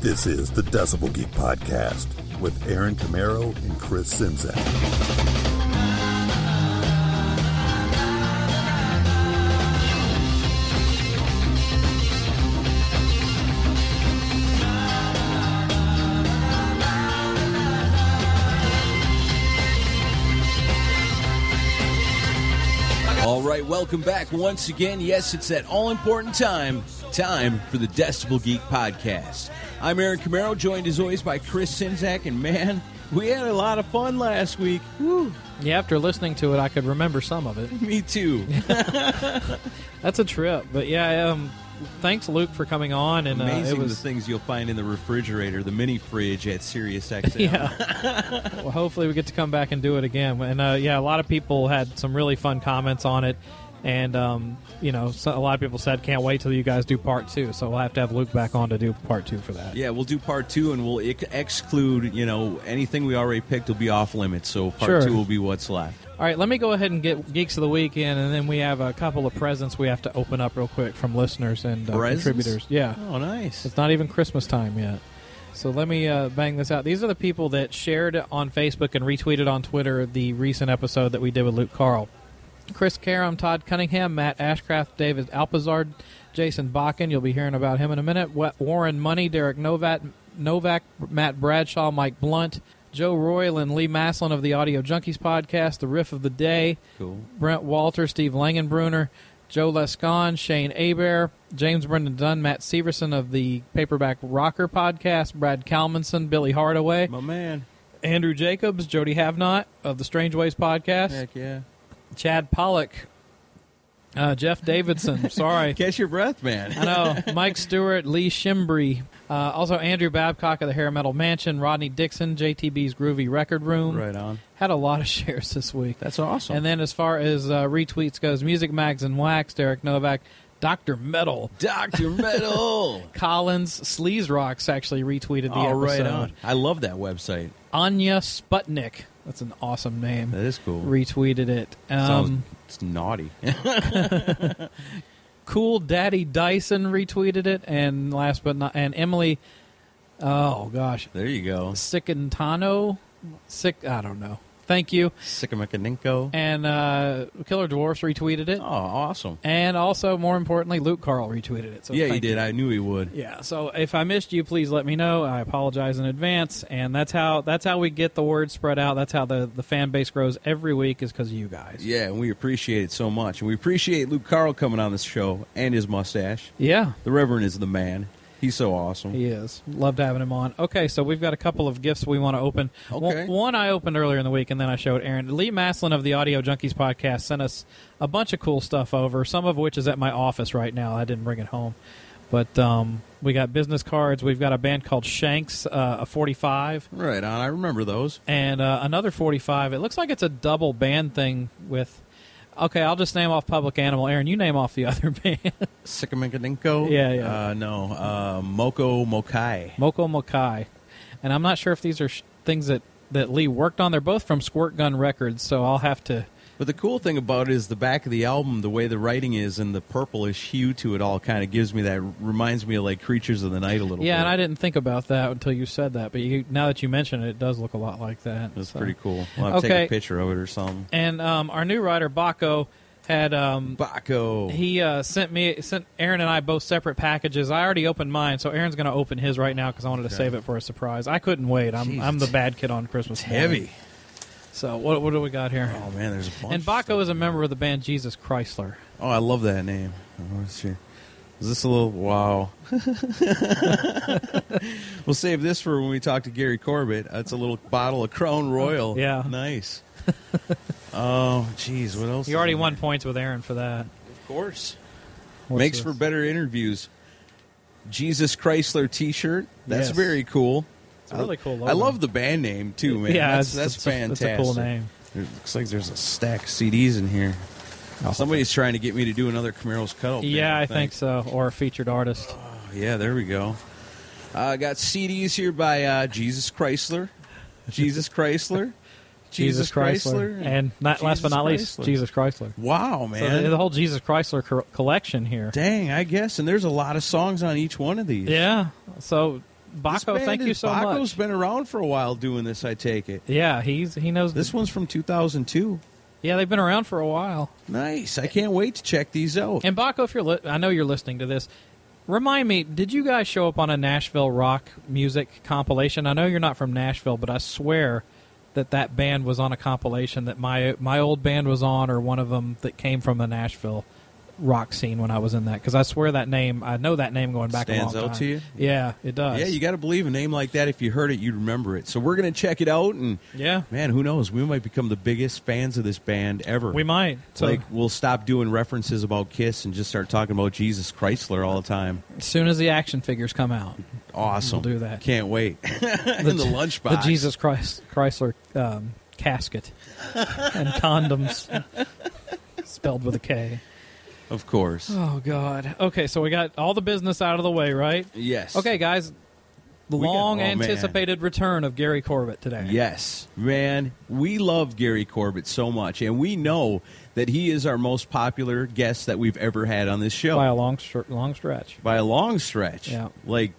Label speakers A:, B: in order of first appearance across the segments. A: This is the Decibel Geek Podcast with Aaron Camero and Chris Simzak.
B: All right, welcome back once again. Yes, it's that all important time, time for the Decibel Geek podcast. I'm Aaron Camero, joined as always by Chris Sinzak, and man, we had a lot of fun last week. Woo,
C: Yeah, after listening to it, I could remember some of it.
B: me too.
C: That's a trip, but yeah. Um, thanks, Luke, for coming on. And uh,
B: Amazing
C: it was
B: the things you'll find in the refrigerator, the mini fridge at Sirius XM.
C: yeah. well, hopefully, we get to come back and do it again. And uh, yeah, a lot of people had some really fun comments on it, and um, you know, so, a lot of people said, "Can't wait till you guys do part two. So we'll have to have Luke back on to do part two for that.
B: Yeah, we'll do part two, and we'll ex- exclude you know anything we already picked will be off limits. So part
C: Sure.
B: two will be what's left.
C: All right, let me go ahead and get Geeks of the Week in, and then we have a couple of presents we have to open up real quick from listeners and uh,
B: Presents?
C: contributors. Yeah.
B: Oh, nice.
C: It's not even Christmas time yet. So let me uh, bang this out. These are the people that shared on Facebook and retweeted on Twitter the recent episode that we did with Luke Carl. Chris Karam, Todd Cunningham, Matt Ashcraft, David Alpazard, Jason Bakken. You'll be hearing about him in a minute. Wa- Warren Money, Derek Novak, Novak, Matt Bradshaw, Mike Blunt, Joe Royal, and Lee Maslin of the Audio Junkies podcast. The Riff of the Day.
B: Cool.
C: Brent Walter, Steve Langenbrunner, Joe Lescon, Shane Aber, James Brendan Dunn, Matt Severson of the Paperback Rocker podcast, Brad Kalmanson, Billy Hardaway,
B: My man.
C: Andrew Jacobs, Jody Havnot of the Strange Ways podcast,
B: Heck yeah.
C: Chad Pollock, uh, Jeff Davidson, sorry.
B: Catch your breath, man.
C: I know. Mike Stewart, Lee Shimbri, uh, also Andrew Babcock of the Hair Metal Mansion, Rodney Dixon, JTB's Groovy Record Room.
B: right on.
C: Had a lot of shares this week.
B: That's awesome.
C: And then as far as uh, retweets goes, Music Mags and Wax, Derek Novak, Dr. Metal,
B: Doctor Metal.
C: Collins, Sleaze Rocks actually retweeted the
B: All Oh, right
C: episode.
B: on. I love that website.
C: Anya Sputnik, that's an awesome name,
B: That is cool.
C: retweeted it.
B: Sounds-
C: Um,
B: it's naughty.
C: cool Daddy Dyson retweeted it, and last but not, and Emily, oh gosh,
B: there you go.
C: Sikantano, Sick, I don't know. Thank you.
B: Sikamakaninko.
C: And uh, Killer Dwarfs retweeted it.
B: Oh, awesome.
C: And also, more importantly, Luke Carl retweeted it. So
B: yeah, he
C: thank you.
B: did. I knew he would.
C: Yeah. So if I missed you, please let me know. I apologize in advance. And that's how that's how we get the word spread out. That's how the the fan base grows every week is because of you guys.
B: Yeah, and we appreciate it so much. And we appreciate Luke Carl coming on this show and his mustache.
C: Yeah.
B: The Reverend is the man. He's so awesome.
C: He is. Loved having him on. Okay, so we've got a couple of gifts we want to open.
B: Okay.
C: One, one I opened earlier in the week, and then I showed Aaron. Lee Maslin of the Audio Junkies podcast sent us a bunch of cool stuff over, some of which is at my office right now. I didn't bring it home. But um, we got business cards. We've got a band called Shanks, uh, a 45.
B: Right on. I remember those.
C: and uh, another 45. It looks like it's a double band thing with. Okay, I'll just name off Public Animal. Aaron, you name off the other band.
B: Sikamakaninko.
C: Yeah, yeah.
B: Uh, no, uh, Moko Mokai.
C: Moko Mokai. And I'm not sure if these are sh- things that, that Lee worked on. They're both from Squirt Gun Records, so I'll have to.
B: But the cool thing about it is the back of the album, the way the writing is and the purplish hue to it all kind of gives me that reminds me of like Creatures of the Night a little
C: Yeah,
B: bit.
C: and I didn't think about that until you said that, but you, now that you mention it, it does look a lot like that.
B: That's
C: so.
B: pretty cool. Well, I'll take
C: Okay.
B: a picture of it or something.
C: And um, our new writer, Baco, had um,
B: Baco.
C: He uh, sent me sent Aaron and I both separate packages. I already opened mine, so Aaron's going to open his right now because I wanted to save it for a surprise. I couldn't wait. I'm
B: Jeez,
C: I'm the
B: it's-
C: bad kid on Christmas.
B: It's
C: morning.
B: heavy.
C: So what what do we got here?
B: Oh man, there's a bunch. of
C: and Baco
B: stuff.
C: is a member of the band Jesus Chrysler.
B: Oh, I love that name. Oh, let's see. Is this a little wow? we'll save this for when we talk to Gary Corbett. That's a little bottle of Crown Royal.
C: Yeah.
B: nice. oh, jeez, what else?
C: You
B: is
C: already
B: in
C: won points with Aaron for that.
B: there? Of course.
C: What's
B: Makes
C: this?
B: for better interviews. Jesus Chrysler T-shirt. That's
C: Yes.
B: very cool.
C: It's a really cool
B: I
C: logo.
B: love the band name too, man.
C: Yeah,
B: that's,
C: it's-
B: that's
C: it's a- it's
B: fantastic.
C: a cool name.
B: There- looks like there's a stack of CDs in here. Somebody's trying to get me to do another Camaro's Cuddle. Band,
C: Yeah, I think so. Or a featured artist.
B: Oh, yeah, there we go. I got CDs here by uh, Jesus Chrysler, Jesus Chrysler,
C: Jesus, Chrysler. and not, last but
B: Jesus
C: not least,
B: Chrysler.
C: Jesus Chrysler.
B: Wow,
C: So
B: man!
C: the, the whole Jesus Chrysler co- collection here.
B: Dang, I guess. And there's a lot of songs on each one of these.
C: Yeah. So
B: This
C: Baco,
B: band
C: thank
B: is-
C: you so
B: Baco's
C: much.
B: been around for a while doing this. I take it.
C: Yeah, he's he knows.
B: This one's from 2002.
C: yeah, they've been around for a while.
B: Nice. I can't wait to check these out.
C: And Baco, if you're, li- I know you're listening to this. Remind me, did you guys show up on a Nashville rock music compilation? I know you're not from Nashville, but I swear that that band was on a compilation that my my old band was on, or one of them that came from the Nashville rock scene when I was in that. Because I swear that name, I know that name going back
B: Stands
C: a long
B: out
C: time.
B: to you?
C: Yeah, it does.
B: Yeah, you got to believe a name like that. If you heard it, you'd remember it. So we're gonna check it out, and
C: yeah,
B: man, who knows? We might become the biggest fans of this band ever.
C: we might. So
B: like we'll stop doing references about Kiss and just start talking about Jesus Chrysler all the time.
C: as soon as the action figures come out,
B: Awesome.
C: We'll do that.
B: Can't wait. In the lunchbox.
C: the Jesus Christ Chrysler um, casket and condoms spelled with a K.
B: Of course.
C: Oh God. Okay, so we got all the business out of the way, right?
B: Yes.
C: Okay, guys. The
B: We got-
C: long
B: oh, man.
C: anticipated return of Gary Corbett today.
B: Yes, man. We love Gary Corbett so much, and we know that he is our most popular guest that we've ever had on this show
C: By a long str- long stretch.
B: By a long stretch.
C: Yeah.
B: Like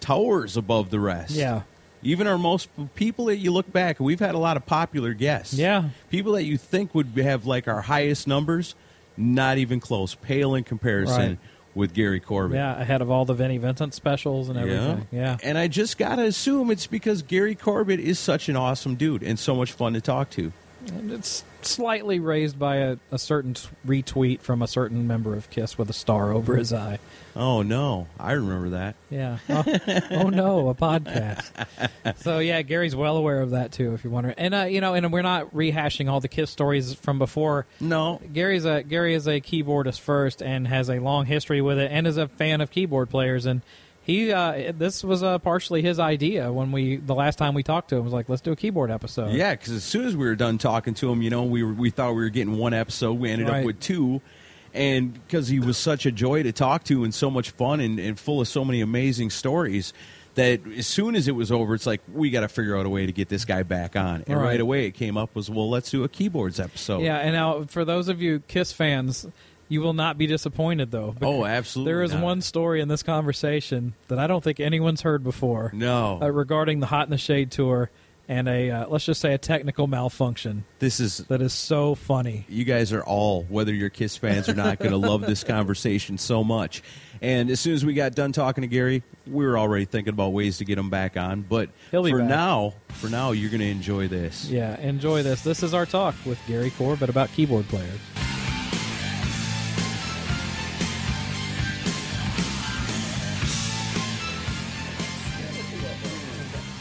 B: towers above the rest.
C: Yeah.
B: Even our most people that you look back, we've had a lot of popular guests.
C: Yeah.
B: People that you think would have like our highest numbers, not even close, pale in comparison
C: Right.
B: with Gary Corbett.
C: Yeah, ahead of all the Vinnie Vincent specials and everything. Yeah.
B: And I just got to assume it's because Gary Corbett is such an awesome dude and so much fun to talk to.
C: And it's slightly raised by a, a certain t- retweet from a certain member of Kiss with a star over his eye.
B: Oh, no. I remember that.
C: Yeah. Oh, oh, no, a podcast. So yeah, Gary's well aware of that too. If you're wondering, and uh, you know, and we're not rehashing all the Kiss stories from before.
B: No.
C: Gary's a Gary is a keyboardist first and has a long history with it, and is a fan of keyboard players. And he, uh, this was uh, partially his idea when we the last time we talked to him was like, let's do a keyboard episode.
B: Yeah, because as soon as we were done talking to him, you know, we were, we thought we were getting one episode. We ended
C: Right.
B: up with two, and because he was such a joy to talk to and so much fun and, and full of so many amazing stories, that as soon as it was over, it's like we got to figure out a way to get this guy back on. And
C: Right.
B: right. away, it came up was well, let's do a keyboards episode.
C: Yeah, and now for those of you Kiss fans, you will not be disappointed though.
B: Oh,
C: because
B: absolutely
C: There is
B: not.
C: one story in this conversation that I don't think anyone's heard before.
B: No.
C: uh, regarding the Hot in the Shade tour and a uh, let's just say a technical malfunction
B: This is
C: that is so funny.
B: you guys are all, whether you're Kiss fans or not, going to love this conversation so much. And as soon as we got done talking to Gary, we were already thinking about ways to get him back on. But
C: He'll be
B: for
C: back.
B: now, for now, you're going to enjoy this.
C: Yeah, enjoy this. This is our talk with Gary Corbett about keyboard players.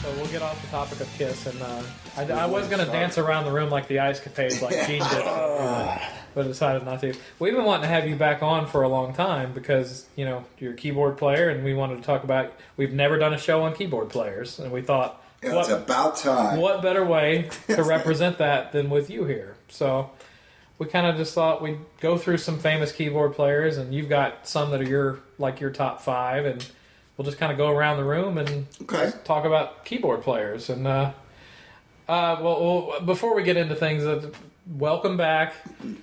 C: So We'll get off the topic of Kiss, and uh, I, I was going to dance around the room like the Ice Capades, like Gene did, but I decided not to. We've been wanting to have you back on for a long time because you know you're a keyboard player, and we wanted to talk about. We've never done a show on keyboard players, and we thought,
D: Yeah,
C: what,
D: it's about time.
C: what better way to represent that than with you here? So we kind of just thought we'd go through some famous keyboard players, and you've got some that are your like your top five, and we'll just kind of go around the room and
D: Okay.
C: talk about keyboard players. And uh, uh, well, well, before we get into things, uh, welcome back.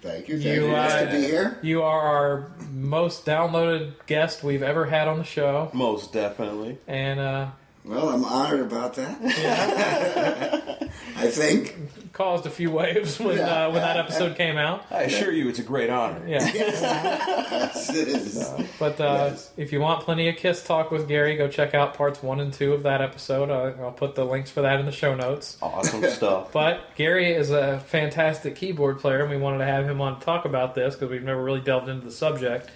D: Thank you. Thank
C: You,
D: you. Nice
C: uh,
D: to be here.
C: You are our most downloaded guest we've ever had on the show,
B: Most definitely.
C: and uh,
D: Well, I'm honored about that. I think.
C: caused a few waves when
D: Yeah.
C: uh, when that episode came out.
B: I assure you, it's a great honor.
C: Yeah.
D: Yes, it is.
C: But uh,
D: Yes.
C: if you want plenty of Kiss Talk with Gary, go check out parts one and two of that episode. Uh, I'll put the links for that in the show notes.
B: Awesome stuff.
C: But Gary is a fantastic keyboard player, and we wanted to have him on to talk about this because we've never really delved into the subject.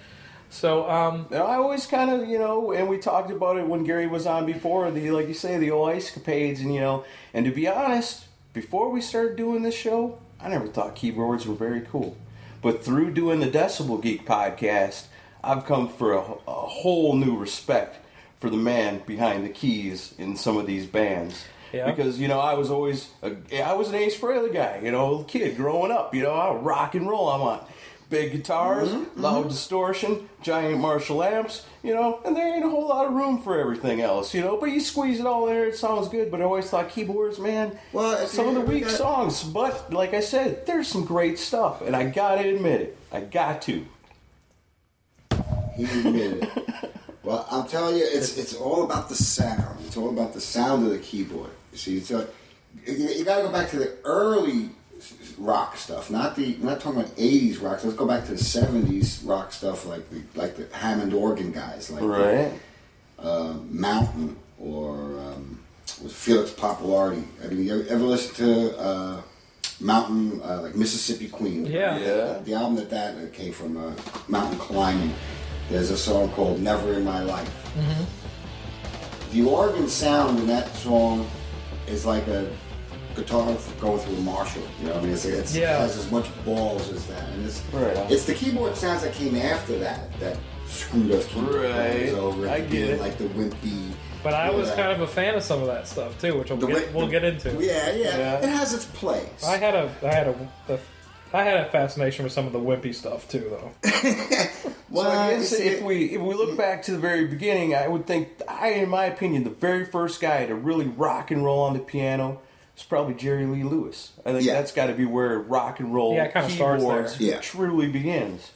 C: So, um,
B: I always kind of, you know, and we talked about it when Gary was on before, the like you say, the old ice capades, and you know, and to be honest, before we started doing this show, I never thought keyboards were very cool. But through doing the Decibel Geek podcast, I've come for a, a whole new respect for the man behind the keys in some of these bands.
C: Yeah.
B: Because you know, I was always a, I was an Ace Frehley guy, you know, kid growing up. You know, I rock and roll. I'm on big guitars,
D: Mm-hmm,
B: loud distortion, giant Marshall amps. You know, and there ain't a whole lot of room for everything else. You know, but you squeeze it all there, it sounds good. But I always thought keyboards, man,
D: Well, if
B: some of
D: you-
B: the weak
D: that-
B: songs. But like I said, there's some great stuff, and I gotta admit it. I got to.
D: He admitted it. Well, I'm telling you, it's it's all about the sound. It's all about the sound of the keyboard. You see, so you, you got to go back to the early s- s- rock stuff, not the we're not talking about '80s rock. Let's go back to the '70s rock stuff, like the like the Hammond organ guys, like
B: Right.
D: Mountain or um, was Felix Popolardi. I mean, you ever listen to uh, Mountain uh, like Mississippi Queen?
E: Yeah.
B: Yeah.
D: The album that that uh, came from, uh, Mountain Climbing. There's a song called Never in My Life.
E: Mm-hmm.
D: The organ sound in that song is like a guitar f- going through a Marshall. You know, what I mean, it's, it's,
E: Yeah.
D: it has as much balls as that, and it's
B: Right.
D: it's the keyboard sounds that came after that that screwed us keyboard
B: Right.
D: players over.
B: I get
D: and being
B: it.
D: Like the wimpy.
C: But I
D: you know,
C: was
D: that-
C: kind of a fan of some of that stuff too, which we'll,
D: the
C: get,
D: wit-
C: we'll
D: the-
C: get into.
D: Yeah, yeah,
B: Yeah.
D: It has its place.
C: I had a I had a, a I had a fascination with some of the wimpy stuff too, though.
D: well,
B: So I guess
D: it's-
B: Uh, if we if we look back to the very beginning, I would think I, in my opinion, the very first guy to really rock and roll on the piano is probably Jerry Lee Lewis. I think
D: Yeah.
B: that's got to be where rock and roll
C: Yeah, it kinda starts
B: keyboards
C: there.
D: Yeah.
B: truly begins.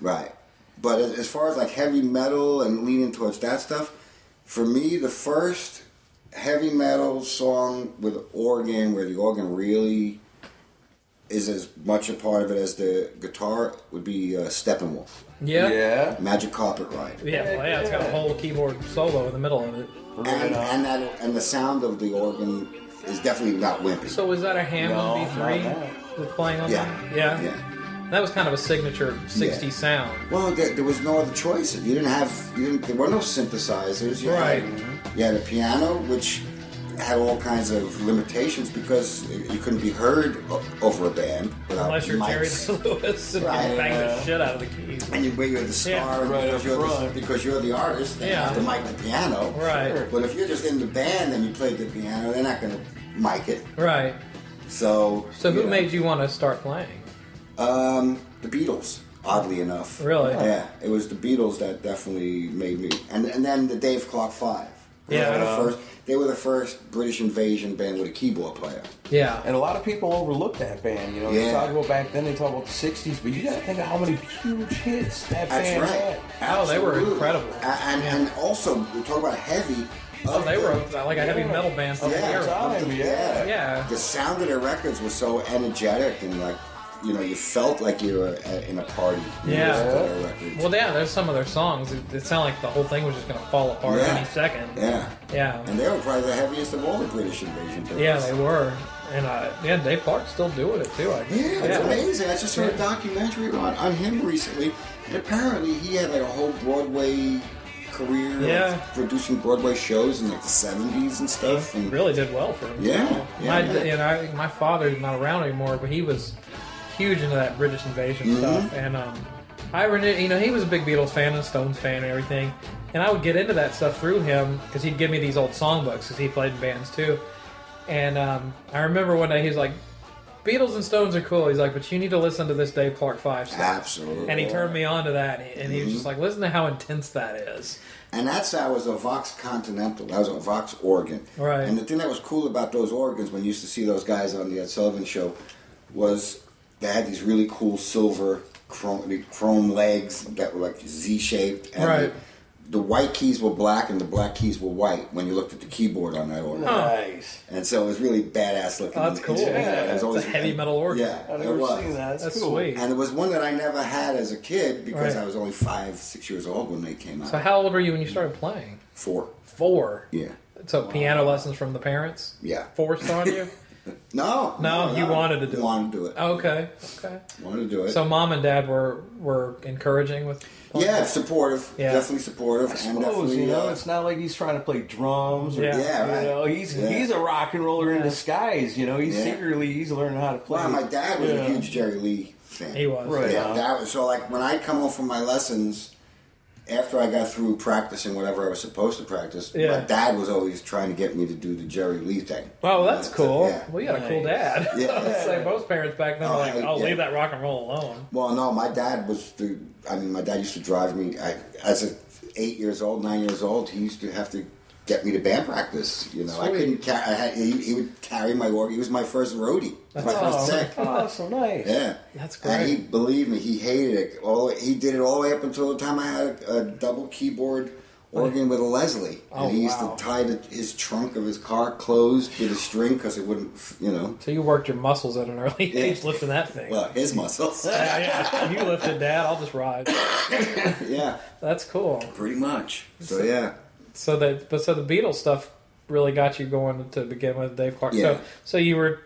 D: Right. But as as far as like heavy metal and leaning towards that stuff, for me, the first heavy metal song with organ, where the organ really is as much a part of it as the guitar, would be uh, Steppenwolf,
C: Yeah. Yeah,
B: Yeah,
D: Magic Carpet Ride.
C: well, yeah, it's got a whole keyboard solo in the middle of it.
B: Right
D: And,
B: on.
D: and, that, and the sound of the organ is definitely not wimpy.
C: So was that a Hammond
B: No, not
C: B3
B: that.
C: that's playing on
D: Yeah.
C: that? Yeah.
D: yeah.
C: That was kind of a signature 60s
D: Yeah.
C: sound.
D: Well, there, there was no other choice. You didn't have, you didn't, there were no synthesizers. You had- You had a piano, which had all kinds of limitations because you couldn't be heard o- over a band without
C: Unless you're Jerry
D: mics.
C: Lee Lewis and
D: Right.
C: you bang the shit out of the keys.
D: And you, but you're the star
C: Yeah.
D: and
B: Right
D: because,
B: up
D: you're the,
B: front.
D: because you're the artist, they
C: Yeah.
D: have to mic the piano.
C: Right.
D: But if you're just in the band and you play the piano, they're not going to mic it.
C: Right.
D: So.
C: So who
D: you know,
C: made you want to start playing?
D: Um, the Beatles. Oddly enough.
C: Really?
D: Yeah, it was the Beatles that definitely made me, and and then the Dave Clark Five. They
C: Yeah.
D: were the first. They were the first British invasion band with a keyboard player.
C: Yeah.
B: and a lot of people overlook that band. You know, they
D: Yeah.
B: talk about back then, they talk about the '60s, but you got to think of how many huge hits that
D: That's
B: band
D: right.
B: had.
C: Oh, they were incredible.
D: A- And, and also, we talk about heavy.
C: Oh,
D: of
C: they
D: the-
C: were like a heavy metal band from the
D: Yeah,
C: era.
B: Time,
D: the-
B: yeah.
C: Yeah.
D: The sound of their records was so energetic and like, you know, you felt like you were at, in a party. when you
C: Yeah.
D: listened to their records.
C: Well, yeah, there's some of their songs. It, it sounded like the whole thing was just going to fall apart
D: Yeah.
C: any second.
D: yeah.
C: Yeah.
D: And they were probably the heaviest of all the British invasion bands.
C: Yeah, they were. And uh, yeah, Dave Clark's still doing it too. I
D: Yeah,
C: guess.
D: it's amazing. I just saw a documentary on, on him recently, and apparently he had like a whole Broadway career, like,
C: Yeah.
D: producing Broadway shows in like the seventies and stuff. And
C: really did well for him.
D: Yeah, yeah,
C: my,
D: yeah.
C: And I, my father's not around anymore, but he was huge into that British invasion
D: Mm-hmm.
C: stuff. And um, I, rene- you know, he was a big Beatles fan and Stones fan and everything. And I would get into that stuff through him because he'd give me these old songbooks because he played in bands too. And um, I remember one day he's like, "Beatles and Stones are cool." He's like, "But you need to listen to this Dave Clark Five stuff."
D: Absolutely.
C: And he turned me on to that, and
D: Mm-hmm.
C: he was just like, "Listen to how intense that is."
D: And that's I was a Vox Continental. That was a Vox organ.
C: Right.
D: And the thing that was cool about those organs when you used to see those guys on the Ed Sullivan Show was they had these really cool silver chrome, the chrome legs that were like Z shaped. And
C: Right.
D: The, the white keys were black and the black keys were white when you looked at the keyboard on that organ.
B: Nice.
D: And so it was really badass looking.
C: Oh, that's cool.
D: It was
C: It's a heavy metal organ.
D: Yeah,
B: I've
D: it
B: never
D: was.
B: seen that.
C: That's
B: cool.
C: sweet.
D: And it was one that I never had as a kid because
C: Right.
D: I was only five, six years old when they came out.
C: So, how old were you when you started playing?
D: Four.
C: Four.
D: Yeah.
C: So piano lessons from the parents?
D: Yeah.
C: Forced on you?
D: No.
C: No, you wanted to do it.
D: Wanted to do it.
C: okay. Okay.
D: Wanted to do it.
C: So mom and dad were were encouraging with
D: yeah, supportive.
C: Yeah.
D: Definitely supportive.
B: I
D: and
B: suppose
D: definitely,
B: you know
D: uh,
B: it's not like he's trying to play drums. Or,
C: Yeah.
D: Yeah, right.
B: You know he's
D: Yeah.
B: he's a rock and roller in disguise. You know he's
D: Yeah.
B: secretly he's learning how to play.
D: Wow, my dad was
B: Yeah.
D: a huge Jerry Lee fan.
C: He was.
B: Right.
D: Yeah,
B: Yeah.
D: that was so. Like when I come home from my lessons, after I got through practicing whatever I was supposed to practice,
C: Yeah.
D: my dad was always trying to get me to do the Jerry Lee thing.
C: Oh, that's cool.
D: Yeah.
C: Well, you had a cool dad.
D: Yeah.
C: I was like, most parents back then were
D: Oh,
C: like,
D: yeah.
C: "Oh, leave that rock and roll alone."
D: Well, no, my dad was the. I mean, my dad used to drive me. I, as a eight years old, nine years old, he used to have to get me to band practice. You know, I
C: Sweet.
D: couldn't. Ca- I had, he, he would carry my organ. He was my first roadie, my first
B: Oh,
D: tech.
B: oh, so nice.
D: Yeah,
C: That's
D: And he
C: great.
D: believed me. He hated it. All he did it all the way up until the time I had a, a double keyboard organ with a Leslie,
C: Oh,
D: and he used
C: wow.
D: to tie the, his trunk of his car closed with a string because it wouldn't, you know,
C: So you worked your muscles at an early
D: Yeah.
C: age lifting that thing.
D: well, his muscles.
C: yeah, yeah. You lifted that. I'll just ride.
D: yeah,
C: That's cool.
D: pretty much. So yeah,
C: So that, but so the Beatles stuff really got you going to begin with, Dave Clark.
D: Yeah.
C: So, so you were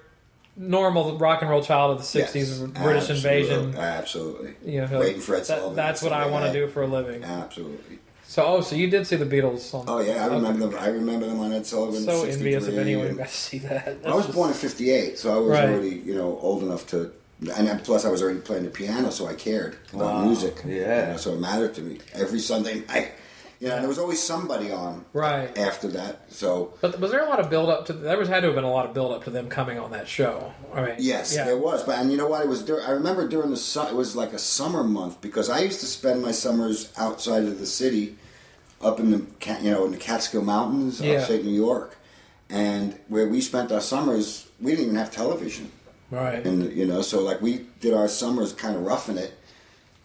C: normal rock and roll child of the '60s,
D: Yes.
C: with British
D: Absolute-
C: invasion.
D: Absolutely.
C: You know,
D: Waiting for Ed
C: that,
D: Sullivan.
C: that's what I want to
D: Yeah.
C: do for a living.
D: Absolutely.
C: So, oh, so you did see the Beatles? On,
D: Oh yeah, I remember them. I remember them on Ed Sullivan.
C: So envious of
D: 63,
C: anyone who
D: and-
C: got to see that.
D: I was born in '58, so I was
C: Right.
D: already, you know, old enough to. And then plus, I was already playing the piano, so I cared about
B: Wow.
D: music.
B: Yeah.
D: you know, so it mattered to me every Sunday night. You know, there was always somebody on
C: Right.
D: after that. So
C: But was there a lot of build up to? There was had to have been a lot of build up to them coming on that show. I mean,
D: yes,
C: yeah.
D: there was. But and you know what? It was. Dur- I remember during the su- it was like a summer month because I used to spend my summers outside of the city, up in the Ca- you know in the Catskill Mountains,
C: Yeah.
D: upstate New York, and where we spent our summers, we didn't even have television.
C: right.
D: and you know, so like we did our summers kind of roughing it,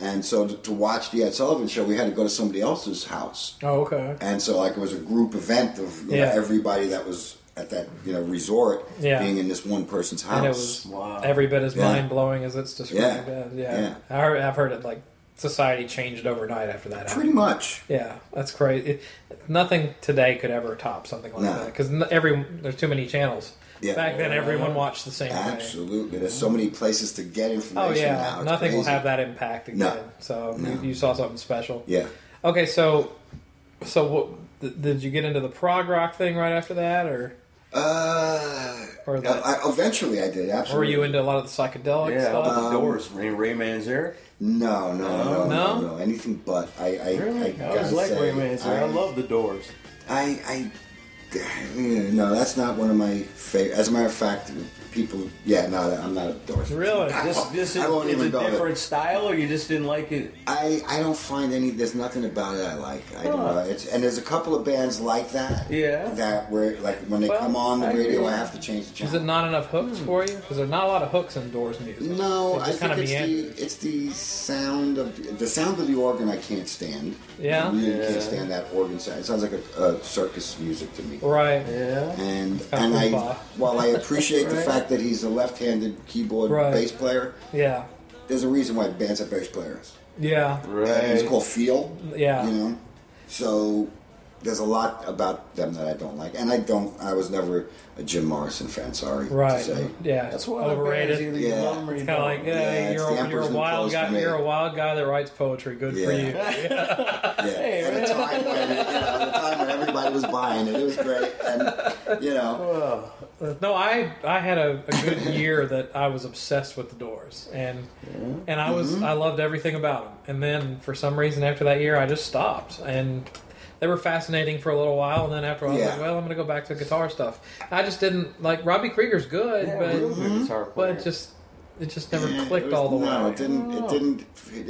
D: and so to, to watch the Ed Sullivan show, we had to go to somebody else's house,
C: oh, okay.
D: and so like it was a group event of you
C: Yeah.
D: know, everybody that was at that you know resort
C: Yeah.
D: being in this one person's house.
C: And it was
B: Wow.
C: every bit as
D: Oh, Yeah.
C: mind blowing as it's described.
D: Yeah.
C: as. Yeah, I heard, I've heard it like society changed overnight after that.
D: pretty
C: happened.
D: much.
C: Yeah, that's crazy. It, nothing today could ever top something like
D: No.
C: that because every there's too many channels.
D: Yeah.
C: Back then, everyone watched the same thing.
D: Absolutely, there's so many places to get
C: Mm-hmm. Oh
D: information. now.
C: yeah,
D: It's
C: nothing will
D: crazy.
C: have that impact again.
D: No.
C: So
D: No.
C: You, you saw something special.
D: Yeah,
C: Okay, so so what th- did you get into the prog rock thing right after that, or
D: uh,
C: Or that-
D: I, eventually I did.
C: or were
D: Absolutely.
C: you into a lot of the psychedelic
B: Yeah,
C: stuff?
B: all the doors. Ray, Ray Manzarek.
D: No, no, no,
C: No?
D: no, no, anything but. I, I,
B: Really?
D: I,
B: I, was
D: gotta
B: like
D: say,
B: Ray Manzarek. I, love the doors.
D: I, I, no, that's not one of my favorite. As a matter of fact, people, yeah, no, I'm not a Doors. fan.
C: Really?
D: I
B: This,
D: won't-
B: this
D: I won't
B: is
D: even
B: it's
D: go
B: a
D: there.
B: different style, or you just didn't like it?
D: I, I don't find any. There's nothing about it I like. I don't know. It's, and there's a couple of bands like that.
B: Yeah.
D: That where like when they
C: Well,
D: come on the
B: I
D: radio,
B: agree.
D: I have to change the
C: Is it
D: channel.
C: not enough hooks
D: Hmm.
C: for you? Because there's not a lot of hooks in Doors music.
D: No,
C: They
D: I
C: just
D: think
C: kinda
D: it's
C: meander.
D: the it's the sound of the, the sound of the organ. I can't stand.
C: Yeah?
D: I really
B: Yeah.
D: can't stand that organ sound. It sounds like a, a circus music to me.
C: Right.
B: Yeah.
D: and
C: Kind
D: and
C: of
D: I
C: oompa.
D: while I appreciate the
B: Right.
D: fact that he's a left-handed keyboard
C: Right.
D: bass player,
C: Yeah.
D: there's a reason why bands have bass players.
C: Yeah.
D: And it's
B: Right.
D: called feel.
C: Yeah.
D: You know, so there's a lot about them that I don't like, and I don't. I was never a Jim Morrison fan. Sorry
C: Right.
D: to say.
C: Yeah.
B: That's why
C: Overrated.
B: Either
C: It's
B: you
D: Yeah.
B: love 'em or you
C: kind of
B: don't.
C: like uh,
D: Yeah, it's
C: you're,
D: the
C: a,
D: emperor's
C: you're a
D: new
C: wild
D: clothes
C: guy.
D: for me.
C: You're a wild guy that writes poetry. Good for you.
D: Yeah. Yeah. At a time when you know, at a time when everybody was buying it, it was great, and you know,
C: No, I I had a, a good year that I was obsessed with the Doors, and and I was I loved everything about them. And then for some reason after that year, I just stopped. And they were fascinating for a little while, and then after a while, I was
D: Yeah.
C: like, well, I'm going to go back to guitar stuff. I just didn't like Robbie Krieger's good,
B: Yeah,
C: but
B: real good guitar
C: but
B: player.
C: it just it just never
D: yeah,
C: clicked
D: it was-
C: all the
D: no,
C: way. Oh.
D: it didn't. It didn't.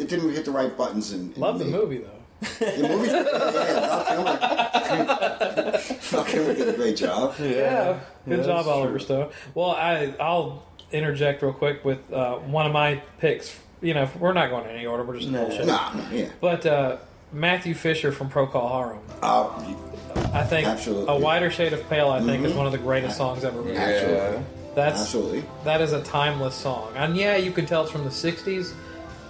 D: It didn't hit the right buttons. And
C: Love the movie though.
D: The movie's yeah, Val Kilmer. Val Kilmer did a great job.
C: Yeah, good
B: Yeah,
C: job,
B: that's
C: Oliver
B: true.
C: Stowe. Well, I I'll interject real quick with uh, one of my picks. You know, we're not going in any order. We're just
B: No.
C: bullshit.
D: Nah, yeah.
C: But uh, Matthew Fisher from Procol Harum,
D: Uh, you-
C: I think
D: Absolutely. Mm-hmm.
C: a wider shade of pale. I think is one of the greatest songs ever written.
D: absolutely.
C: That's
D: Absolutely.
C: that is a timeless song, and yeah, you can tell it's from the '60s,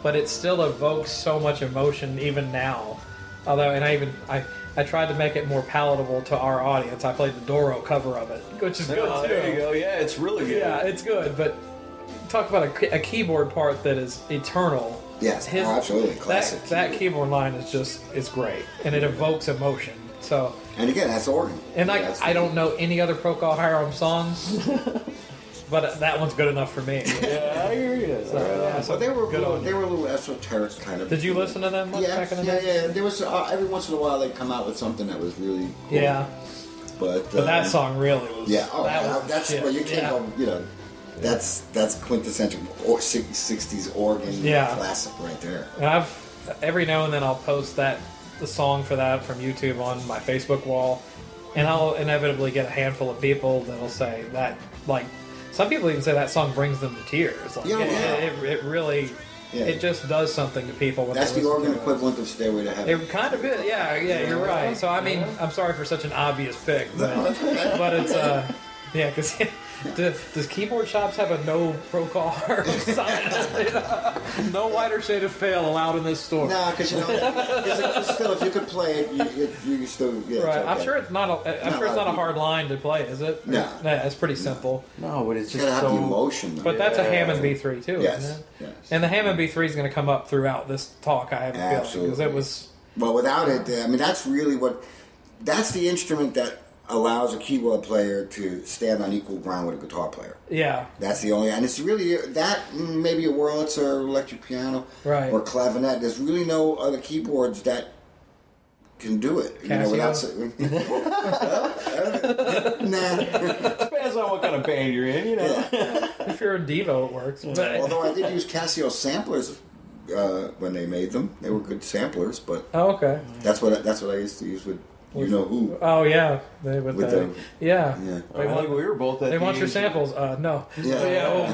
C: but it still evokes so much emotion even now. Although, and I even I. I tried to make it more palatable to our audience. I played the Doro cover of it, which is good
B: Oh,
C: too.
B: there you go. Yeah, it's really good.
C: Yeah, it's good, but talk about a, a keyboard part that is eternal.
D: Yes, oh, absolutely. Classic
C: That, that keyboard line is just is great, and it evokes emotion. So,
D: And again, that's Oregon.
C: and I
D: That's-
C: I don't know any other Procol Harum songs, but that one's good enough for me.
B: yeah, I hear you.
C: Yeah, so
D: But they were
C: good
D: little,
C: on
D: they
C: you.
D: were a little esoteric kind of.
C: Did you listen to them much
D: Yeah,
C: back in the
D: yeah,
C: day?
D: yeah. There was uh, every once in a while they'd come out with something that was really cool.
C: Yeah,
D: but,
C: but that
D: um,
C: song really was.
D: Yeah, oh,
C: that
D: yeah,
C: was
D: that's
C: shit.
D: well, you can't
C: yeah.
D: go. You know, that's that's quintessential or, '60s Oregon
C: Yeah.
D: classic right there.
C: And I've every now and then I'll post that the song for that from YouTube on my Facebook wall, and I'll inevitably get a handful of people that'll say that like some people even say that song brings them to tears. Like,
D: Yeah,
C: it,
D: wow.
C: it, it really
D: Yeah.
C: It just does something to people. When
D: That's
C: they
D: the
C: listen
D: organ
C: to it.
D: equivalent of Stairway to Heaven.
C: It kind of is, yeah, yeah. You're right. So I mean, I'm sorry for such an obvious pick, but, but it's uh, yeah, because does, does keyboard shops have a no pro car sign? no wider shade of fail allowed in this store.
D: Nah, because you know, it's, it's still if you could play it, you, it, you could still yeah. it's
C: Right. I'm
D: okay.
C: sure it's not a. I'm
D: No,
C: sure it's not a
D: I-
C: hard line to play, is it?
D: No.
C: Yeah, it's pretty simple.
B: No, but it's
D: You
B: just
D: gotta have the
B: so.
D: emotion. though.
C: But that's a
B: Yeah.
C: Hammond B3 too.
D: yes,
C: Isn't it?
D: yes.
C: And the Hammond B3 is going to come up throughout this talk. I have a feeling because
D: Absolutely.
C: it was
D: But without it, uh, I mean, that's really what that's the instrument that allows a keyboard player to stand on equal ground with a guitar player.
C: yeah.
D: That's the only, and it's really that mm, maybe a Wurlitzer or electric piano
C: Right.
D: or clavinet. There's really no other keyboards that can do it. You know, without s- nah.
B: Depends on what kind of band you're in, you know.
C: If you're in Devo, it works. But
D: Although I did use Casio samplers uh, when they made them, they were good samplers. But
C: oh, okay.
D: that's what I, that's what I used to use with you know who.
C: Oh yeah, they with,
D: With
C: the,
D: them.
C: yeah.
D: Yeah.
C: They
B: I think
C: want,
B: we were both at
C: they
B: the
C: want your
B: age- Oh,
C: samples. Uh, no.
D: Yeah.
C: But yeah well,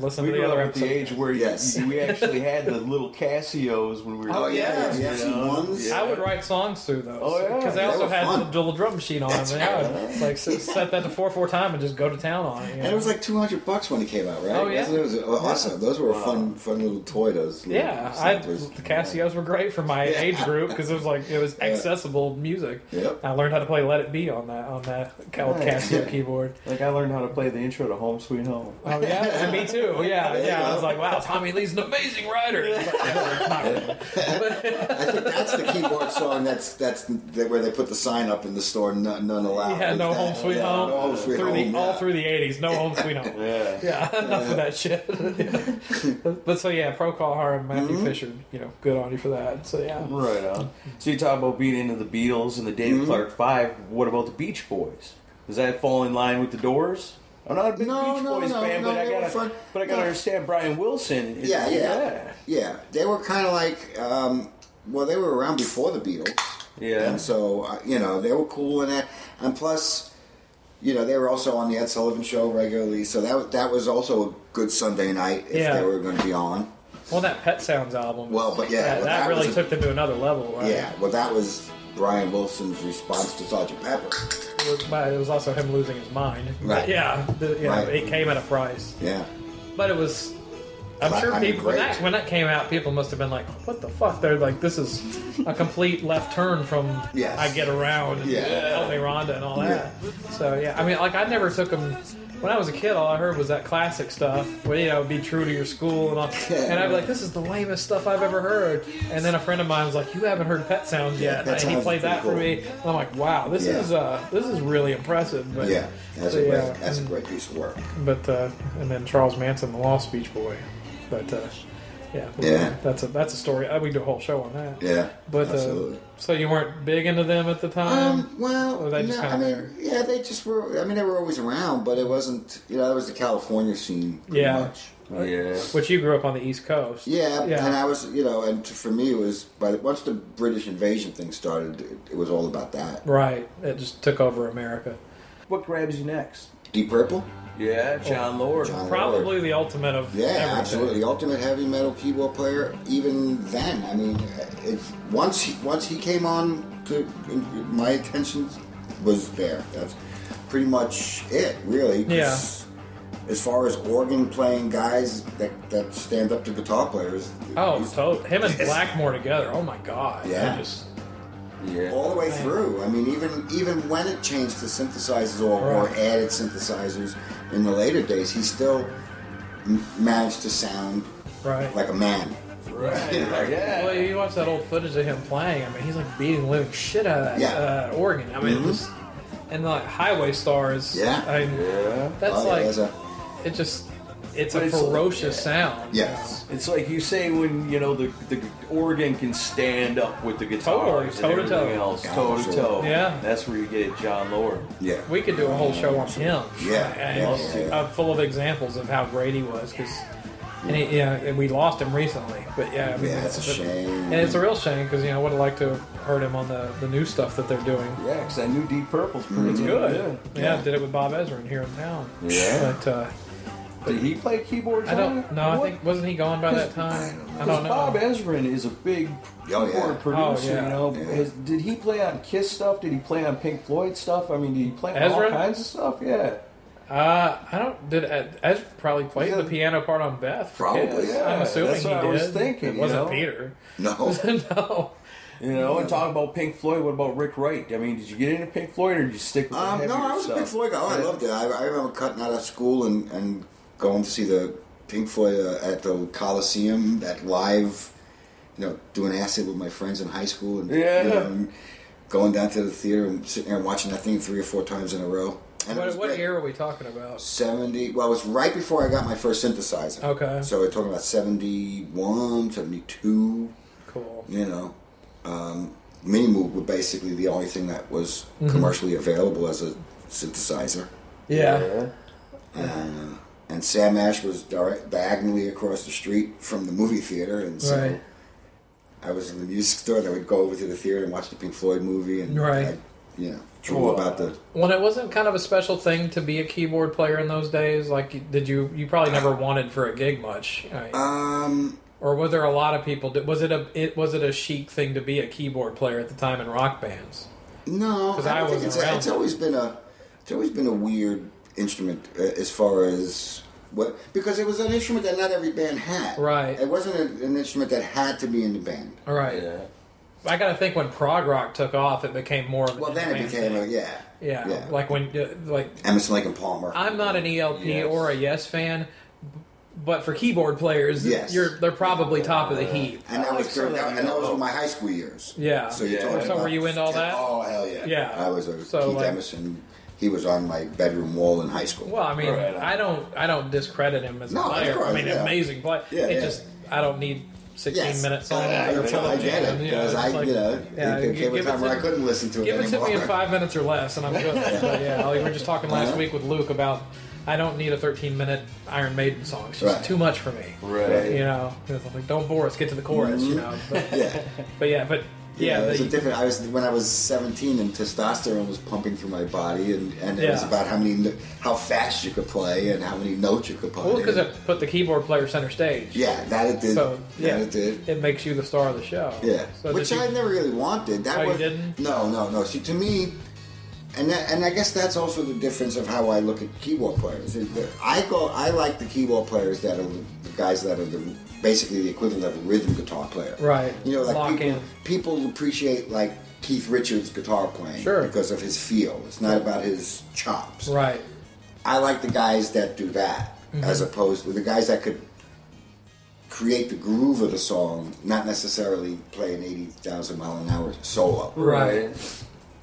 C: listen
B: We
C: to the
B: were
C: other
B: at the
C: episode.
B: age where
D: Yes.
B: yes. we actually had the little Casios when we were.
D: Oh yeah,
C: yeah.
D: the FC ones.
C: I would write songs through those.
B: Oh, yeah.
C: Because I
B: They
C: also
D: were
C: had
D: fun.
C: the dual drum machine on
D: That's
C: them. and I
D: right.
C: would, like s- set that to four four time and just go to town on it. you
D: And it
C: know?
D: was like two hundred bucks when it came out, right?
C: Oh, yeah.
D: Wasn't it? It was awesome. Those were a fun, fun little toy. Those little
C: Yeah, I,
D: samplers.
C: the Casios were great for my age group because it was like it was accessible music.
D: Yep.
C: I learned how to play "Let It Be" on that on that old
B: Nice.
C: Casio keyboard.
B: Like I learned how to play the intro to Home Sweet Home.
C: Oh yeah, me too. Yeah,
D: There you
C: yeah. I was
D: go.
C: like, wow, Tommy Lee's an amazing writer. It's like, yeah, not really.
D: I think that's the keyboard song. That's that's the, where they put the sign up in the store. None, none allowed.
C: Yeah,
D: Is
C: no
D: that-
C: home sweet
D: yeah,
C: home.
D: No home sweet
C: through
D: home.
C: the
D: yeah.
C: all through the '80s, no home sweet home.
B: Yeah.
C: Yeah, enough of that shit. but so yeah, Pro Har and Matthew
D: Mm-hmm.
C: Fisher, you know, good on you for that. So yeah,
B: Right on. So you talk about beating into the Beatles and the Dave
D: Mm-hmm.
B: Clark Five. What about the Beach Boys? Does that fall in line with the Doors? I'm not a big
D: No,
B: Beach
D: no,
B: Boys
D: no,
B: fan,
D: no,
B: but, I
D: they were fun.
B: gotta, but I gotta
D: No.
B: understand Brian Wilson. Is,
D: yeah, yeah, yeah. They were kind of like, um, well, they were around before the Beatles.
B: Yeah.
D: and so uh, you know they were cool in that, and plus, you know, they were also on the Ed Sullivan Show regularly. So that was- that was also a good Sunday night if
C: Yeah.
D: they were going to be on.
C: well, that Pet Sounds album.
D: Well, but yeah,
C: that,
D: well,
C: that
D: that
C: really
D: was a-
C: took them to another level. Right?
D: Yeah, well, that was Brian Wilson's response to Sergeant Pepper.
C: It was- but it was also him losing his mind.
D: Right.
C: Yeah, the, you know,
D: Right.
C: it came at a price.
D: Yeah,
C: But it was. I'm
D: I-
C: sure
D: I mean,
C: people when
D: great.
C: that, when that came out, people must have been like, "What the fuck?" They're like, "This is a complete left turn from
D: Yes.
C: I get around and
D: Yeah.
C: help me Rhonda and all that." So yeah, I mean, like I never took them. When I was a kid, all I heard was that classic stuff. Where you know, be true to your school and all. And I'd be like, "This is the lamest stuff I've ever heard." And then a friend of mine was like, "You haven't heard Pet Sounds yet,"
D: Yeah, Pet
C: and he
D: Sounds
C: played
D: is
C: that
D: pretty
C: for
D: cool.
C: me. And I'm like, "Wow, this
D: Yeah.
C: is uh, this is really impressive." But,
D: yeah, that's
C: so,
D: a great,
C: yeah.
D: that's a great piece of work.
C: But uh, and then Charles Manson, the Lost Beach Boy. But uh, yeah,
D: Yeah.
C: that's a that's a story. Uh, We do a whole show on that.
D: Yeah,
C: But uh,
D: absolutely.
C: so you weren't big into them at the time.
D: Um, well,
C: Or they just
D: no, I
C: kinda
D: mean,
C: there?
D: yeah, they just were. I mean, they were always around, but it wasn't. You know, that was the California scene. pretty
C: Yeah.
D: much.
B: yeah.
C: Which you grew up on the East Coast.
D: yeah,
C: Yeah.
D: And I was, you know, and t- for me, it was. But once the British invasion thing started, it, it was all about that.
C: Right. It just took over America.
B: What grabs you next?
D: Deep Purple,
B: Yeah, John Lord.
D: John Lord.
C: Probably the ultimate of
D: Yeah,
C: everything.
D: absolutely. The ultimate heavy metal keyboard player. Even then, I mean, it, once he, once he came on, to my attention was there. That's pretty much it, really. 'cause As far as organ playing guys that, that stand up to guitar players,
C: Oh,
D: he's
C: to- him and Blackmore together. Oh my God.
D: Yeah.
C: I just-
B: Yeah.
D: all the way through. I mean, even even when it changed to synthesizers or, or
C: Right.
D: added synthesizers in the later days, he still m- managed to sound
C: right.
D: like a man.
B: Right.
C: Well,
B: Yeah.
C: you watch that old footage of him playing. I mean, he's like beating the living shit out of that
D: Yeah.
C: uh, organ. I mean,
D: Mhm.
C: just and like Highway Stars.
D: Yeah.
C: I mean,
B: Yeah.
C: that's
D: Oh, yeah,
C: like
D: that's a-
C: it just. It's
B: But
C: a
B: it's-
C: ferocious sound.
D: yes.
B: It's like you say when you know the the organ can stand up with the guitars and
C: Totally, toe-to-toe.
B: everything else, toe to toe.
C: Yeah.
B: that's where you get it, John Lord.
D: Yeah.
C: We could do a whole show on him.
D: Yeah,
C: And
D: yeah,
C: it's,
D: yeah.
C: uh, full of examples of how great he was. Because and he, yeah, and we lost him recently. But yeah, I mean,
D: Yeah, that's a
C: but-
D: shame.
C: And it's a real shame because you know I would have liked to have heard him on the the new stuff that they're doing.
D: Mm-hmm.
B: Yeah, because I knew Deep Purple's pretty
C: It's good. Yeah,
B: Yeah.
C: did it with Bob Ezrin here in town.
B: Yeah.
C: But uh,
B: Did he play keyboards?
C: I don't.
B: on
C: No, I
B: What?
C: think wasn't he gone by that time? I
B: Because
C: don't
B: Bob E-
C: know.
B: Ezrin is a big
D: Oh,
B: keyboard
D: yeah.
B: producer,
C: Oh, yeah.
B: you know.
D: Yeah.
B: Has- did he play on Kiss stuff? Did he play on Pink Floyd stuff? I mean, did he play on all
C: Ezrin?
B: kinds of stuff? Yeah.
C: Uh, I don't. Did Ez Ez probably played
D: Yeah.
C: the piano part on Beth?
D: Probably,
C: Yes,
D: yeah.
C: I'm assuming
B: That's
C: he
B: what
C: did.
B: I was thinking,
C: It
B: you
C: wasn't
B: know?
C: Peter.
D: No.
C: no.
B: You know, and talk about Pink Floyd. What about Rick Wright? I mean, did you get into Pink Floyd or did you stick with the
D: Um, no,
B: heavier
D: I was
B: stuff?
D: a Pink Floyd guy. Oh, I loved it. I, I remember cutting out of school and, and going to see the Pink Floyd uh, at the Coliseum, that live, you know, doing acid with my friends in high school, and you
B: Yeah.
D: know, and going down to the theater and sitting there and watching that thing three or four times in a row. And it
C: What,
D: was
C: what
D: great.
C: era are we talking about?
D: Seventy. Well, it was right before I got my first synthesizer.
C: Okay.
D: So we're talking about 71, 72,
C: Cool.
D: you know, um, Mini Moog were basically the only thing that was
C: Mm-hmm.
D: commercially available as a synthesizer.
C: Yeah.
D: Uh, and Sam Ash was dire diagonally across the street from the movie theater, and so
C: Right.
D: I was in the music store. And I would go over to the theater and watch the Pink Floyd movie, and
C: Right.
D: I, you know, drew about the.
C: When it wasn't kind of a special thing to be a keyboard player in those days, like did you? You probably never wanted for a gig much, right?
D: Um,
C: or were there a lot of people? Did, was it a it was it a chic thing to be a keyboard player at the time in rock bands?
D: no,
C: 'Cause
D: I,
C: I
D: don't think
C: wasn't
D: it's,
C: around
D: it's always been a it's always been a weird instrument uh, as far as what because it was an instrument that not every band had.
C: Right.
D: It wasn't a, an instrument that had to be in the band.
C: All right.
B: Yeah.
C: I gotta think when prog rock took off, it became more of a
D: Well, then it
C: band
D: became
C: thing.
D: a yeah,
C: yeah,
D: yeah.
C: like when uh, like
D: Emerson, Lake, and Palmer.
C: I'm not an ELP
B: Yes.
C: or a Yes fan, b- but for keyboard players,
D: Yes.
C: you're they're probably top of the heap.
D: And that
B: I
D: was
B: like some
D: during,
B: of
D: that,
B: that
D: and that was
B: yellow.
D: from my high school years.
C: oh. Yeah.
D: So you
B: Yeah.
D: talking
B: So
D: about
C: were you into all that?
D: Oh hell yeah.
C: Yeah.
D: I was a
C: So,
D: Keith
C: like-
D: Emerson. He was on my bedroom wall in high school.
C: Well, I mean,
B: Right on.
C: I don't I don't discredit him as a
D: No, of
C: player.
D: course,
C: I mean,
D: yeah.
C: amazing player.
D: Yeah,
C: it
D: yeah.
C: just I don't need 16
D: Yes.
C: minutes on
D: I, I,
C: it.
D: I, get it
C: Yeah,
D: because
C: it's
D: I,
C: like-
D: you know,
C: yeah,
D: there came a
C: give it
D: time where
C: to-
D: I couldn't listen to it
C: Give it to
D: anymore.
C: me in five minutes or less, and I'm good. But yeah, like we were just talking last
D: Uh-huh.
C: week with Luke about I don't need a 13 minute Iron Maiden song. It's just
D: Right.
C: too much for me.
B: Right.
C: You know, It's like don't bore us. Get to the chorus. You know. But,
D: Mm-hmm. Yeah.
C: but yeah, but yeah,
D: it was a
C: the,
D: different. I was when I was 17, and testosterone was pumping through my body, and, and it was
C: Yeah.
D: about how many, no- how fast you could play, and how many notes you could play.
C: well, because it put the keyboard player center stage.
D: yeah, that it did.
C: So yeah,
D: that it did.
C: it makes you the star of the show.
D: Yeah,
C: So
D: which
C: did you-
D: I never really wanted. That
C: Oh, you
D: was
C: didn't?
D: no, no, no. See, to me, and that, and I guess that's also the difference of how I look at keyboard players. Is that I go, I like the keyboard players that are the guys that are the basically the equivalent of a rhythm guitar player.
C: Right.
D: You know, like
C: Lock
D: people,
C: in.
D: people appreciate like Keith Richards' guitar playing
C: Sure.
D: because of his feel. It's not about his chops.
C: right.
D: I like the guys that do that
C: Mm-hmm.
D: as opposed to the guys that could create the groove of the song, not necessarily play an 80,000 mile an hour solo.
C: Right.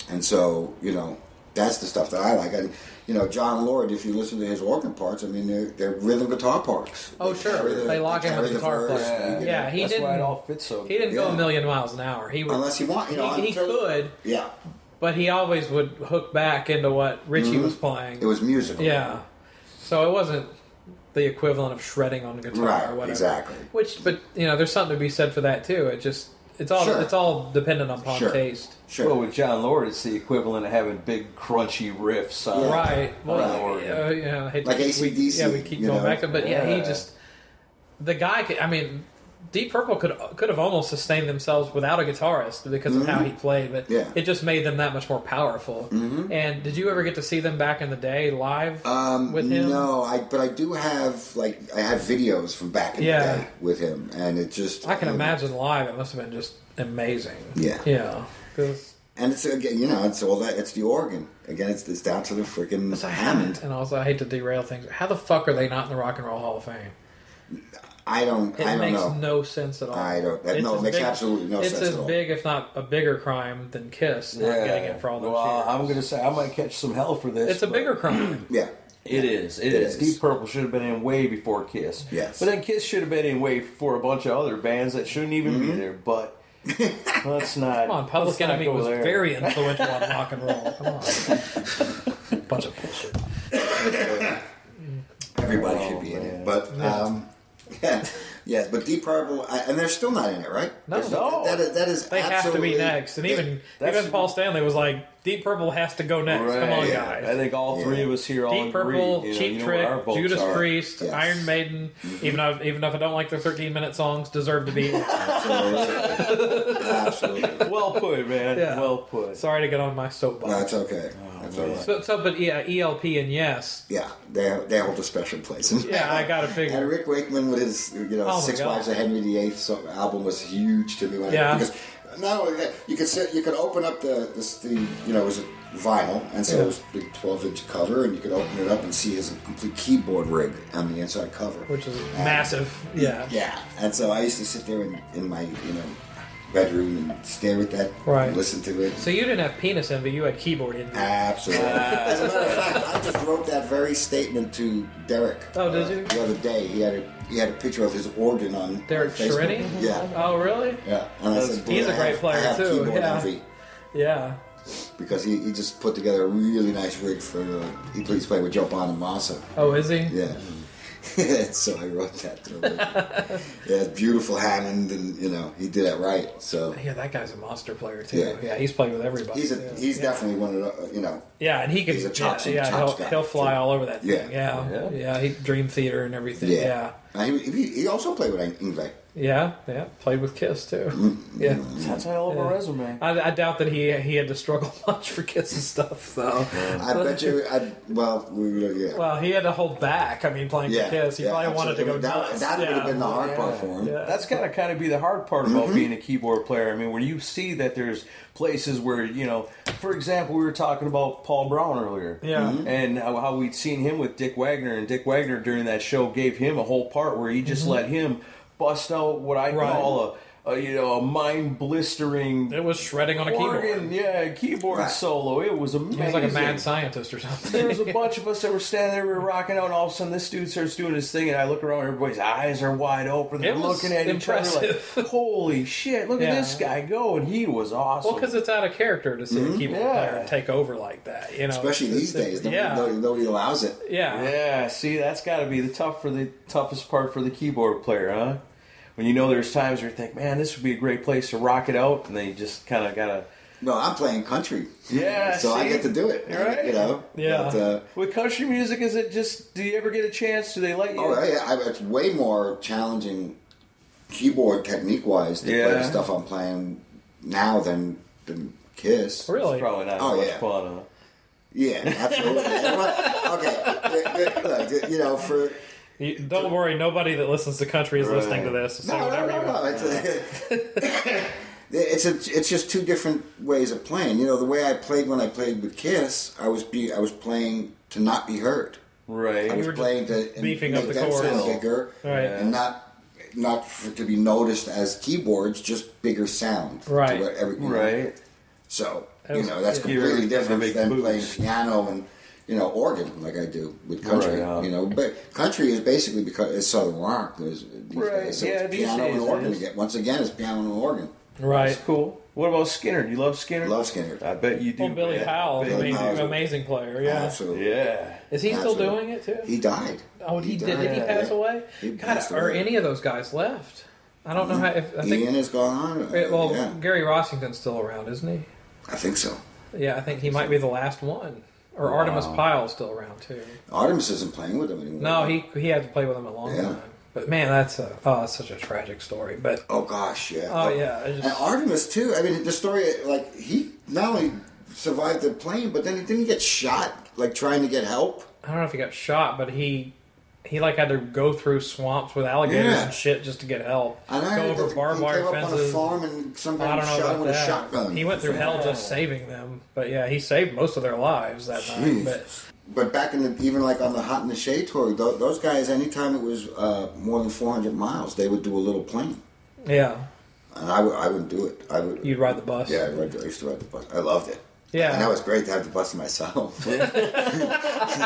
D: And so, you know, that's the stuff that I like. And, you know, John Lord, if you listen to his organ parts, I mean, they're, they're rhythm guitar parts.
C: Oh, sure.
D: carry
C: They lock in
D: carry
C: with the guitar
D: verse,
C: player.
D: you know.
C: Yeah, he
B: That's why
C: didn't-
B: it all fits so.
C: He didn't go a
D: Yeah.
C: million miles an hour. He would,
D: Unless he want, you know,
C: he, he
D: until-
C: could,
D: Yeah,
C: but he always would hook back into what Richie was playing.
D: Mm-hmm. it was musical.
C: yeah, so it wasn't the equivalent of shredding on the guitar
D: Right,
C: or whatever.
D: exactly.
C: Which, but you know, there's something to be said for that too. It just it's all
D: Sure.
C: it's all dependent upon
D: Sure.
C: taste.
D: Sure.
B: Well, with John Lord, it's the equivalent of having big, crunchy riffs. On,
C: Right. Well,
B: on organ.
C: uh, yeah, I hate
D: Like
C: to- we-
D: AC/DC,
C: Yeah, we keep
D: you
C: going
D: know?
C: back to, but yeah. he
B: Yeah.
C: just the guy. Could, I mean, Deep Purple could could have almost sustained themselves without a guitarist because of how he played, but
D: Mm-hmm. Yeah. Mm-hmm.
C: it just made them that much more powerful. And did you ever get to see them back in the day live
D: Um,
C: with him?
D: No, I but I do have like I have videos from back in
C: Yeah.
D: the day with him, and it just
C: I can
D: um,
C: imagine live. It must have been just amazing.
D: Yeah.
C: Yeah. 'Cause
D: And it's again, you know, it's all that. It's the organ again. It's, it's down to the freaking
C: it's a
D: Hammond.
C: And also, I hate to derail things. How the fuck are they not in the Rock and Roll Hall of Fame?
D: I don't.
C: It
D: I don't
C: makes
D: know.
C: no sense at all.
D: I don't- that- no,
C: as
D: it makes
C: big-
D: absolutely no
C: it's
D: sense
C: as
D: at all.
C: big, if not a bigger crime than Kiss not
B: Yeah.
C: getting it for all those
B: well,
C: years.
B: I'm going to say I might catch some hell for this.
C: it's a
B: but
C: bigger crime.
D: yeah.
B: It is.
D: It is.
B: Deep Purple should have been in way before Kiss.
D: Yes.
B: But then Kiss should have been in way before a bunch of other bands that shouldn't even
D: Mm-hmm.
B: be there. But let's not.
C: Come on,
B: let's
C: Public
B: not
C: Enemy
B: go
C: was
B: there.
C: very influential on rock and roll. Come on, bunch of bullshit.
D: Everybody
B: Oh,
D: should be in
B: man.
D: it, but um, yeah, yes, but Deep Purple, I, and they're still not in it, right?
C: No.
D: There's- that, that is
C: They have to
D: absolutely-
C: be next, and even
B: that's-
C: even Paul Stanley was like, Deep Purple has to go next. Come on,
D: Right,
B: Yeah,
C: guys.
B: I think all three of us here all
C: Deep Purple,
B: agree. you know,
C: Cheap
B: you know what our
C: Trick,
B: votes
C: Judas
B: are.
C: Priest,
D: Yes. Mm-hmm.
C: Iron Maiden. Even if even if I don't like their 13 minute songs, deserve to be.
D: Absolutely. Absolutely.
B: Well put, man.
C: Yeah.
B: Well put.
C: Sorry to get on my soapbox.
D: That's okay.
B: Oh,
D: That's all right.
C: So, so, but E, uh, yeah, ELP and yes,
D: Yeah, they, they hold a special place.
C: yeah, I gotta
D: And
C: figure.
D: Rick Wakeman with his, you know,
C: Oh my
D: Six
C: God.
D: Wives of Henry VIII so- album was huge to me. When
C: Yeah.
D: I, because not only that, you could sit, you could open up the, this, the you know, it was a vinyl, and so it was a big 12 inch cover, and you could open it up and see his complete keyboard rig on the inside cover.
C: Which is massive. Yeah.
D: Yeah, and so I used to sit there in, in my, you know, bedroom and stare at that,
C: Right.
D: and listen to it.
C: So you didn't have penis envy, you had keyboard envy.
D: Absolutely. As a matter of fact, I just wrote that very statement to Derek. uh,
C: Oh, did you?
D: The other day, he had a he had a picture of his organ on
C: Derek
D: Facebook.
C: Shereny?
D: Yeah,
C: Oh really?
D: yeah. And I
B: That's-
D: said, "Boy,
C: he's a
D: I
C: great
D: have-
C: player,
D: I have
C: too,
D: Keyboard
C: yeah.
D: envy
C: Yeah.
D: because he, he just put together a really nice rig for uh, he plays play with Joe Bonamassa.
C: Oh, is he?
D: Yeah. so I wrote that to him. yeah, it's beautiful Hammond, and you know he did it right. So
C: Yeah, that guy's a monster player too. Yeah,
D: Yeah.
C: he's played with everybody.
D: he's
C: yeah.
D: a he's
C: yeah.
D: definitely one of the you know
C: yeah, and he can.
D: he's a chops-
C: yeah, yeah,
D: chops
C: he'll,
D: guy,
C: he'll fly
D: too.
C: all over that
D: Yeah.
C: thing. Yeah, yeah,
B: Yeah.
C: He Dream Theater and everything. Yeah, yeah,
D: And he, he, he also played with Ingve.
C: yeah. Played with Kiss too.
D: Mm-hmm.
C: Yeah,
B: That's all over
C: Yeah.
B: resume.
C: I, I doubt that he he had to struggle much for Kiss and stuff though.
D: I bet you. I well, we, yeah,
C: Well, he had to hold back. I mean, playing
D: yeah.
C: for Kiss, he
D: yeah,
C: probably wanted to
D: absolutely.
C: go
D: That,
C: nuts.
D: that would
C: yeah.
D: have been the hard part for him.
C: Yeah.
B: That's gotta kind of be the hard part about being a keyboard player. I mean, when you see that there's places where you know, for example, we were talking about Paul Brown earlier,
C: Yeah. Mhm.
B: and how, how we'd seen him with Dick Wagner, and Dick Wagner during that show gave him a whole part where he just let him bust out what I
C: Mm-hmm. Right.
B: call a, a you know a mind blistering
C: It was shredding on a
B: organ,
C: keyboard.
B: yeah, keyboard
D: Right.
B: solo. It was amazing.
C: He was like a mad scientist or
B: there
C: something.
B: was a bunch of us that were standing there, we were rocking out, and all of a sudden this dude starts doing his thing, and I look around, everybody's eyes are wide open, they're
C: It was
B: looking at each
C: impressive.
B: other like, holy shit, look
C: Yeah.
B: at this guy go, and he was
C: Well,
B: awesome.
C: because it's out of character to see a keyboard
B: Yeah.
C: player take over like that, you know.
D: Mm-hmm. Especially
C: It's-
D: these days,
C: it's-
D: nobody,
C: yeah,
D: nobody, nobody allows it.
C: yeah,
B: yeah, see, that's got to be the tough for the toughest part for the keyboard player, huh? When you know there's times where you think, man, this would be a great place to rock it out, and then you just kind of got to.
D: No, I'm playing country.
B: Yeah,
D: so I
B: see?
D: get to do it.
B: You're right.
D: You know.
C: Yeah.
D: But, uh,
B: With country music, is it just? Do you ever get a chance? Do they let you?
D: oh yeah, I, it's way more challenging keyboard technique wise to play the
B: Yeah.
D: stuff I'm playing now than than Kiss.
C: really.
B: It's probably not
D: Oh,
B: much
D: yeah.
B: fun, huh?
D: Yeah, absolutely. okay, look, you know for.
C: You- don't worry, nobody that listens to country is listening to this. So say
D: No, no,
C: whatever
D: no,
C: you want.
D: no. It's, it's a, it's just two different ways of playing. You know, the way I played when I played with Kiss, I was be I was playing to not be heard.
B: Right.
D: I was
C: were just
D: playing to and
C: beefing
D: make
C: up the
D: them sound
C: chords.
D: bigger,
C: Right.
D: and not not for, to be noticed as keyboards, just bigger sound. to
C: Right.
D: what every- you know.
B: Right.
D: So
C: That
D: you
C: was-
D: know that's
C: yeah.
B: You're
D: completely
B: gonna
D: different
B: make
D: than
B: moves.
D: playing piano and you know organ like I do with
B: Right,
D: country.
B: yeah.
D: You know, but country is basically because it's southern rock. These
B: Right,
D: days. So
B: yeah,
D: it's
B: these
D: piano
B: days
D: and
B: it
D: organ
B: is.
D: again. Once again, it's piano and organ.
C: Right.
B: That's cool. What about Skinner? Do you love Skinner?
D: Love Skinner.
B: I bet you do.
C: Well, Oh, Billy
B: man.
C: Powell, I
B: Billy
C: mean,
D: Powell's a-
C: amazing player. Yeah.
D: Oh, Absolutely.
B: Yeah.
C: Is he still
D: Absolutely.
C: doing it too?
D: He died.
C: oh, he, did.
D: died.
C: Did he pass
D: Yeah.
C: away?
D: He
C: God,
D: passed
C: are
D: away.
C: any of those guys left? I don't know how. If, I think.
D: Ian is gone. uh,
C: eh, well,
D: yeah,
C: Gary Rossington's still around, isn't
D: I think so.
C: he? Yeah, I think he might be the last one. Or Artemis Pyle's still around too.
D: Artemis isn't playing with him anymore.
C: No, he he had to play with him a long
D: Yeah.
C: time. But man, that's a oh, that's such a tragic story. But
D: Oh gosh, yeah.
C: Oh, yeah, I just-
D: And Artemis too. I mean, the story like he not only survived the plane, but then he didn't get shot like trying to get help.
C: I don't know if he got shot, but he he like had to go through swamps with alligators
D: Yeah.
C: and shit just to get help.
D: And I
C: go
D: heard
C: over
D: that
C: barbed
D: he
C: wire
D: came up on a
C: fences.
D: farm and
C: I
D: somebody
C: don't know
D: shot him
C: about
D: with
C: that.
D: a shotgun.
C: He went through hell just saving them, but yeah, he saved most of their lives that night.
D: Jeez.
C: But
D: But back in the even like on the Hot in the Shade tour, tho- those guys anytime it was uh, more than 400 miles, they would do a little plane,
C: yeah,
D: and I would I wouldn't do it. I would.
C: you'd ride the bus.
D: yeah, I, ride, I used to ride the bus. I loved it.
C: Yeah.
D: and that was great to have the bus to myself. Dang,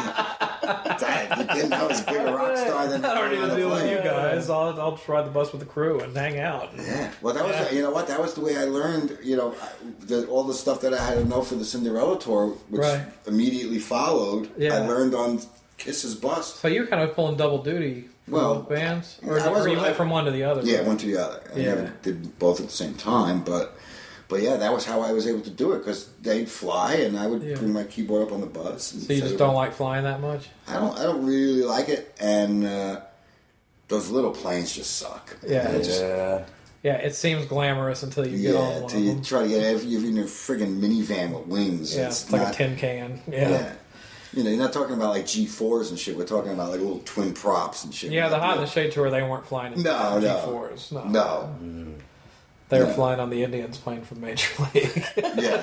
D: you kidding? I was a bigger rock star than
C: I don't
D: on
C: need to
D: the
C: deal with
D: plane.
C: you guys. I'll, I'll just ride the bus with the crew and hang out.
D: Yeah. Well, that was
C: Yeah.
D: you know what that was the way I learned you know I- the, all the stuff that I had to know for the Cinderella tour, which
C: Right.
D: immediately followed.
C: Yeah.
D: I learned on Kiss's bus.
C: So you were kind of pulling double duty from
D: Well,
C: bands,
D: I
C: or, or
D: wasn't-
C: you went from one to the other.
D: Yeah, one to the other. I
C: Yeah.
D: never did both at the same time, but But yeah, that was how I was able to do it because they'd fly and I would
C: Yeah.
D: bring my keyboard up on the bus. And
C: So you just
D: set it up.
C: don't like flying that much?
D: I don't. I don't really like it, and uh, those little planes just suck.
C: Yeah.
D: They just-
B: Yeah.
C: Yeah, it seems glamorous until you get on
D: yeah.
C: one
D: Till
C: of
D: you
C: them.
D: try to get every, even a friggin' minivan with wings.
C: Yeah,
D: it's
C: it's like
D: not-
C: a tin can.
D: Yeah.
C: Yeah. yeah.
D: You know, you're not talking about like G4s and shit. We're talking about like little twin props and shit.
C: the Hot in the Shade tour, they weren't flying in
D: No, no.
C: G4s. No.
D: No.
C: They were
D: No.
C: flying on the Indians plane from Major League.
D: Yeah.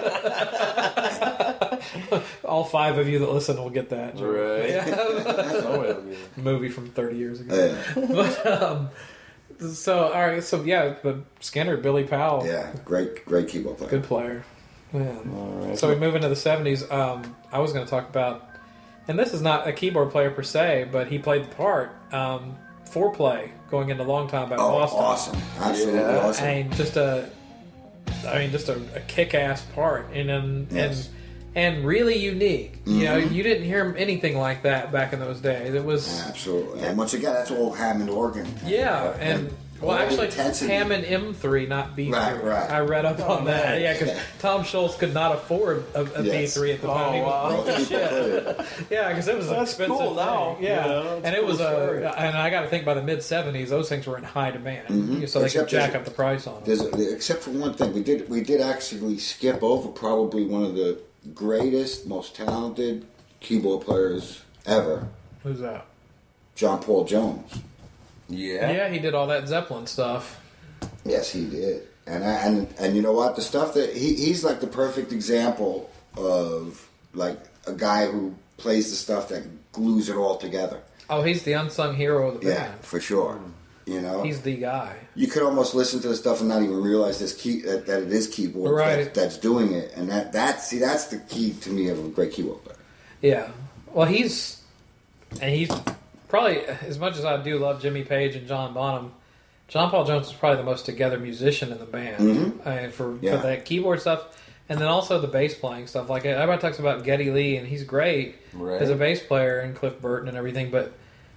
C: All five of you that listen will get that.
B: Right.
C: Yeah.
B: Oh, yeah.
C: Movie from 30 years ago.
D: yeah.
C: So, all right. So, yeah, but Skinner, Billy Powell,
D: Yeah. Great, great keyboard player.
C: good player. Man. So we move into the 70s. Um, I was going to talk about, and this is not a keyboard player per se, but he played the part. Um, foreplay going into Long Time by
D: Oh,
C: Boston.
D: awesome. Absolutely
B: Yeah.
D: awesome.
C: I mean, just a, I mean, just a, a kick-ass part, and and
D: Yes. Mm-hmm.
C: and, and really unique. You know, you didn't hear anything like that back in those days. It was
D: Absolutely. And once again, that's all Hammond organ.
C: yeah, and. Well,
D: all
C: actually,
D: intensity.
C: Hammond M3, not B3.
D: Right, right. Oh,
C: I read up on that.
B: nice.
C: Yeah, because
D: Yeah.
C: Tom Schultz could not afford a, a
D: Yes.
C: 3 at the time. He was
B: wow.
C: broke as shit. Yeah, because it was an
B: That's
C: expensive.
B: cool now.
C: thing. Yeah,
B: You know, it's
C: and
B: a
C: it
B: cool
C: was
B: story.
C: uh, and I got to think by the mid '70s, those things were in high demand, so they
D: Mm-hmm. Except
C: could jack
D: there's-
C: up the price on them.
D: There's a, except for one thing, we did we did actually skip over probably one of the greatest, most talented keyboard players ever,
C: Who's that?
D: John Paul Jones.
B: Yeah.
C: Yeah, he did all that Zeppelin stuff.
D: Yes, he did. And I, and and you know what? The stuff that he, he's like the perfect example of like a guy who plays the stuff that glues it all together.
C: Oh, he's the unsung hero of the
D: Yeah,
C: band.
D: for sure. You know,
C: Mm. He's the guy.
D: you could almost listen to the stuff and not even realize this key uh, that, that it is keyboard
C: Right.
D: that's, that's doing it. And that that see that's the key to me of a great keyboard player.
C: Yeah. Well, he's and he's probably as much as I do love Jimmy Page and John Bonham. John Paul Jones is probably the most together musician in the band, I mean, for
D: Mm-hmm. Yeah.
C: for that keyboard stuff, and then also the bass playing stuff. Like everybody talks about Geddy Lee, and he's great
B: Right.
C: as a bass player, and Cliff Burton and everything. But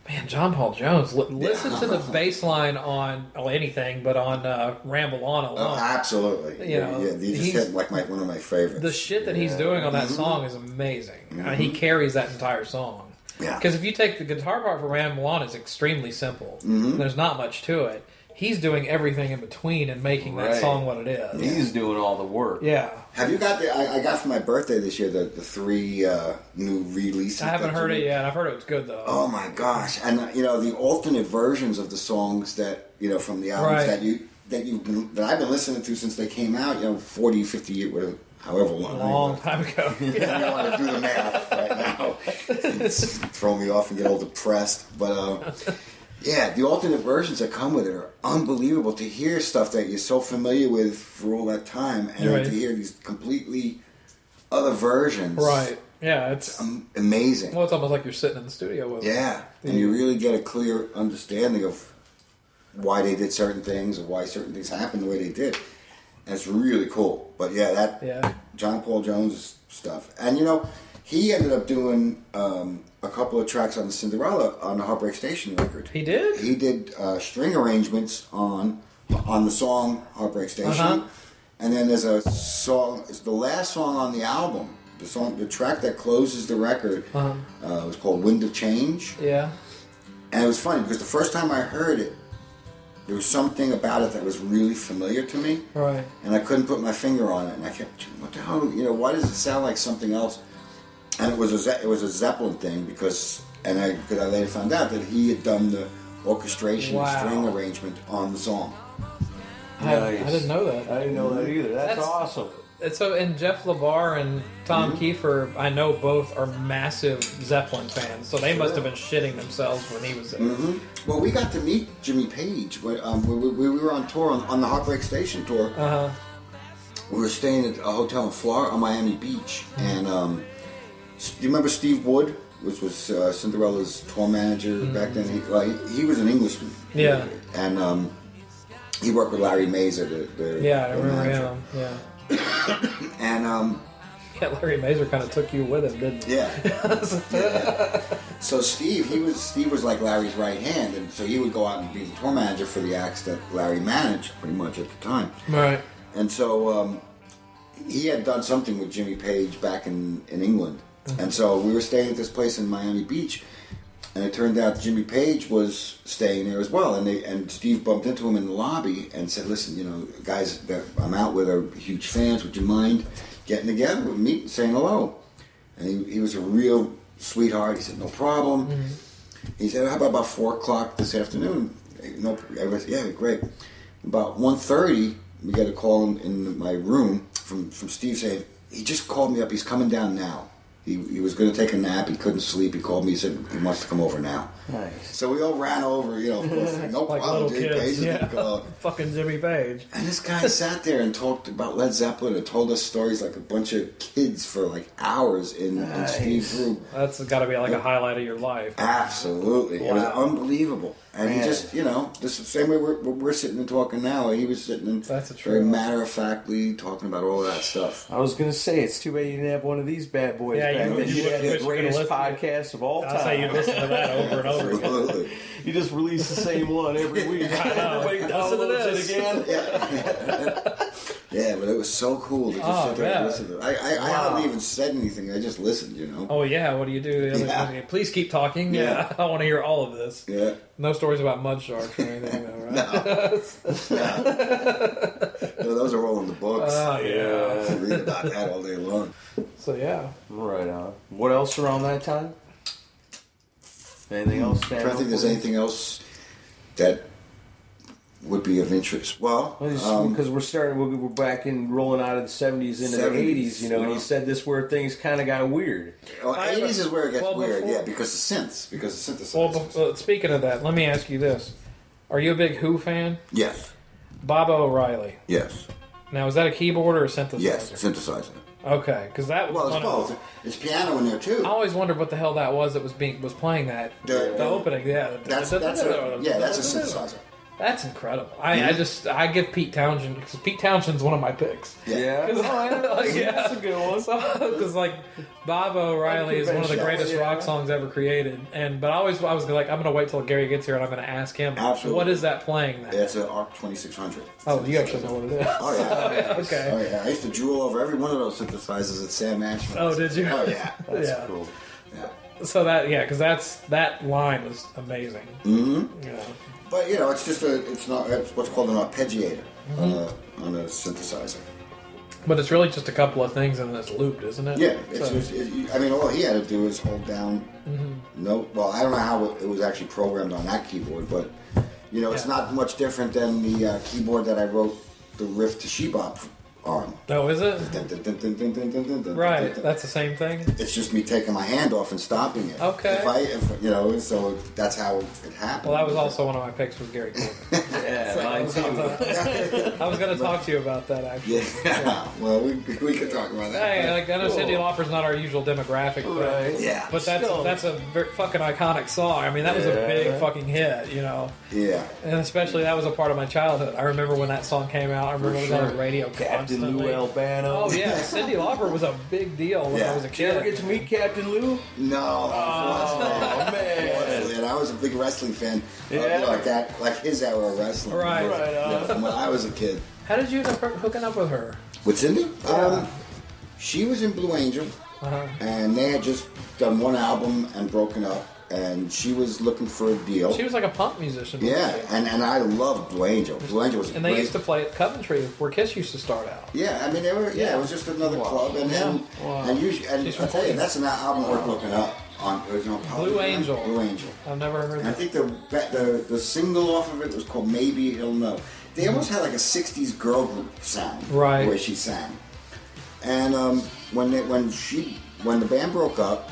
C: man, John Paul Jones, li- listen to the bass line on well, anything, but on uh, "Ramble On"
D: Oh,
C: alone.
D: absolutely.
C: You
D: Yeah,
C: know,
D: yeah, you just
C: he's-
D: hit like my one of my favorites.
C: the shit that he's doing on that song is amazing. Uh, he carries that entire song.
D: Mm-hmm. Yeah.
C: Because if you take the guitar part for Ram Milan, it's extremely simple.
D: Mm-hmm.
C: There's not much to it. He's doing everything in between and making
B: Right.
C: that song what it is. Yeah.
B: He's doing all the work.
D: Have you got the? I, I got for my birthday this year the, the three uh, new releases.
C: I haven't
D: that
C: heard
D: you-
C: it yet. I've heard it was good though.
D: Oh my gosh! And uh, you know the alternate versions of the songs that you know from the albums
C: Right.
D: that you that you have that I've been listening to since they came out. You know, 40, 50 years, whatever, however long.
C: a long time ago. Yeah.
D: I don't want to do the math right now. It's throw me off and get all depressed. But uh, yeah, the alternate versions that come with it are unbelievable. To hear stuff that you're so familiar with for all that time, and
C: Right.
D: to hear these completely other versions,
C: right. Yeah, it's
D: am- Amazing.
C: well it's almost like you're sitting in the studio with him.
D: Yeah, and you really get a clear understanding of why they did certain things or why certain things happened the way they did. That's really cool. But yeah, that
C: Yeah.
D: John Paul Jones stuff, and you know, he ended up doing um, a couple of tracks on Cinderella on the Heartbreak Station record.
C: He did?
D: He did uh, string arrangements on on the song Heartbreak Station,
C: Uh-huh.
D: and then there's a song. It's the last song on the album. The song, the track that closes the record,
C: Uh-huh.
D: uh was called "Wind of Change,"
C: Yeah.
D: and it was funny because the first time I heard it, there was something about it that was really familiar to me,
C: Right.
D: and I couldn't put my finger on it. And I kept, what the hell? You know, why does it sound like something else? And it was a Ze- it was a Zeppelin thing because, and I because I later found out that he had done the orchestration and
C: Wow.
D: string arrangement on the song.
C: I, I
B: Nice.
C: didn't know that.
B: I didn't know that either. That's,
C: That's-
B: awesome.
C: And so, and Jeff LeBar and Tom Kiefer, I know both are massive Zeppelin fans, so they must have been shitting themselves when he was there.
D: Mm-hmm. Well, we got to meet Jimmy Page when um, we, we, we were on tour on, on the Heartbreak Station tour.
C: Uh-huh.
D: We were staying at a hotel in Florida on Miami Beach, and um, s- do you remember Steve Wood, which was uh, Cinderella's tour manager back then? He, well, he, he was an Englishman.
C: Mm-hmm. Yeah.
D: and um, he worked with Larry Mazer, the, the
C: Yeah, I
D: the
C: remember
D: manager.
C: him. Yeah.
D: And um,
C: Yeah, Larry Mazer kind of took you with him, didn't he?
D: Yeah. Yeah. So Steve, he was Steve was like Larry's right hand, and so he would go out and be the tour manager for the acts that Larry managed, pretty much at the time.
C: Right.
D: And so um, he had done something with Jimmy Page back in, in England. And so we were staying at this place in Miami Beach, and it turned out Jimmy Page was staying there as well. And they and Steve bumped into him in the lobby and said, "Listen, you know, guys that I'm out with are huge fans. Would you mind getting together with me, and saying hello?" And he, he was a real sweetheart. He said, "No problem."
C: Mm-hmm.
D: He said, "How about about four o'clock this afternoon?" No, I said, "Yeah, great." About 1.30, we get a call in my room from from Steve saying he just called me up. He's coming down now. He, he was going to take a nap. He couldn't sleep. He called me. He said he wants to come over now.
B: Nice.
D: So we all ran over. You know, of course, no
C: Like
D: problem.
C: little
D: Jimmy
C: kids,
D: Page is
C: yeah.
D: gonna go.
C: Fucking Jimmy Page.
D: And this guy sat there and talked about Led Zeppelin and told us stories like a bunch of kids for like hours in,
B: Nice.
D: in Steve's room.
C: That's got to be like a highlight of your life.
D: Absolutely, it was
B: Wow.
D: unbelievable. And he
B: Man.
D: just, you know, just the same way we're, we're- we're sitting and talking now. He was sitting and
C: That's a
D: very
C: trip.
D: matter of factly talking about all that stuff.
B: I was gonna say it's too bad you didn't have one of these bad boys
C: Yeah,
B: back
C: you-
B: then.
D: you
B: You,
D: would-
B: had
D: you
B: the
C: would-
B: greatest
C: listen-
B: podcast of all
C: That's how you
B: time.
C: listen to that over and over again.
D: Absolutely.
B: You just release the same one every week. Everybody
C: Listen to
B: downloads it
C: this.
B: again.
D: Yeah, but it was so cool to just
C: Oh,
D: sit there and
C: yeah.
D: listen to. It. I I, I haven't even said anything. I just listened, you know.
C: Oh yeah, what do you do? The other
D: Yeah.
C: person, Please keep talking.
D: Yeah.
C: Yeah, I want to hear all of this.
D: Yeah,
C: No stories about mud sharks or anything, though, right?
D: No, those are all in the books.
C: Oh yeah.
D: I read about that all day long.
C: So yeah,
B: Right on. What else around that time? Anything else?
D: I'm
B: stand
D: trying to
B: out
D: think if there's
B: for you?
D: anything else that would be of interest. Well,
B: Well, it's-
D: um,
B: Because we're starting, we're, we're back in rolling out of the seventies into the
D: 70s,
B: eighties. You know, and
D: yeah.
B: you said this where things kind of got weird.
D: well, 80s oh, is where it gets
C: well,
D: weird,
C: before-
D: yeah, because the synths, because the synthesizers.
C: Well, bef- uh, speaking of that, let me ask you this: Are you a big Who fan?
D: yes,
C: Bob O'Reilly.
D: yes,
C: Now, is that a keyboard or a synthesizer?
D: yes, synthesizer.
C: Okay, because that was
D: Well, it's
C: one of-
D: both. It's piano in there too.
C: I always wondered what the hell that was that was being was playing that
D: The-
C: the, opening. Yeah,
D: That's that's a, yeah, that's a synthesizer.
C: That's incredible. I, I
D: Mhm.
C: just I give Pete Townshend because Pete Townshend's one of my picks.
B: Oh, Yeah,
C: Because
B: that's a good one.
C: like Bob O'Reilly is one of the
B: Unconventional,
C: greatest
B: yeah.
C: rock songs ever created, and but I always I was like I'm gonna wait till Gary gets here and I'm gonna ask him
D: Absolutely.
C: what is that playing that?
D: Yeah, it's an ARC 2600.
C: Oh, you actually know what it is.
D: Oh yeah.
C: okay.
D: Oh yeah, I used to drool over every one of those synthesizers at Sam Ashford.
C: Oh, did you?
D: Oh yeah,
B: That's
C: yeah.
B: cool.
D: yeah.
C: So that yeah, because that's that line is amazing. Mm-hmm. Yeah.
D: But you know, it's just a, it's not, it's what's called an arpeggiator
C: Mm-hmm.
D: on a on a synthesizer.
C: But it's really just a couple of things and it's looped, isn't it?
D: Yeah, it's
C: So-
D: just, it, you- I mean, all he had to do is hold down.
C: Mm-hmm.
D: No, well, I don't know how it, it was actually programmed on that keyboard, but you know, it's
C: Yeah.
D: not much different than the uh, keyboard that I wrote the riff to Shebop on.
C: oh, is it?
D: Dun, dun, dun, dun, dun, dun, dun, dun, dun,
C: Right.
D: dun, dun.
C: That's the same thing.
D: it's just me taking my hand off and stopping it.
C: Okay.
D: If I, if, you know, so that's how it happened.
C: Well, that was also one of my picks was Gary. Coleman.
B: Yeah,
C: I
B: mine
C: was
B: too.
C: gonna I was gonna talk to you about that actually.
D: Yeah. well, we, we could talk about that.
C: Hey, like, I know Cindy Lauper's not our usual demographic, but,
B: Right.
D: yeah.
C: but that's
B: Still.
C: that's a ver- fucking iconic song. I mean, that was a
B: Yeah.
C: big fucking hit, you know.
D: yeah.
C: And especially that was a part of my childhood. I remember when that song came out. I remember it was on
D: sure.
C: the radio
B: Captain
C: constantly.
B: Lou Albano.
C: Oh yeah, Cindy Lauper was a big deal when
D: Yeah.
C: I was a
B: Did you ever
C: kid.
B: get to meet Captain Lou?
D: No, unfortunately.
B: Oh man.
D: Unfortunately, And I was a big wrestling fan, uh,
B: Yeah.
D: like that, like his era of wrestling.
C: Right.
B: Right
D: You know,
B: on.
D: from when I was a kid.
C: How did you end up hooking up with her?
D: With Cindy, um, she was in Blue Angel,
C: Uh-huh.
D: and they had just done one album and broken up, and she was looking for a deal.
C: She was like a punk musician. wasn't
D: yeah,
C: she?
D: and, and I loved Blue Angel. Blue Angel was a
C: And they
D: great-
C: used to play at Coventry, where Kiss used to start out.
D: Yeah, I mean, they were, yeah, it was just another club, and then,
C: Wow.
D: and usually, and
C: She's
D: I
C: from
D: tell you,
C: Queens.
D: that's an album worth looking up on. it was on
C: Blue Angel.
D: Blue Angel.
C: I've never heard
D: And I
C: that.
D: think the, the the single off of it was called Maybe He'll Know. They almost had like a '60s girl group sound,
C: Mm-hmm. Right.
D: Where she sang. And um, when they, when she when the band broke up,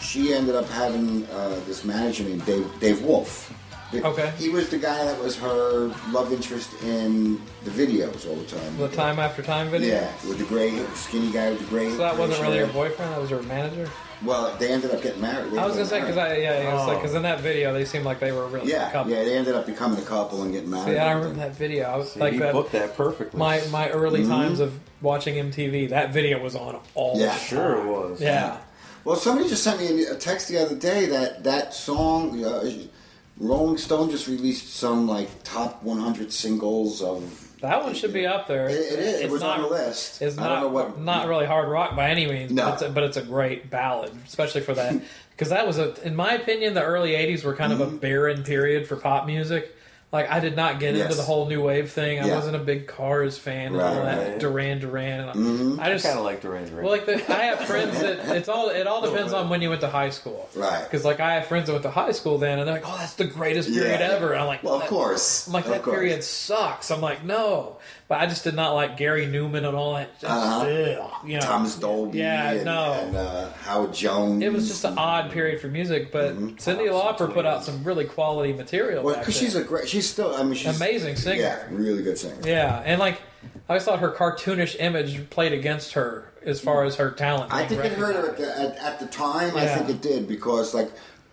D: she ended up having uh, this manager named Dave Dave Wolf. The-
C: Okay.
D: He was the guy that was her love interest in the videos all the time.
C: The time after time video.
D: Yeah, with the gray skinny guy with the gray.
C: So that wasn't
D: gray
C: really
D: hair.
C: her boyfriend. That was her manager.
D: Well, they ended up getting married. They
C: I was gonna
D: ended
C: say
D: up
C: because
D: married.
C: I yeah, yeah was like
B: Oh.
C: because in that video they seemed like they were a real
D: Yeah,
C: couple.
D: yeah, they ended up becoming a couple and getting married.
C: See, I
D: and
C: remember
D: everything.
C: that video. I was
B: See,
C: like
B: he
C: that.
B: booked that perfectly.
C: My my early times of watching MTV. That video was on all.
D: Mm-hmm. Yeah.
C: the time.
B: sure it was.
C: Yeah.
D: Well, somebody just sent me a text the other day that that song, uh, Rolling Stone just released some like top 100 singles of
C: That one should be up there.
D: It- it is. It
C: It's
D: was on
C: not-
D: the list.
C: It's
D: I
C: not
D: don't know what-
C: not really hard rock by any means.
D: No.
C: but it's a, but it's a great ballad, especially for that because that was a, in my opinion, the early '80s were kind
D: Mm-hmm.
C: of a barren period for pop music. Like I did not get into
D: Yes.
C: the whole new wave thing. I
D: Yeah.
C: wasn't a big Cars fan and
D: Right, Mm-hmm.
C: all that
B: right.
C: Duran Duran. And I just
B: kind of like Duran Duran.
C: well, like the, I have friends that it's all it all depends on when you went to high school,
D: Right.
C: Because like I have friends that went to high school then, and they're like, "Oh, that's the greatest period
D: Yeah.
C: ever." And I'm like,
D: Well, of
C: "That-
D: course.
C: I'm like,
D: Of
C: that
D: course.
C: period sucks. I'm like, no. But I just did not like Gary Newman and all that. Just, ugh, you know.
D: Uh-huh. Thomas Dolby
C: Yeah,
D: and,
C: no.
D: and uh, Howard Jones.
C: It was just an odd period for music, but Cindy Lauper put out some really quality material.
D: Mm-hmm. Well,
C: back
D: because
C: then.
D: she's a great, she's still, I mean, she's
C: Amazing singer.
D: Yeah, really good singer.
C: Yeah, and like, I always thought her cartoonish image played against her as far as her talent.
D: I
C: being
D: think it hurt her at the, at, at the time. I
C: Yeah.
D: think it did because like,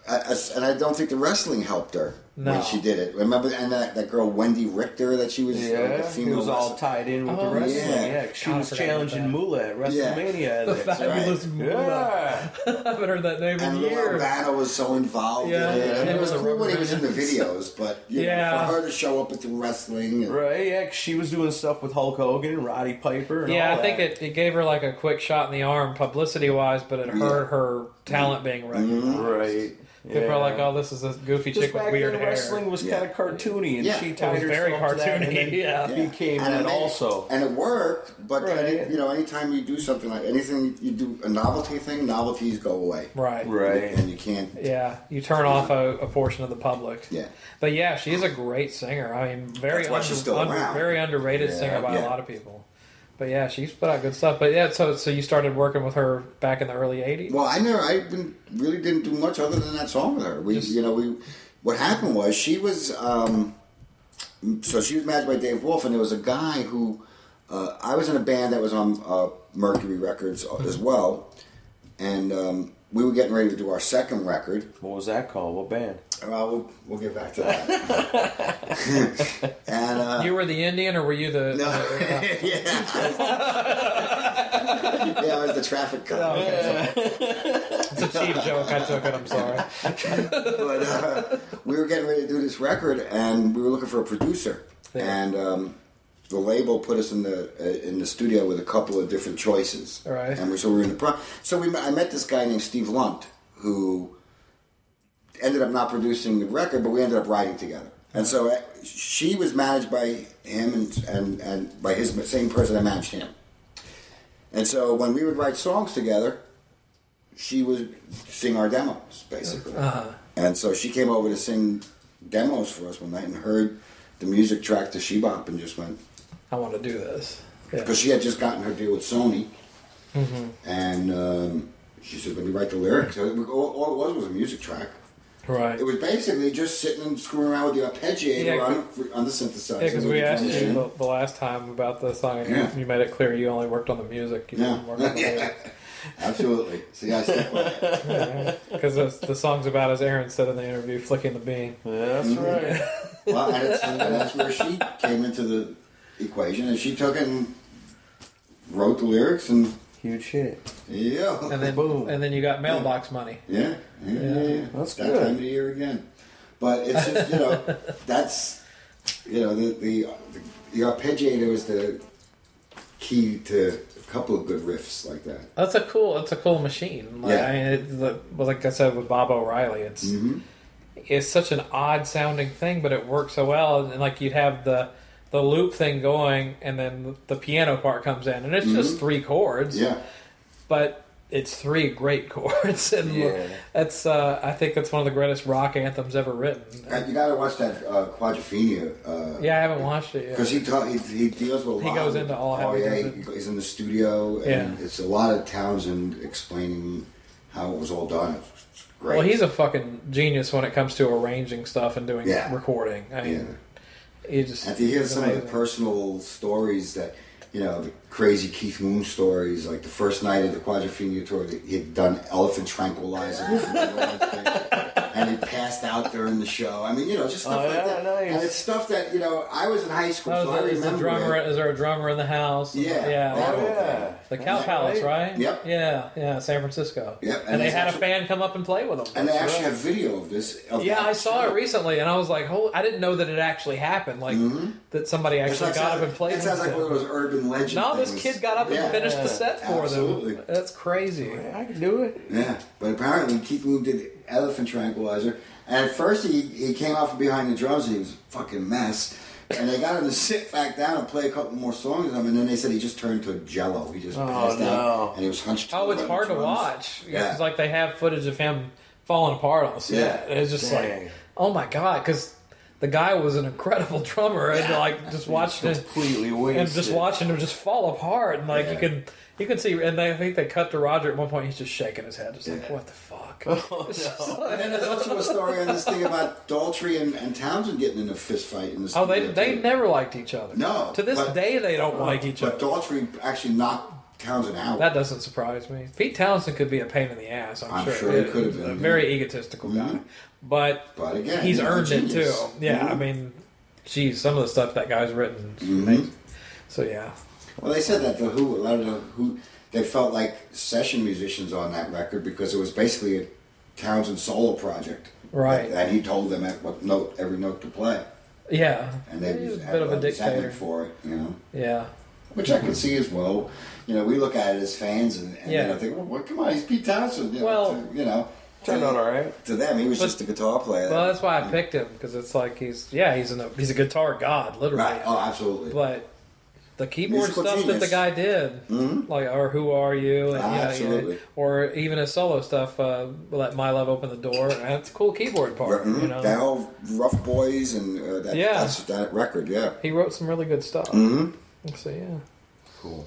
D: I- I s- and I don't think the wrestling helped her
C: No.
D: when she did it. Remember, and that, that girl Wendy Richter that she was
B: yeah,
D: like, a
B: it
D: female
B: was all
D: wrestling-
B: tied in with
C: Oh,
B: the wrestling.
D: yeah.
B: Yeah, she
C: God, I
B: was
C: forgot about that.
B: challenging Moolah at
D: Yeah.
B: WrestleMania.
C: The
B: that-
C: fabulous Moolah.
B: yeah,
C: I haven't heard that name
D: And
C: in
D: Lou
C: years.
D: Albano was so involved.
C: Yeah.
D: in it. I mean,
C: Yeah,
D: it was
C: it was a
D: cool when he
C: rubber
D: was in the videos, but you know,
C: Yeah.
D: for her to show up at the wrestling, and,
B: right. Yeah, 'cause she was doing stuff with Hulk Hogan and Roddy Piper. And
C: Yeah,
B: all
C: I think
B: that.
C: it, it gave her like a quick shot in the arm, publicity wise, but it hurt her talent being recognized.
D: Mm-hmm.
B: Right.
C: People
B: yeah.
C: are like, "Oh, this is this goofy
B: Just
C: chick with
B: back
C: weird
B: then,
C: hair."
B: wrestling was
D: Yeah.
B: kind of cartoony, and
D: Yeah.
B: she
D: It
B: tied
C: was very
B: herself to that, and
C: cartoony,
B: then
C: yeah.
D: Yeah.
B: became
D: it
B: that
D: made-
B: also.
D: and it worked. But
B: Right.
D: any, you know, anytime you do something like anything, you do a novelty thing, novelties go away,
C: right?
B: Right.
D: and you can't.
C: Yeah, you turn off a, a portion of the public.
D: Yeah.
C: But yeah, she's a great singer. I mean, very
D: That's why she's still around.
C: very underrated
B: Yeah,
C: singer by
D: yeah.
C: a lot of people. But yeah, she's put out good stuff. But yeah, so so you started working with her back in the early '80s.
D: Well, I never, I didn't, really didn't do much other than that song with her. We, you know, we. What happened was she was, um, so she was managed by Dave Wolf, and there was a guy who, uh, I was in a band that was on uh, Mercury Records uh, as well, and um, we were getting ready to do our second record.
B: What was that called? What band?
D: Uh, we'll, we'll get back to that. and uh,
C: you were the Indian, or were you the?
D: No. yeah. yeah, it was the traffic cop.
C: It's a cheap joke. I took it. I'm sorry.
D: But uh, we were getting ready to do this record, and we were looking for a producer.
C: Yeah.
D: And um, the label put us in the uh, in the studio with a couple of different choices.
C: All right.
D: And we, so we were in the pro. So we, I met this guy named Steve Lunt, who ended up not producing the record, but we ended up writing together. And so uh, she was managed by him and, and, and by his same person that managed him. And so when we would write songs together, she would sing our demos, basically.
C: Uh-huh.
D: And so she came over to sing demos for us one night and heard the music track to Shebop and just went,
C: I want to do this. Yeah.
D: because she had just gotten her deal with Sony.
C: Mm-hmm.
D: And um, she said, let me write the lyrics. So it was- all, all it was was a music track.
C: Right.
D: It was basically just sitting and screwing around with the arpeggiator
C: Yeah,
D: on, on the synthesizer.
C: Yeah, because
D: with
C: we
D: the
C: asked you
D: transition.
C: the, the last time about the song, and you-
D: Yeah.
C: you made it clear you only worked on the music. You
D: Yeah.
C: didn't work on the
D: Yeah.
C: lyrics.
D: Absolutely. See, I stick with it.
C: Because the, the song's about, as Aaron said in the interview, flicking the bean.
B: That's right.
D: Well, and, it's, and that's where she came into the equation, and she took it and wrote the lyrics, and
B: Huge hit.
D: yeah,
C: And then,
B: Boom.
C: and then you got mailbox money.
D: yeah, yeah, yeah, yeah.
B: That's
D: that
B: good.
D: time of the year again. But it's just you know that's you know the the, the arpeggiator was the key to a couple of good riffs like that.
C: That's a cool. That's a cool machine. Like,
D: Yeah. Mm-hmm.
C: I mean, it, the, well, like I said with Bob O'Reilly, it's it's such an odd sounding thing, but it works so well. And like you'd have the the loop thing going, and then the piano part comes in, and it's just three chords.
D: Mm-hmm. Yeah,
C: but it's three great chords, and
B: Yeah.
C: that's uh, I think that's one of the greatest rock anthems ever written.
D: And you got to watch that uh, Quadrophenia. Uh,
C: Yeah, I haven't watched it
D: Because
C: yet.
D: he, ta- he he deals with a
C: He
D: lot.
C: goes
D: of-
C: into all
D: Oh
C: heavy
D: yeah,
C: music.
D: he- he's in the studio, and
C: Yeah.
D: it's a lot of Townsend explaining how it was all done. It's great.
C: Well, he's a fucking genius when it comes to arranging stuff and doing
D: Yeah.
C: recording. I mean, he just
D: and to hear
C: he's
D: some of the
C: amazing.
D: personal stories that you know the crazy Keith Moon stories, like the first night of the Quadrophenia tour, that he had done elephant tranquilizer, and I passed out during the show. I mean, you know, just stuff
B: Oh,
D: like
B: yeah,
D: that.
B: nice.
D: And it's stuff that you know. I was in high school,
C: Oh,
D: so
C: is,
D: I
C: there, is the
D: remember.
C: drummer?
D: it.
C: Is there a drummer in the house?
D: Yeah.
C: yeah.
D: That whole
B: yeah.
C: The Cow Palace, right?
D: Yep.
C: Yeah, yeah, San Francisco.
D: Yep,
C: And,
D: and
C: they
D: it's
C: had
D: actually-
C: a fan come up and play with them.
D: And they actually have video of this. Of
C: yeah,
D: that
C: I saw
D: show.
C: it recently, and I was like, "Holy!" I didn't know that it actually happened. Like that somebody
D: It
C: actually
D: sounds,
C: got up
D: Mm-hmm. like,
C: and played.
D: it sounds like
C: with
D: one of
C: them.
D: those urban legends.
C: No, this kid got up and finished the set for
D: absolutely.
C: them. That's crazy.
B: I can do it.
D: Yeah, but apparently Keith Moon did Elephant Tranquilizer, and at first he, he came out from behind the drums and he was a fucking mess. And they got him to sit back down and play a couple more songs with him, and then they said he just turned to jello. He just passed
B: no.
D: out and he was hunched.
C: Oh,
D: over
C: it's
D: on the
C: hard to
D: drums.
C: watch. Yeah,
D: Yeah.
C: it's like they have footage of him falling apart on the set.
D: Yeah.
C: It's just
B: Dang.
C: like, oh my god, because the guy was an incredible drummer, and like just watching him,
B: Completely wasted.
C: and just watching him just fall apart, and like you can you can see, and they, I think they cut to Roger at one point. He's just shaking his head, just like
D: Yeah.
C: what the fuck.
D: And then there's also a story on this thing about Daltrey and, and Townsend getting in a fist fight in the
C: Oh, they
D: studio,
C: they
D: too.
C: never liked each other.
D: No,
C: to this
D: but-
C: day they don't like each
D: But
C: other.
D: Daltrey actually knocked Townsend out.
C: That doesn't surprise me. Pete Townsend could be a pain in the ass. I'm,
D: I'm sure he could have
C: He's
D: been,
C: a
D: yeah. Mm-hmm.
C: very egotistical guy, but
D: But again,
C: he's
D: he's a
C: earned it too.
D: genius.
C: Yeah,
D: Mhm.
C: I mean, geez, some of the stuff that guy's written. is
D: Mm-hmm.
C: amazing. So yeah,
D: Well, they said that the Who, a lot of the Who, they felt like session musicians on that record because it was basically a Townsend solo project.
C: Right.
D: And he told them at what note, every note to play,
C: yeah,
D: and they
C: he's
D: just
C: a
D: had
C: bit of a
D: lot resentment
C: dictator.
D: for it, you know.
C: Yeah,
D: Which I can see as well. You know, we look at it as fans, and, and
C: Yeah.
D: you know, think, well, what, come on, he's Pete Townsend. You know,
C: Well-
D: to- you know
B: Turned
D: to-
B: out all right.
D: To them, he was
C: But-
D: just a guitar player.
C: well, that's why I picked him because it's like he's yeah he's an, he's a guitar god literally.
D: right. Oh, absolutely.
C: but the keyboard
D: Musical
C: stuff that
D: genius.
C: the guy did, like or who are you, and,
D: Ah,
C: yeah, yeah,
D: absolutely.
C: or even his solo stuff, uh, let my love open the door. and That's a cool keyboard part,
D: Mhm.
C: you know.
D: That whole Rough Boys and uh, that,
C: Yeah.
D: that's, that record, yeah. Mm-hmm.
C: he wrote some really good stuff.
D: Mm.
C: So yeah,
D: Cool.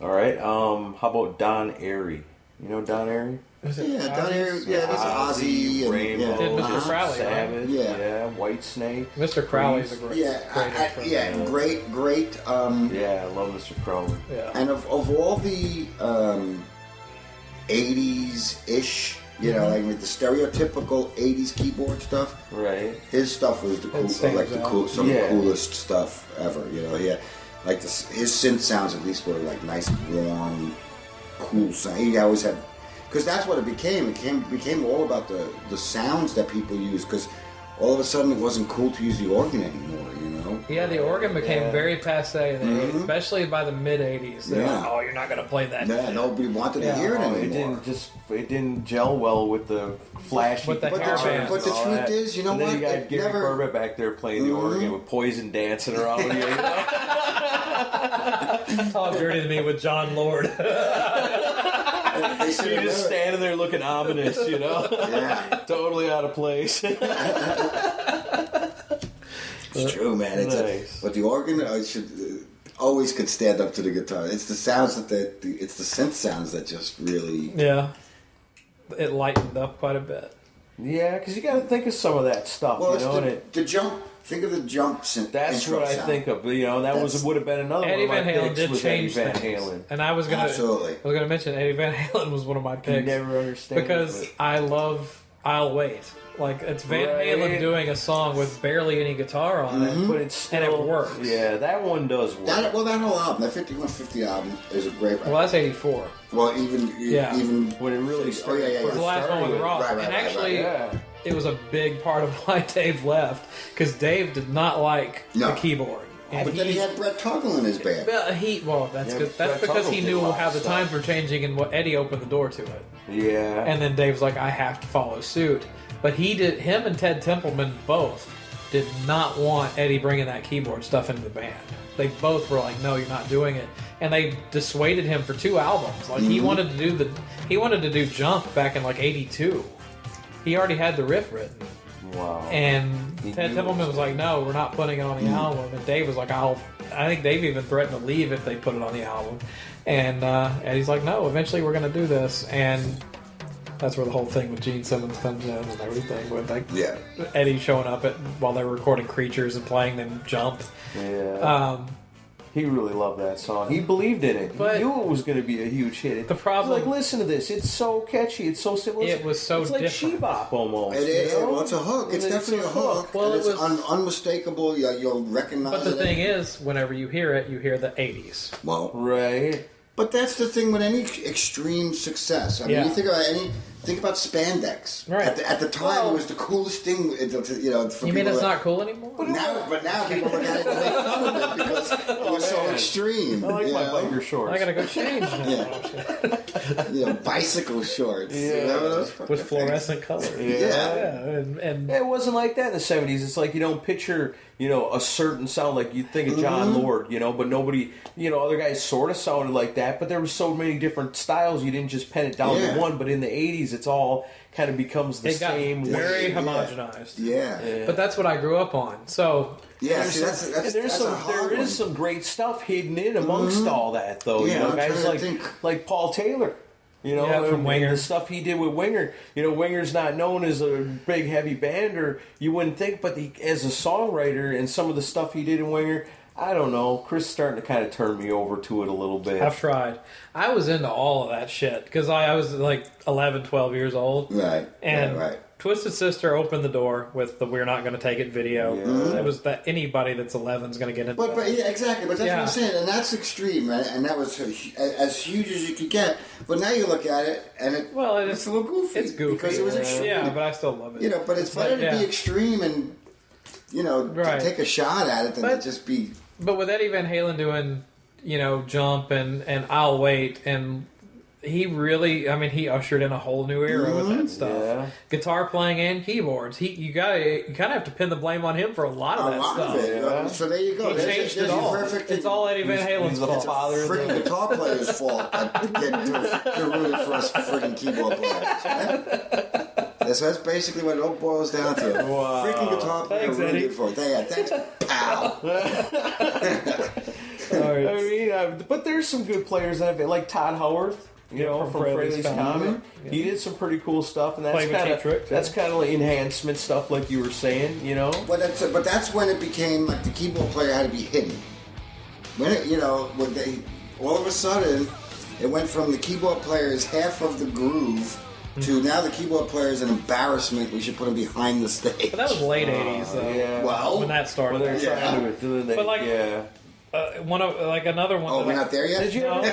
B: All right. Um, how about Don Airy? You know Don Airy?
C: was it
D: Yeah,
C: Ozzy's?
D: Don Air- yeah, that's Ozzy and
B: Rainbow,
D: yeah.
C: Did Mr.
D: Uh-huh.
C: Crowley, right?
B: Savage,
D: Yeah.
B: yeah. White Snake.
C: Mr. Crowley's a great,
D: Yeah,
C: great
D: I, I,
C: influence.
D: yeah, great, great. Um,
B: Yeah, I love Mr. Crowley.
C: yeah.
D: And of, of all the um, 80s ish, you
C: Mm-hmm.
D: know, like with the stereotypical 80s keyboard stuff,
B: Right.
D: his stuff was the cool,
C: stands
D: like the
C: out.
D: cool, some
B: Yeah.
D: of the coolest stuff ever. You know, yeah, like the, s- his synth sounds at least were like nice, warm, cool sound. He always had, because that's what it became. It came became all about the the sounds that people use. Because all of a sudden, it wasn't cool to use the organ anymore. You know,
C: Yeah, the organ became
B: Yeah.
C: very passe, in the 80s, especially by the mid '80s. They're
D: Mm-hmm. Yeah.
C: like, oh, you're not going to play that.
D: yeah, nobody wanted
C: Yeah.
D: to hear it
B: Oh,
D: anymore.
B: it didn't just it didn't gel well with the flashy.
C: With the
B: guitars
C: hair
B: and
C: bands.
B: all
C: But
D: the truth
B: that.
D: is, you know
B: and then
D: what?
B: You got
D: It
B: Gary
D: never-
B: Corbett back there playing the organ with Poison dancing around with you. you know?
C: Talk dirty to me with John Lord.
D: They should
B: You're
D: have
B: just
D: never-
B: standing there looking ominous, you know,
D: Yeah,
B: totally out of place.
D: it's true, man. It's a-
B: Nice.
D: but the organ uh, should uh, always could stand up to the guitar. It's the sounds that the, the it's the synth sounds that just really.
C: yeah, it lightened up quite a bit.
B: yeah, because you got to think of some of that stuff,
D: Well,
B: you
D: it's
B: know.
D: the,
B: and it,
D: the jump. Think of the jump synth.
B: that's
D: intro
B: what I
D: sound.
B: think of. You know, that was
D: That's-
B: would have been another
C: Eddie
B: one.
C: Van
B: of my
C: Halen
B: picks
C: did
B: was
C: change
B: Eddie Van
C: things,
B: Halen.
C: and I was gonna
D: Absolutely.
C: I was gonna mention Eddie Van Halen was one of my picks.
B: never understand
C: because
B: it,
C: I love "I'll Wait." Like it's Van
B: Right.
C: Halen doing a song with barely any guitar on
D: Mm-hmm.
C: it.
B: but it's still
C: And it works.
B: Yeah, Mm-hmm. that one does work.
D: That, well, that whole album, that 5150 album, is a great.
C: Well, that's '84.
D: well, even e,
C: Yeah.
D: even
B: when it really
D: Oh
B: started.
D: yeah, yeah,
C: The
D: yeah.
C: last one with
B: with-
C: Ross,
D: right, right,
C: and
D: right,
C: actually,
B: yeah.
C: it was a big part of why Dave left because Dave did not like
D: No.
C: the keyboard. And
D: But then he had Brett Tuggle in his band.
C: well, he well, that's
B: Yeah,
C: good.
B: but
C: That's
B: Fred
C: because
B: Tuttle
C: he
B: did
C: knew
B: a lot of
C: how the
B: stuff.
C: times were changing, and what Eddie opened the door to it.
B: Yeah.
C: And then Dave's like, I have to follow suit. But he did, him and Ted Templeman both did not want Eddie bringing that keyboard stuff into the band. They both were like, no, you're not doing it. And they dissuaded him for two albums. Like he wanted to do the, he wanted to do Jump back in like 82. He already had the riff written.
B: wow.
C: And
B: He
C: Ted
B: knew
C: Templeman
B: it was
C: was like, no, we're not putting it on the album. And Dave was like, I'll, I think Dave even threatened to leave if they put it on the album. And uh, Eddie's like, no, eventually we're going to do this. And that's where the whole thing with Gene Simmons comes in and everything with like
D: Yeah.
C: Eddie showing up at, while they were recording Creatures and playing them Jump.
B: yeah.
C: Um,
B: He really loved that song. He believed in it.
C: But-
B: he knew it was going to be a huge hit. It-
C: The problem-
B: he's like, listen to this. It's so catchy. It's so simple.
C: It was so
B: It's like
C: different.
B: bebop almost.
D: It is.
B: you know?
D: well, it's a hook. It's,
B: It's
D: definitely a hook.
C: Well,
D: and
C: it
D: it's
C: was-
D: un- unmistakable. You, you'll recognize
C: But the
D: it.
C: thing is, whenever you hear it, you hear the 80s.
D: well,
B: Right.
D: but that's the thing with any extreme success. I mean,
C: Yeah.
D: you think about any. Think about spandex.
C: Right.
D: At the, at the time, it was the coolest thing. it- it- You know, for
C: You mean
D: people
C: it's
D: that-
C: not cool anymore?
D: Now, but now people look at it and make fun of it because it was so
B: Oh, man.
D: extreme.
B: I like
D: you
B: my
D: know?
B: biker shorts.
C: I gotta go change now.
D: You know, bicycle shorts. you
B: Yeah.
D: know, those fucking
C: With
D: things.
C: fluorescent colors. Yeah.
D: Yeah.
C: and, and
B: It wasn't like that in the seventies. It's like you don't picture, you know, a certain sound like you think of John
D: Mm-hmm.
B: Lord, you know, but nobody, you know, other guys sort of sounded like that. But there were so many different styles. You didn't just pin it down
D: Yeah.
B: to one. But in the eighties, it's all kind of becomes the
C: it got
B: same.
C: very
B: way.
D: Yeah.
C: homogenized.
D: Yeah. Yeah.
C: But that's what I grew up on. So
D: see, that's, that's,
B: And there's
D: that's a
B: some,
D: hard
B: there
D: one. Mm-hmm.
B: is some great stuff hidden in amongst all that, though.
D: Yeah,
B: you know,
D: I'm trying
B: guys
D: to
B: like
D: think.
B: like Paul Taylor. You know,
C: Yeah,
B: and-
C: from
B: and
C: Winger.
B: the stuff he did with Winger. You know, Winger's not known as a big heavy bander. You wouldn't think, but he, as a songwriter and some of the stuff he did in Winger, I don't know. Chris is starting to kind of turn me over to it a little bit.
C: I've tried. I was into all of that shit because I, I was like 11, 12 years old.
D: Right.
C: And
D: right. right.
C: Twisted Sister opened the door with the "We're not going to take it" video. It was that anybody that's 11 is going to get into.
D: But, but
C: that.
D: yeah, exactly. But that's what
C: Yeah.
D: I'm saying, and that's extreme, right? And that was a hu- a- as huge as you could get. But now you look at it, and it
C: well, it
D: it's
C: is-
D: a little goofy.
C: It's goofy
D: because it was extreme.
C: Yeah, but I still love it.
D: you know, but it's better
C: like,
D: to
C: yeah.
D: be extreme and you know to
C: Right.
D: take a shot at it than
C: But-
D: to just be
C: But with Eddie Van Halen doing, you know, jump and and I'll wait and he really, I mean, he ushered in a whole new era with
D: Mm-hmm.
C: that stuff.
B: Yeah.
C: Guitar playing and keyboards. He you got to you kind of have to pin the blame on him for a lot of
D: a
C: that
D: lot
C: stuff.
D: of it.
B: Yeah.
D: So there you go.
C: He
D: there's
C: changed
D: there's
C: it
D: your
C: all.
D: perfect.
C: It's all Eddie Van Halen's
B: He's the
C: fault.
B: father. of the-
D: Freaking guitar player's fault that get to, to ruin it for us freaking keyboard players. Right? That's, that's basically what it all boils down to.
B: Wow.
D: Freaking guitar player
C: Thanks,
D: ruined
C: Eddie.
D: it for us. Yeah, thanks, pal.
B: I mean, I, but there's some good players that have been, like Todd Howarth, you
C: Yeah,
B: know,
C: from
B: from,
C: Fraley's
B: Fraley's
C: Comet.
B: Comet. He did some pretty cool stuff, and that's
C: Played with
B: kind
C: Cheap Trick,
B: of
C: too.
B: that's kind of like enhancement stuff, like you were saying, you know.
D: But that's but that's when it became like the keyboard player had to be hidden. When it, you know, when they all of a sudden it went from the keyboard player is half of the groove
C: Hmm.
D: to now the keyboard player is an embarrassment. We should put him behind the stage.
C: But that was late '80s though.
B: Yeah.
D: well,
C: When that
B: Well,
C: started,
B: they're
D: Yeah.
B: trying to do it.
C: But, like-
B: yeah.
C: uh, one of like another one.
D: oh,
C: that
D: we're
C: I-
D: not there yet.
B: Did you
C: No.
B: ever?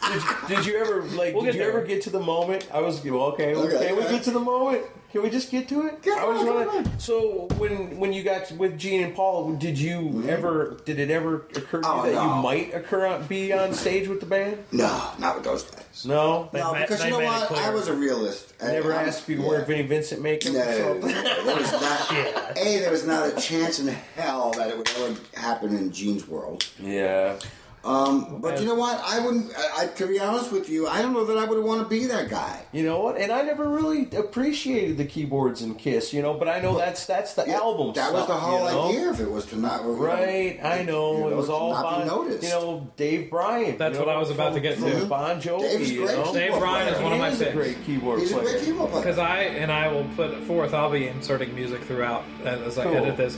B: did, did you ever like?
C: We'll
B: did
C: get
B: you
C: there.
B: ever get to the moment? I was well, okay.
D: Okay.
B: Can we get to the moment? Can we just get to it?
D: Get
B: I was
D: on,
B: wanna-
D: come on.
B: So when when you got with Gene and Paul, did you ever? Did it ever occur to you
D: Mm-hmm. Oh,
B: that
D: no.
B: you might occur on, be on stage with the band?
D: No, not with those guys.
B: No.
C: They
D: No,
C: ma-
D: because
C: they
D: you know
C: made it
D: what? I
C: clear.
D: was a realist. I
B: Never
D: I-
B: asked if you to wear
D: yeah.
B: Vinnie Vincent makeup.
D: No,
B: or something.
D: there was not. A, there was not a chance in hell that it would ever happen in Gene's world.
B: Yeah.
D: Um, but you know what? I wouldn't. I, I, to be honest with you, I don't know that I would want to be that guy.
B: You know what? And I never really appreciated the keyboards and Kiss. You know, but I know that's that's the
D: Yeah,
B: album.
D: That was
B: stuff,
D: the whole
B: you know?
D: idea. If it was to not
B: Right, I know.
D: You
B: it was
D: to
B: all
D: not
B: Bon,
D: be noticed.
B: you know, Dave Bryan.
C: That's
B: you know,
C: what I was about
B: from-
C: to get
B: from
C: to.
B: Bon Jovi,
D: Dave's
B: you
D: great.
B: know.
D: Dave
C: Dave Bryan is
B: He
C: one of my
B: is a
C: picks.
B: great keyboard
D: He's a
B: player.
D: great keyboard player.
C: Because I and I will put forth, I'll be inserting music throughout uh, as I
B: Cool.
C: edit this.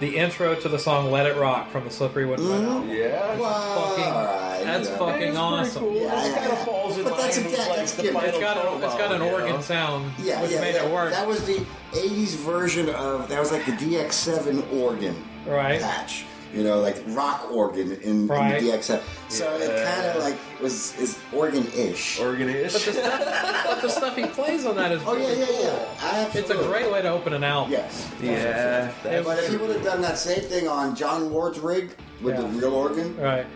C: The intro to the song "Let It Rock" from the Slippery When Wet
D: Mm-hmm.
C: Album.
B: Yeah,
D: Well,
C: fucking-
D: all right,
C: that's
D: yeah.
C: fucking
B: It's pretty
C: awesome.
B: Cool.
D: Yeah,
B: This kind
D: yeah, yeah.
B: of falls in
D: But
B: line
D: that's
B: with
D: again,
B: like
D: that's
B: the
D: given.
B: final
C: It's got a, it's got an
B: profile, you
C: organ
B: know?
C: sound,
D: Yeah,
C: which
D: yeah,
C: made
D: that,
C: it work.
D: That was the '80s version of that was like the DX7 organ
C: Right.
D: patch. You know, like rock organ in,
C: Right.
D: in the DX7. So it kind of like was is organ-ish.
B: Organ-ish.
C: but the stuff he plays on that is
D: oh yeah,
C: really
D: yeah,
C: cool.
D: yeah.
C: It's a
D: Absolutely.
C: great way to open an album.
D: Yes.
B: yeah, that's-
D: But if he would have done that same thing on John Ward's rig with the
C: Yeah.
D: real organ,
C: Right.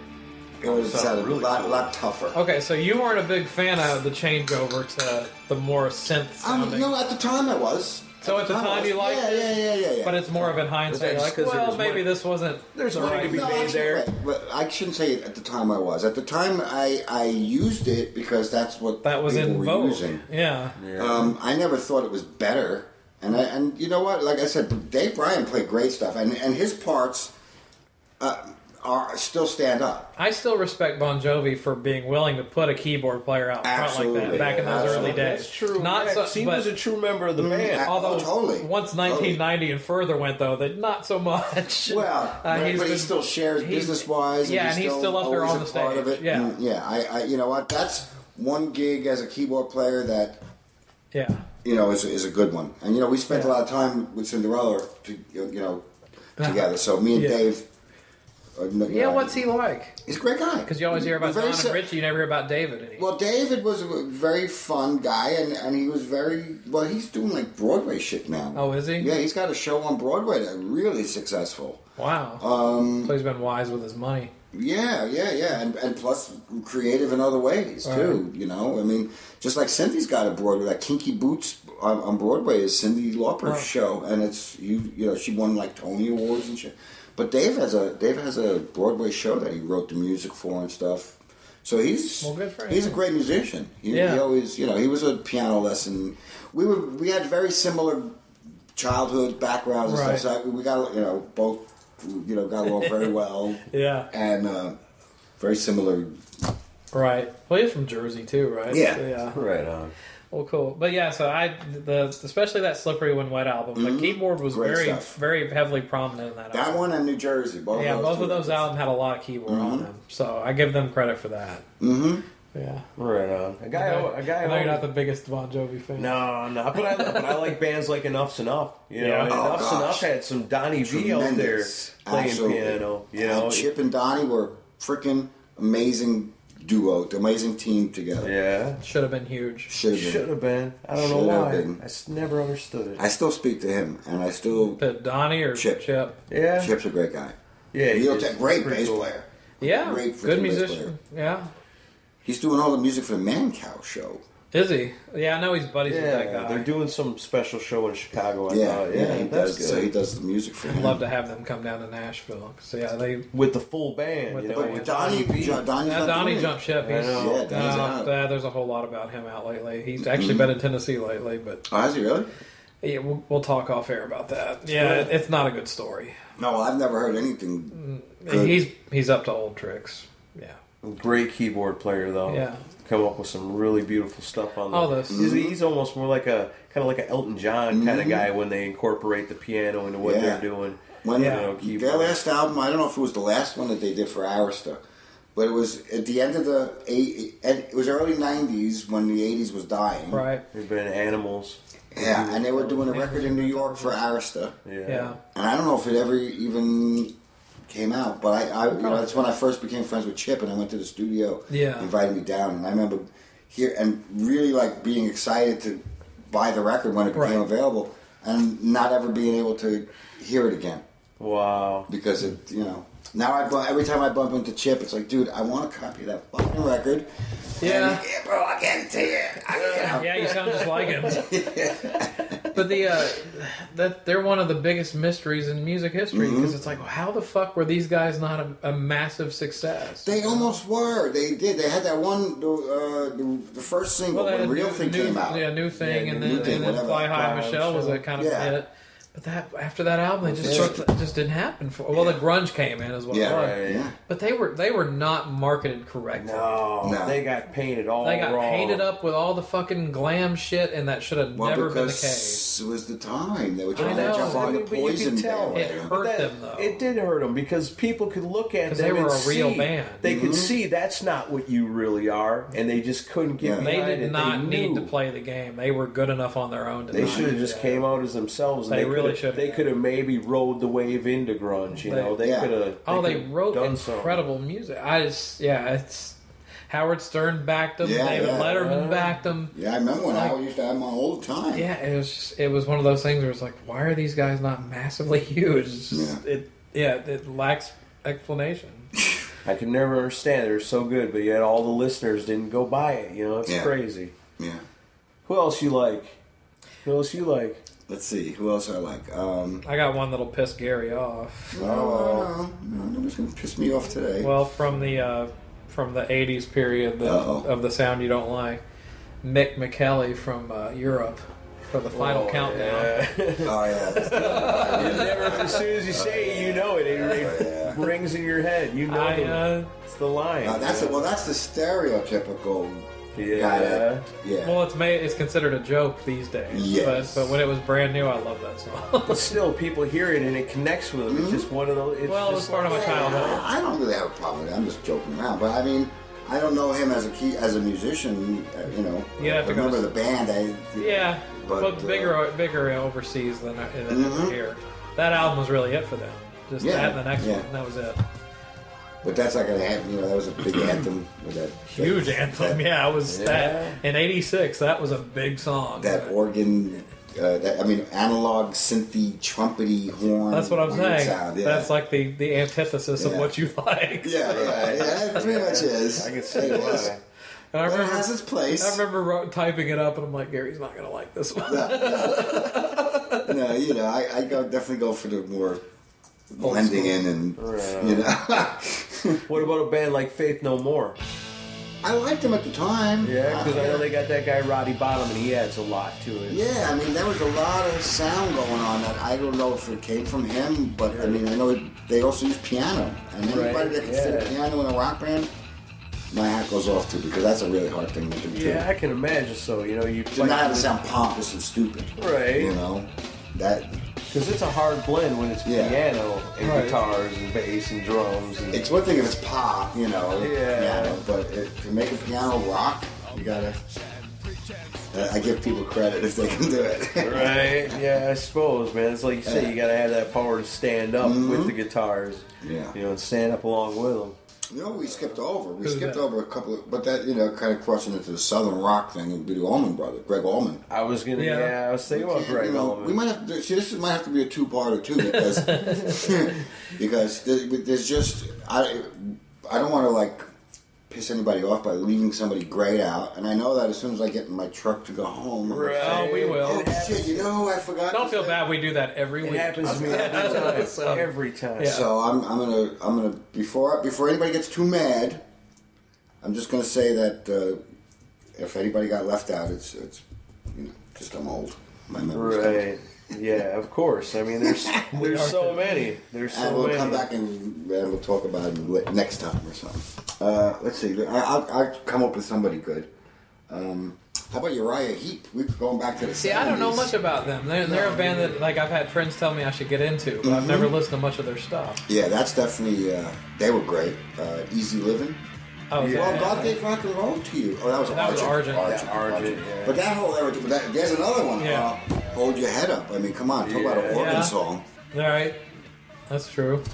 D: it would have
B: Sounds
D: sounded
B: really
D: a lot,
B: cool.
D: lot tougher.
C: Okay, so you weren't a big fan of the changeover to the more synth
D: Um,
C: sounding.
D: no, at the time I was.
C: So at the time you liked
D: yeah,
C: it?
D: Yeah, yeah, yeah, yeah.
C: but it's more of in
B: that
C: hindsight.
B: just
C: Like,
B: 'cause there
C: well,
B: was
C: maybe
B: money?
C: this wasn't.
B: There's
C: the
B: money to
C: right-
B: be
D: No,
B: made
D: actually,
B: there.
D: wait, But I shouldn't say it at the time I was. At the time I, I used it because that's what
C: That was
D: people
C: in
D: were
C: vogue.
D: using.
C: Yeah.
D: Um, I never thought it was better. And I, and you know what? Like I said, Dave Bryan played great stuff, and and his parts. Uh, are still stand up.
C: I still respect Bon Jovi for being willing to put a keyboard player out front like
D: Absolutely.
C: that back in those
D: Absolutely.
C: early days.
B: That's true.
C: Not
B: Rex,
C: so,
B: he
C: but
B: was a true member of the
D: I-
B: band.
C: although
D: oh, totally.
C: once
D: Totally.
C: 1990 and further went though, that not so much.
D: Well,
C: Uh,
D: but,
C: he's
D: but he
C: been-
D: still shares
C: he's-
D: business wise.
C: yeah,
D: and he's, still,
C: up there
D: always
C: on
D: a
C: the
D: part Of
C: stage,
D: it. Mm.
C: yeah.
D: And, yeah. I, I, you know what? That's one gig as a keyboard player that
C: Yeah,
D: you know is, is a good one. And you know, we spent
C: Yeah.
D: a lot of time with Cinderella, to, you know, together. So me and
C: Yeah.
D: Dave. uh, you know,
C: yeah. What's he like?
D: He's a great guy.
C: Because you always hear about
D: Very
C: Don
D: si-
C: and Richie, you never hear about David. Anymore.
D: Well, David was a very fun guy, and, and he was very well. He's doing like Broadway shit now.
C: Oh, is he?
D: Yeah, he's got a show on Broadway that really successful.
C: Wow.
D: um,
C: so he's been wise with his money.
D: Yeah, yeah, yeah, and and plus creative in other ways too. You know, I mean, just like Cindy's got a Broadway, like Kinky Boots on, on Broadway is Cindy Lauper's show, and it's you, you know, she won like Tony awards and shit. But Dave has a Dave has a Broadway show that he wrote the music for and stuff. So he's
C: Well, good for him.
D: he's a great musician. He, he
C: Yeah.
D: always, you know, he was a piano lesson. We were we had very similar childhood backgrounds and
C: Right.
D: stuff. So we got you know both you know got along very well.
C: Yeah.
D: and uh, very similar.
C: Right. Well, he's from Jersey too, right?
D: Yeah.
C: Yeah.
B: right on.
C: Well, cool. But yeah, so I the especially that slippery when wet album. The keyboard was
D: Mm-hmm. Great
C: very
D: stuff.
C: very heavily prominent in that.
D: That
C: album.
D: one and New Jersey, both
C: Yeah,
D: those
C: both
D: two
C: of those
D: records.
C: albums had a lot of keyboard
D: Mm-hmm.
C: on them, so I give them credit for that. Mm-hmm. Yeah.
B: Right on. A guy. A guy.
C: I know you're not the biggest Bon Jovi fan.
B: No, no, but I but I like bands like Enough's Enough. You know,
C: Yeah.
B: and
C: Oh,
B: Enough's
D: gosh.
B: Enough had some Donnie V out there
D: Tremendous.
B: playing
D: Absolutely.
B: piano. You
D: And
B: know,
D: Chip and Donnie were freaking amazing duo, amazing team together.
B: yeah,
C: should have been huge.
D: Should have
B: should
D: been.
B: have been. I don't know
D: Should have
B: why.
D: been.
B: I s- never understood it.
D: I still speak to him, and I still
C: But Donnie or
D: Chip.
C: Chip?
B: yeah,
D: Chip's a great guy.
B: yeah, he
D: Real
B: is.
D: ta- great
B: Pretty
D: bass
B: cool.
D: player.
C: Yeah,
D: Great freaking bass
C: good musician. Yeah,
D: He's doing all the music for the Man Cow show.
C: is he? Yeah, I know he's buddies with that
B: Yeah,
C: guy.
B: they're doing some special show in Chicago. I
D: Yeah,
B: thought.
D: yeah, he
B: Oh, that's
D: does. So he
B: good.
D: does the music for him.
C: Love to have them come down to Nashville. So yeah, they
B: With the full band,
C: With
B: you
C: the
B: know,
C: band.
B: with V.
D: Donnie, Donnie's
C: Yeah,
D: not
C: Donnie
D: doing it.
C: jumped ship. He's,
B: I know.
D: Yeah, Donnie's
C: uh,
D: out.
C: yeah, there's a whole lot about him out lately. He's actually been in Tennessee lately, but
D: Oh, has he really?
C: yeah, we'll, we'll talk off air about that. Yeah, it- it's not a good story.
D: No, I've never heard anything. Good.
C: He's he's up to old tricks. Yeah,
B: Great keyboard player though.
C: Yeah.
B: Come up with some really beautiful stuff on
C: All
B: the-
C: this.
B: He's,
D: Mm-hmm.
B: he's almost more like a kind of like an Elton John kind of guy when they incorporate the piano into what
D: Yeah.
B: they're doing.
D: When
B: you know,
D: their
B: keyboard.
D: last album, I don't know if it was the last one that they did for Arista, but it was at the end of the eight. and It was early '90s when the '80s was dying.
C: right.
B: They've been animals.
D: Yeah, and they were doing a record in New York for Arista,
B: Yeah.
C: Yeah,
D: and I don't know if it ever even came out. But I, I you know, that's when I first became friends with Chip, and I went to the studio.
C: Yeah.
D: he invited me down, and I remember here and really like being excited to buy the record when it became
C: Right.
D: available, and not ever being able to hear it again.
B: Wow.
D: because it, you know. Now I bu- every time I bump into Chip, it's like, dude, I want to copy of that fucking record.
C: Yeah.
D: And, yeah, bro, I can't take it. I, you know.
C: yeah, you sound just like him. but the uh, that they're one of the biggest mysteries in music history
D: Mm-hmm.
C: because it's like, how the fuck were these guys not a, a massive success?
D: They almost were. They did. They had that one, the, uh, the, the first single
C: that
D: when
C: new-
D: Real Thing
C: new,
D: came out.
C: Yeah, new thing,
B: Yeah,
C: and
B: New
C: then,
D: Thing,
C: and then
D: whatever.
C: Fly High
B: Fly
C: Michelle was a
B: Michelle.
C: kind of
D: Yeah.
C: hit. But that after that album, they just
D: Yeah.
C: took- it just didn't happen for. Well, the grunge came in as well.
D: Yeah,
B: Right.
D: yeah.
C: But they were they were not marketed correctly.
B: No,
D: No.
B: they got painted all
C: They got
B: wrong.
C: painted up with all the fucking glam shit, and that should have
D: Well,
C: never been the case.
D: because it was the time they were trying
C: know.
D: to jump
C: I
D: on
B: mean,
D: the
B: but you
D: poison
B: could tell.
C: It
D: bandwagon.
C: hurt
B: But that-
C: them though.
B: It did hurt them because people could look at
C: 'Cause
B: them.
C: they were
B: and
C: a real
B: see.
C: band.
B: They
D: Mm-hmm.
B: could see that's not what you really are, and they just couldn't get
D: Yeah.
B: behind
C: They
B: it.
C: did not need
B: knew.
C: to play the game. They were good enough on their own. To
B: They
C: not
B: should have
C: do
B: just
C: that.
B: came out as themselves. And they,
C: They really
B: could have.
C: should've.
B: They could have maybe rode the wave into grunge. You
C: They-
B: know, they
D: Yeah.
B: could have.
C: Oh, they,
B: could've
C: wrote
B: done something.
C: incredible music. I just, yeah, it's Howard Stern backed them.
D: Yeah,
C: David
D: yeah.
C: Letterman
B: Uh,
C: backed them.
D: Yeah, I remember when I used to have my old time.
C: Yeah, it was just, it was one of those things where it's like, why are these guys not massively huge? It's just,
D: Yeah.
C: It, yeah, it lacks explanation.
B: I could never understand. They're so good, but yet all the listeners didn't go buy it. You know, it's
D: Yeah.
B: crazy.
D: Yeah.
B: Who else you like? Who else you like?
D: Let's see. Who else I like? Um,
C: I got one that'll piss Gary off.
D: oh, no, nobody's going to piss me off today.
C: Well, from the uh, from the '80s period the,
D: Uh-oh.
C: of the sound you don't like, Mick McKelly from uh, Europe for the final
B: Oh,
C: countdown.
B: yeah.
D: oh, yeah. Oh,
B: You never, as soon as you say it, you know it. They, they rings in your head. You know,
C: I,
B: them.
C: uh,
B: it's the line.
D: Now, Oh, that's a, well, that's the stereotypical
B: yeah.
D: guy. That, yeah.
C: well, it's made, it's considered a joke these days.
D: Yes.
C: But but when it was brand new, I love that song.
B: But still, people hear it and it connects with them.
D: Mm-hmm.
B: It's just one of those. It's
C: Well, it was
B: just
C: part of my
B: like-
C: childhood.
D: I I don't really have a problem with it. I'm just joking around. But I mean, I don't know him as a key as a musician. uh, You know,
C: You'd have to go
D: remember
C: to-
D: the band. I
C: yeah,
D: But,
C: but,
D: uh,
C: bigger bigger overseas than uh, than it is
D: Mhm.
C: here. That album was really it for them. Just
D: Yeah,
C: that and the next
D: yeah.
C: one. That was it.
D: But that's not gonna happen. You know, that was a big anthem. With that
C: Huge
D: that,
C: anthem.
D: That,
C: Yeah, it was
B: Yeah.
C: that in '86. That was a big song.
D: That organ. Uh, that, I mean, analog, synthy, trumpety horn.
C: That's what I'm
D: weird
C: saying.
D: sound, yeah.
C: That's like the, the antithesis of
D: Yeah.
C: what you like.
D: Yeah, yeah, yeah. It pretty much is.
B: I can see
D: It is.
B: why.
C: And I
D: But it
C: remember,
D: has its place.
C: I remember wrote, typing it up, and I'm like, Gary's not gonna like this one.
D: no, you know, I, I go, definitely go for the more blending in and
B: Right.
D: you know.
B: What about a band like Faith No More?
D: I liked him at the time.
B: Yeah, because I know
D: Uh,
B: they got that guy Roddy Bottom, and he adds a lot to it.
D: Yeah, I mean, there was a lot of sound going on that I don't know if it came from him, but I mean, I know it, they also use piano. And anybody
B: Right,
D: that can sit
B: yeah.
D: piano in a rock band, my hat goes off to because that's a really hard thing to do, too.
B: Yeah, I can imagine. So you know, you
D: To
B: play
D: not have it sound pompous and stupid.
B: Right.
D: You know? That.
B: because it's a hard blend when it's
D: Yeah.
B: piano and
C: Right.
B: guitars and bass and drums. And,
D: It's one thing if it's pop, you know,
B: Yeah.
D: piano, but if to make a piano rock, you gotta. I- I give people credit if they can do it.
B: right? Yeah, I suppose, man. It's like you say, you gotta have that power to stand up with the guitars.
D: Mm-hmm. Yeah.
B: you know, and stand up along with them.
D: You know, we skipped over. We
C: Who's
D: skipped
C: that?
D: over a couple, of, but that you know, kind of crossing into the southern rock thing would be the Allman Brother, Greg Allman.
B: I was gonna,
C: Yeah.
B: yeah, I was thinking about Greg
D: You know,
B: Allman.
D: we might have to, see. This might have to be a two-parter too, because because there- there's just I I don't want to like piss anybody off by leaving somebody great out, and I know that as soon as I get in my truck to go home, I'm gonna say,
C: Oh, we will.
D: Oh shit! You know, I forgot.
C: Don't
D: this
C: feel
D: thing."
C: bad. We do that every
B: It
C: week.
B: happens to me every time. every time.
C: Yeah.
D: So I'm, I'm gonna I'm gonna before before anybody gets too mad, I'm just gonna say that uh, if anybody got left out, it's it's you know just I'm old. My memory's gone.
B: Right. Yeah, of course. I mean, there's there's so many. There's so
D: And we'll
B: many.
D: come back and, and we'll talk about it li- next time or something. Uh, let's see. I, I'll, I'll come up with somebody good. Um, how about Uriah Heep? We're going back to the.
C: See, I don't know
D: 70s.
C: much about them. They're, they're a band that like I've had friends tell me I should get into, but I've
D: Mm-hmm.
C: never listened to much of their stuff.
D: Yeah, that's definitely. Uh, they were great. Uh, easy living.
C: Oh, yeah.
D: Well, God gave rock and roll to you. Oh, that was
C: That was
D: Argent.
C: Argent.
B: Yeah, Argent, yeah.
D: But that whole era, that, there's another one.
C: Yeah.
D: Uh, hold your head up. I mean, come on, talk about an
B: Yeah.
D: organ
C: Yeah.
D: song.
C: All right, that's true.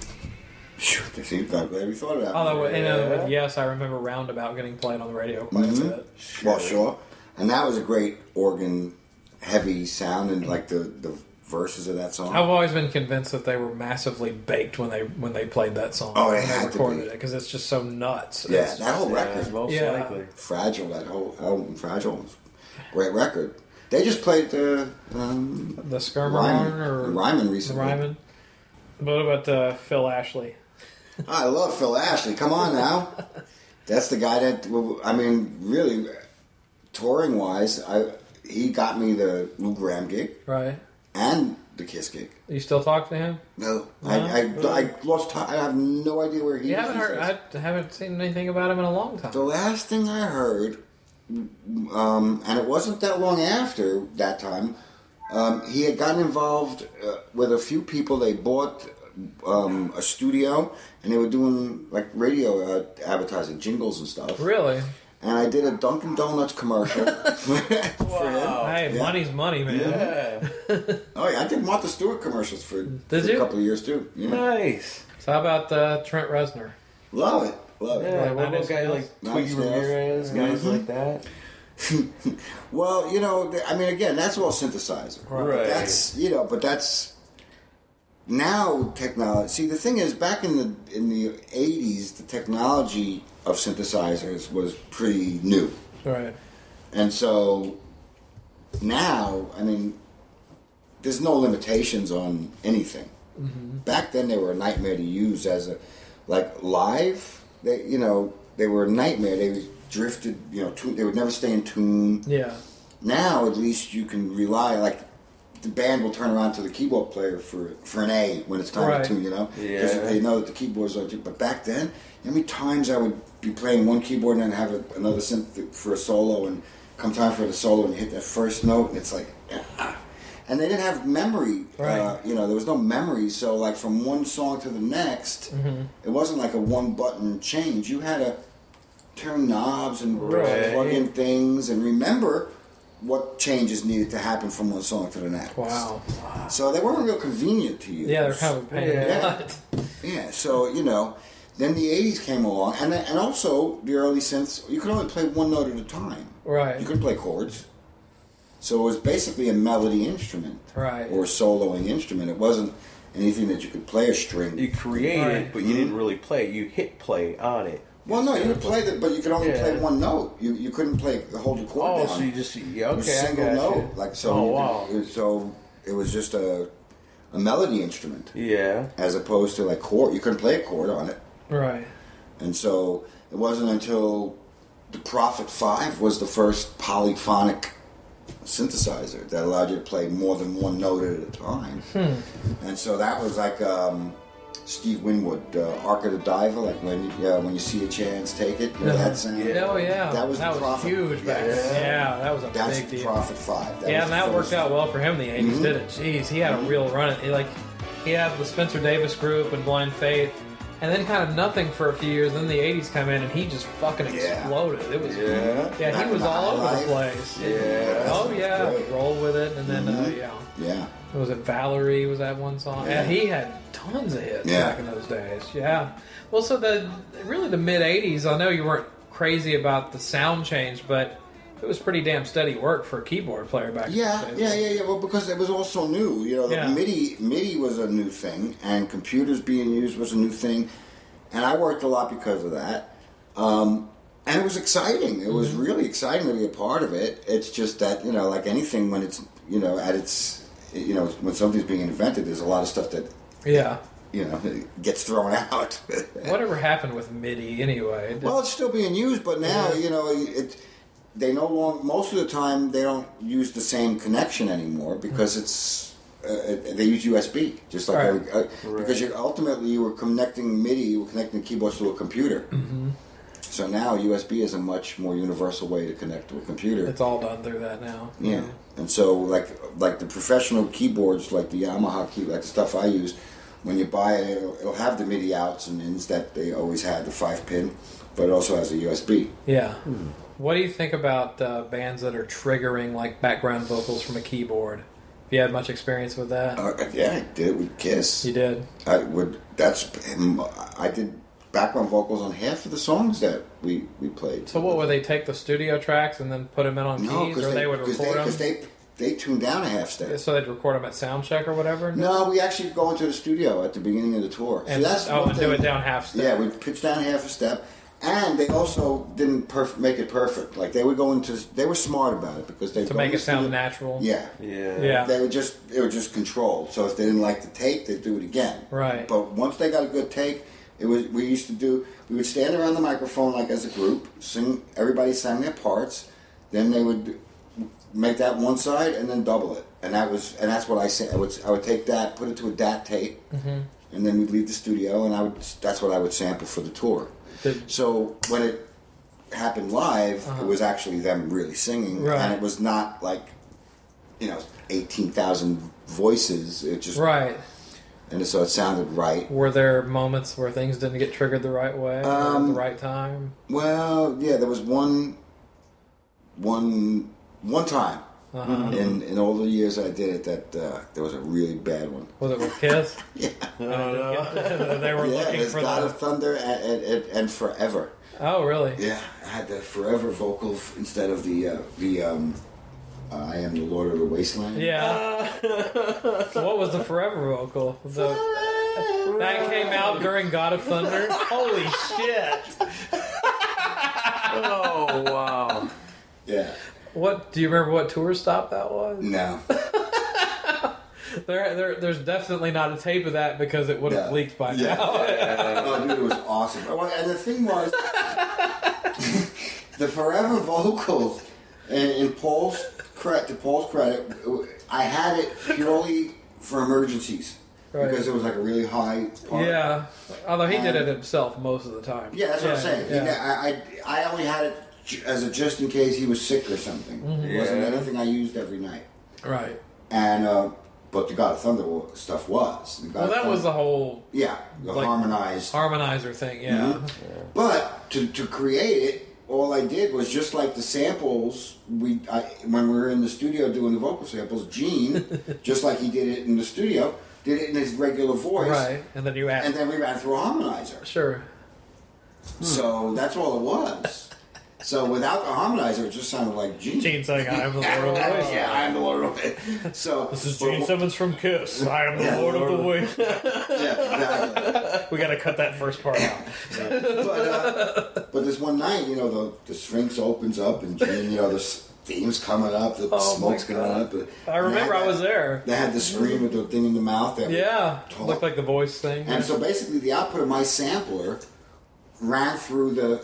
D: Phew, see, I'm glad we thought of that.
C: Although, you know,
B: Yeah.
C: with yes, I remember Roundabout getting played on the radio
D: Mm-hmm.
C: quite a bit.
D: Well, sure. And that was a great organ heavy sound and like the, the verses of that song.
C: I've always been convinced that they were massively baked when they when they played that song.
D: Oh, they
C: when
D: had to
C: recorded
D: be.
C: it because it's just so nuts.
D: yeah,
C: It's-
D: that whole
B: Yeah,
D: record.
B: most
C: Yeah.
B: likely.
D: Fragile, that whole album, Fragile. was a Great record. They just played the um,
C: the
D: Ryman,
C: Skirmer or
D: Ryman recently.
C: Ryman. What about uh, Phil Ashley?
D: I love Phil Ashley. Come on now, that's the guy that well, I mean, really, touring wise, I he got me the Lou Graham gig
C: Right.
D: and the Kiss gig.
C: You still talk to him?
D: No, I, I, I lost. ti- I have no idea where he.
C: You
D: is
C: haven't
D: these
C: heard.
D: days.
C: I haven't seen anything about him in a long time.
D: The last thing I heard, um, and it wasn't that long after that time, um, he had gotten involved uh, with a few people. They bought um, a studio, and they were doing like radio uh, advertising, jingles and stuff.
C: Really?
D: And I did a Dunkin' Donuts commercial.
B: Wow.
C: hey,
D: Oh, yeah.
C: money's money, man.
B: Yeah.
D: oh yeah, I did Martha Stewart commercials for, for
C: you?
D: a couple of years too. Yeah.
B: Nice.
C: So how about uh, Trent Reznor?
D: Love it, love it.
B: Yeah,
C: Like
B: what about
C: Niners
B: guys
C: Nails?
B: like Twiggy Ramirez,
D: Niners Nails.
B: guys
D: Mm-hmm.
B: like that?
D: Well, you know, th- I mean, again, that's all synthesizer.
B: Right.
D: That's you know, but that's now technology. See, the thing is, back in the in the eighties, the technology of synthesizers was pretty new,
C: Right.
D: and so now, I mean, there's no limitations on anything.
B: Mm-hmm.
D: Back then, they were a nightmare to use as a like live. They, you know, they were a nightmare. They drifted, you know, tu- they would never stay in tune
C: Yeah.
D: now at least you can rely like the band will turn around to the keyboard player for for an A when it's time
C: Right.
D: to tune, you know,
B: Yeah.
D: they know that the keyboards are. But back then, how many times I would be playing one keyboard and then have a, another synth for a solo, and come time for the solo and you hit that first note, and it's like, ah. and they didn't have memory, uh,
C: Right.
D: you know, there was no memory. So like from one song to the next,
C: Mm-hmm.
D: it wasn't like a one button change. You had to turn knobs and
B: Right.
D: plug in things and remember what changes needed to happen from one song to the next.
C: Wow.
D: So they weren't real convenient to you.
C: Yeah, they're kind of a pain. in the
B: Yeah.
C: butt.
D: Yeah, so you know, then the '80s came along, and and also the early synths. You could only play one note at a time.
C: Right.
D: You could play chords. So it was basically a melody instrument,
C: Right.
D: Or a soloing instrument. It wasn't anything that you could play a string.
B: You create
C: Right.
B: it, but you didn't really play. it. You hit play on it.
D: well, no, you could play the, but you could only
B: Yeah.
D: play one note. You you couldn't play hold the chord
B: Oh,
D: down.
B: so you just yeah,
D: It was
B: okay,
D: a
B: I
D: single
B: got
D: note,
B: you.
D: like so.
B: Oh
D: you
B: wow,
D: could- so it was just a a melody instrument,
B: yeah,
D: as opposed to like chord. You couldn't play a chord on it.
C: Right.
D: And so it wasn't until the Prophet 5 was the first polyphonic synthesizer that allowed you to play more than one note at a time.
C: Hmm.
D: And so that was like um, Steve Winwood, uh, Arc of the Diver, like when you, uh, when you see a chance, take it. You know that sound?
B: Yeah.
C: Oh yeah.
D: That was the Prophet.
C: huge back
D: Yes.
C: then. Yeah, that was a
D: That's
C: big
D: the
C: deal.
D: Prophet 5.
C: yeah,
D: was
C: and
D: the
C: that worked
D: first-
C: out well for him in the 80s,
D: Mhm.
C: did it? Jeez, he had a real run at it. Like, he had the Spencer Davis group and Blind Faith, and then kind of nothing for a few years. Then the 80s come in, and he just fucking
D: Yeah.
C: exploded. It was.
B: yeah,
C: Yeah,
D: Back
C: he
D: in
C: was
D: the
C: all over
D: highlife.
C: the place.
B: yeah.
C: Oh
D: That's
C: yeah,
D: great.
C: roll with it, and then uh,
D: Mhm.
C: yeah,
D: Yeah.
C: What was it Valerie? Was that one song? Yeah,
D: Yeah.
C: he had tons of hits
D: Yeah.
C: back in those days. Yeah. Well, so the really the mid '80s. I know you weren't crazy about the sound change, but it was pretty damn steady work for a keyboard player back.
D: Yeah,
C: in those days.
D: yeah, yeah, yeah. Well, because it was also new. You know, the
C: Yeah.
D: MIDI MIDI was a new thing, and computers being used was a new thing, and I worked a lot because of that. Um, and it was exciting. It was really exciting to be a part of it. It's just that you know, like anything, when it's you know at its you know when something's being invented, there's a lot of stuff that
C: yeah.
D: you know gets thrown out.
C: Whatever happened with MIDI anyway? It did-
D: Well, it's still being used, but now
C: Yeah.
D: you know it. They no longer most of the time they don't use the same connection anymore because it's uh, they use USB just like
C: Hmm. Right.
D: every, uh, because you ultimately you were connecting MIDI, you were connecting the keyboards to a computer.
C: Mm-hmm.
D: So now USB is a much more universal way to connect to a computer.
C: it's all done through that now.
D: Yeah. And so like like the professional keyboards like the Yamaha key like the stuff I use, when you buy it it'll, it'll have the MIDI outs and ins that they always had, the five pin, but it also has a USB.
C: Yeah.
D: Hmm.
C: What do you think about uh, bands that are triggering like background vocals from a keyboard? Have you had much experience with that?
D: Uh, yeah, I did it with Kiss.
C: you did.
D: I would that's I did background vocals on half of the songs that we, we played.
C: So what would they take the studio tracks and then put them in on
D: No,
C: keys, or
D: because
C: they,
D: they,
C: would
D: cause
C: record
D: they,
C: them?
D: 'cause they they tuned down a half step.
C: so they'd record them at sound check or whatever.
D: No, we actually go into the studio at the beginning of the tour.
C: and
D: so that's
C: oh,
D: one
C: and
D: thing-
C: do it down half step.
D: Yeah, we pitched down half a step, and they also didn't perf- make it perfect. Like they were going to, they were smart about it because they
C: to make it sound natural.
D: Yeah,
B: Yeah.
C: Yeah.
D: they were just it was just controlled. So if they didn't like the take, they'd do it again.
C: Right.
D: But once they got a good take, it was we used to do. We would stand around the microphone like as a group, sing. Everybody sang their parts. Then they would make that one side and then double it, and that was and that's what I said. I would I would take that, put it to a DAT tape,
C: Mm-hmm.
D: and then we'd leave the studio, and I would that's what I would sample for the tour.
C: Did-
D: So when it happened live, it was actually them really singing,
C: Uh-huh. Right.
D: and it was not like you know eighteen thousand voices. It just
C: Right.
D: and so it sounded right.
C: Were there moments where things didn't get triggered the right way or at
D: Um,
C: the right time?
D: Well, yeah, there was one, one, one time
C: Uh-huh.
D: in in all the years I did it that uh, there was a really bad one.
C: Was it with Kiss?
D: Yeah,
C: they were
D: yeah,
C: looking
D: it's
C: for
D: God
C: the.
D: of Thunder and, and, and forever.
C: Oh, really?
D: Yeah, I had the forever vocal f- instead of the uh, the um, uh, I am the Lord of the Wasteland.
C: Yeah. what was the Forever vocal? The, that came out during God of Thunder. Holy shit!
B: Oh wow.
D: yeah.
C: What do you remember? What tour stop that was?
D: No.
C: There, there, there's definitely not a tape of that because it would have
D: Yeah.
C: leaked by
D: Yeah.
C: now.
D: oh, dude, it was awesome. I want- And the thing was, the forever vocals, and in Paul's credit, to Paul's credit, I had it purely for emergencies
C: Right.
D: because it was like a really high part.
C: Yeah, although he did it himself most of the time.
D: Yeah, that's what I'm saying. He- I, I, I only had it ju- as a just in case he was sick or something.
C: Mm-hmm.
D: It wasn't
B: Yeah.
D: anything I used every night.
C: Right.
D: And uh, but the God of Thunder wa- stuff was. The God
C: Well,
D: of
C: that
D: Thunder-
C: was the whole
D: yeah, the
C: like-
D: harmonized.
C: harmonizer thing. Yeah.
D: Mm-hmm. But to, to create it, all I did was just like the samples we I, when we were in the studio doing the vocal samples. Gene, just like he did it in the studio, did it in his regular voice,
C: Right, and then you add.
D: and then we ran through a harmonizer.
C: sure. Hmm.
D: So that's all it was. so without the harmonizer, it just sounded like Gene.
C: Gene saying, "I'm the
D: yeah,
C: Lord of the Waves."
D: I'm the Lord of the So
C: This is
D: but-
C: Gene Simmons from Kiss. I am the
D: Yeah,
C: Lord of the Waves.
D: Yeah, exactly.
C: We got to cut that first part out.
D: but, uh, but this one night, you know, the, the Sphinx opens up and Gene, you know, the steam's coming up, the
C: Oh,
D: smoke's
C: my
D: coming up. and-
C: I remember
D: and
C: I was
D: they had
C: there.
D: that- They had the screen with the thing in the mouth. That
C: Yeah,
D: Talk.
C: looked like the voice thing.
D: And so basically, the output of my sampler ran through the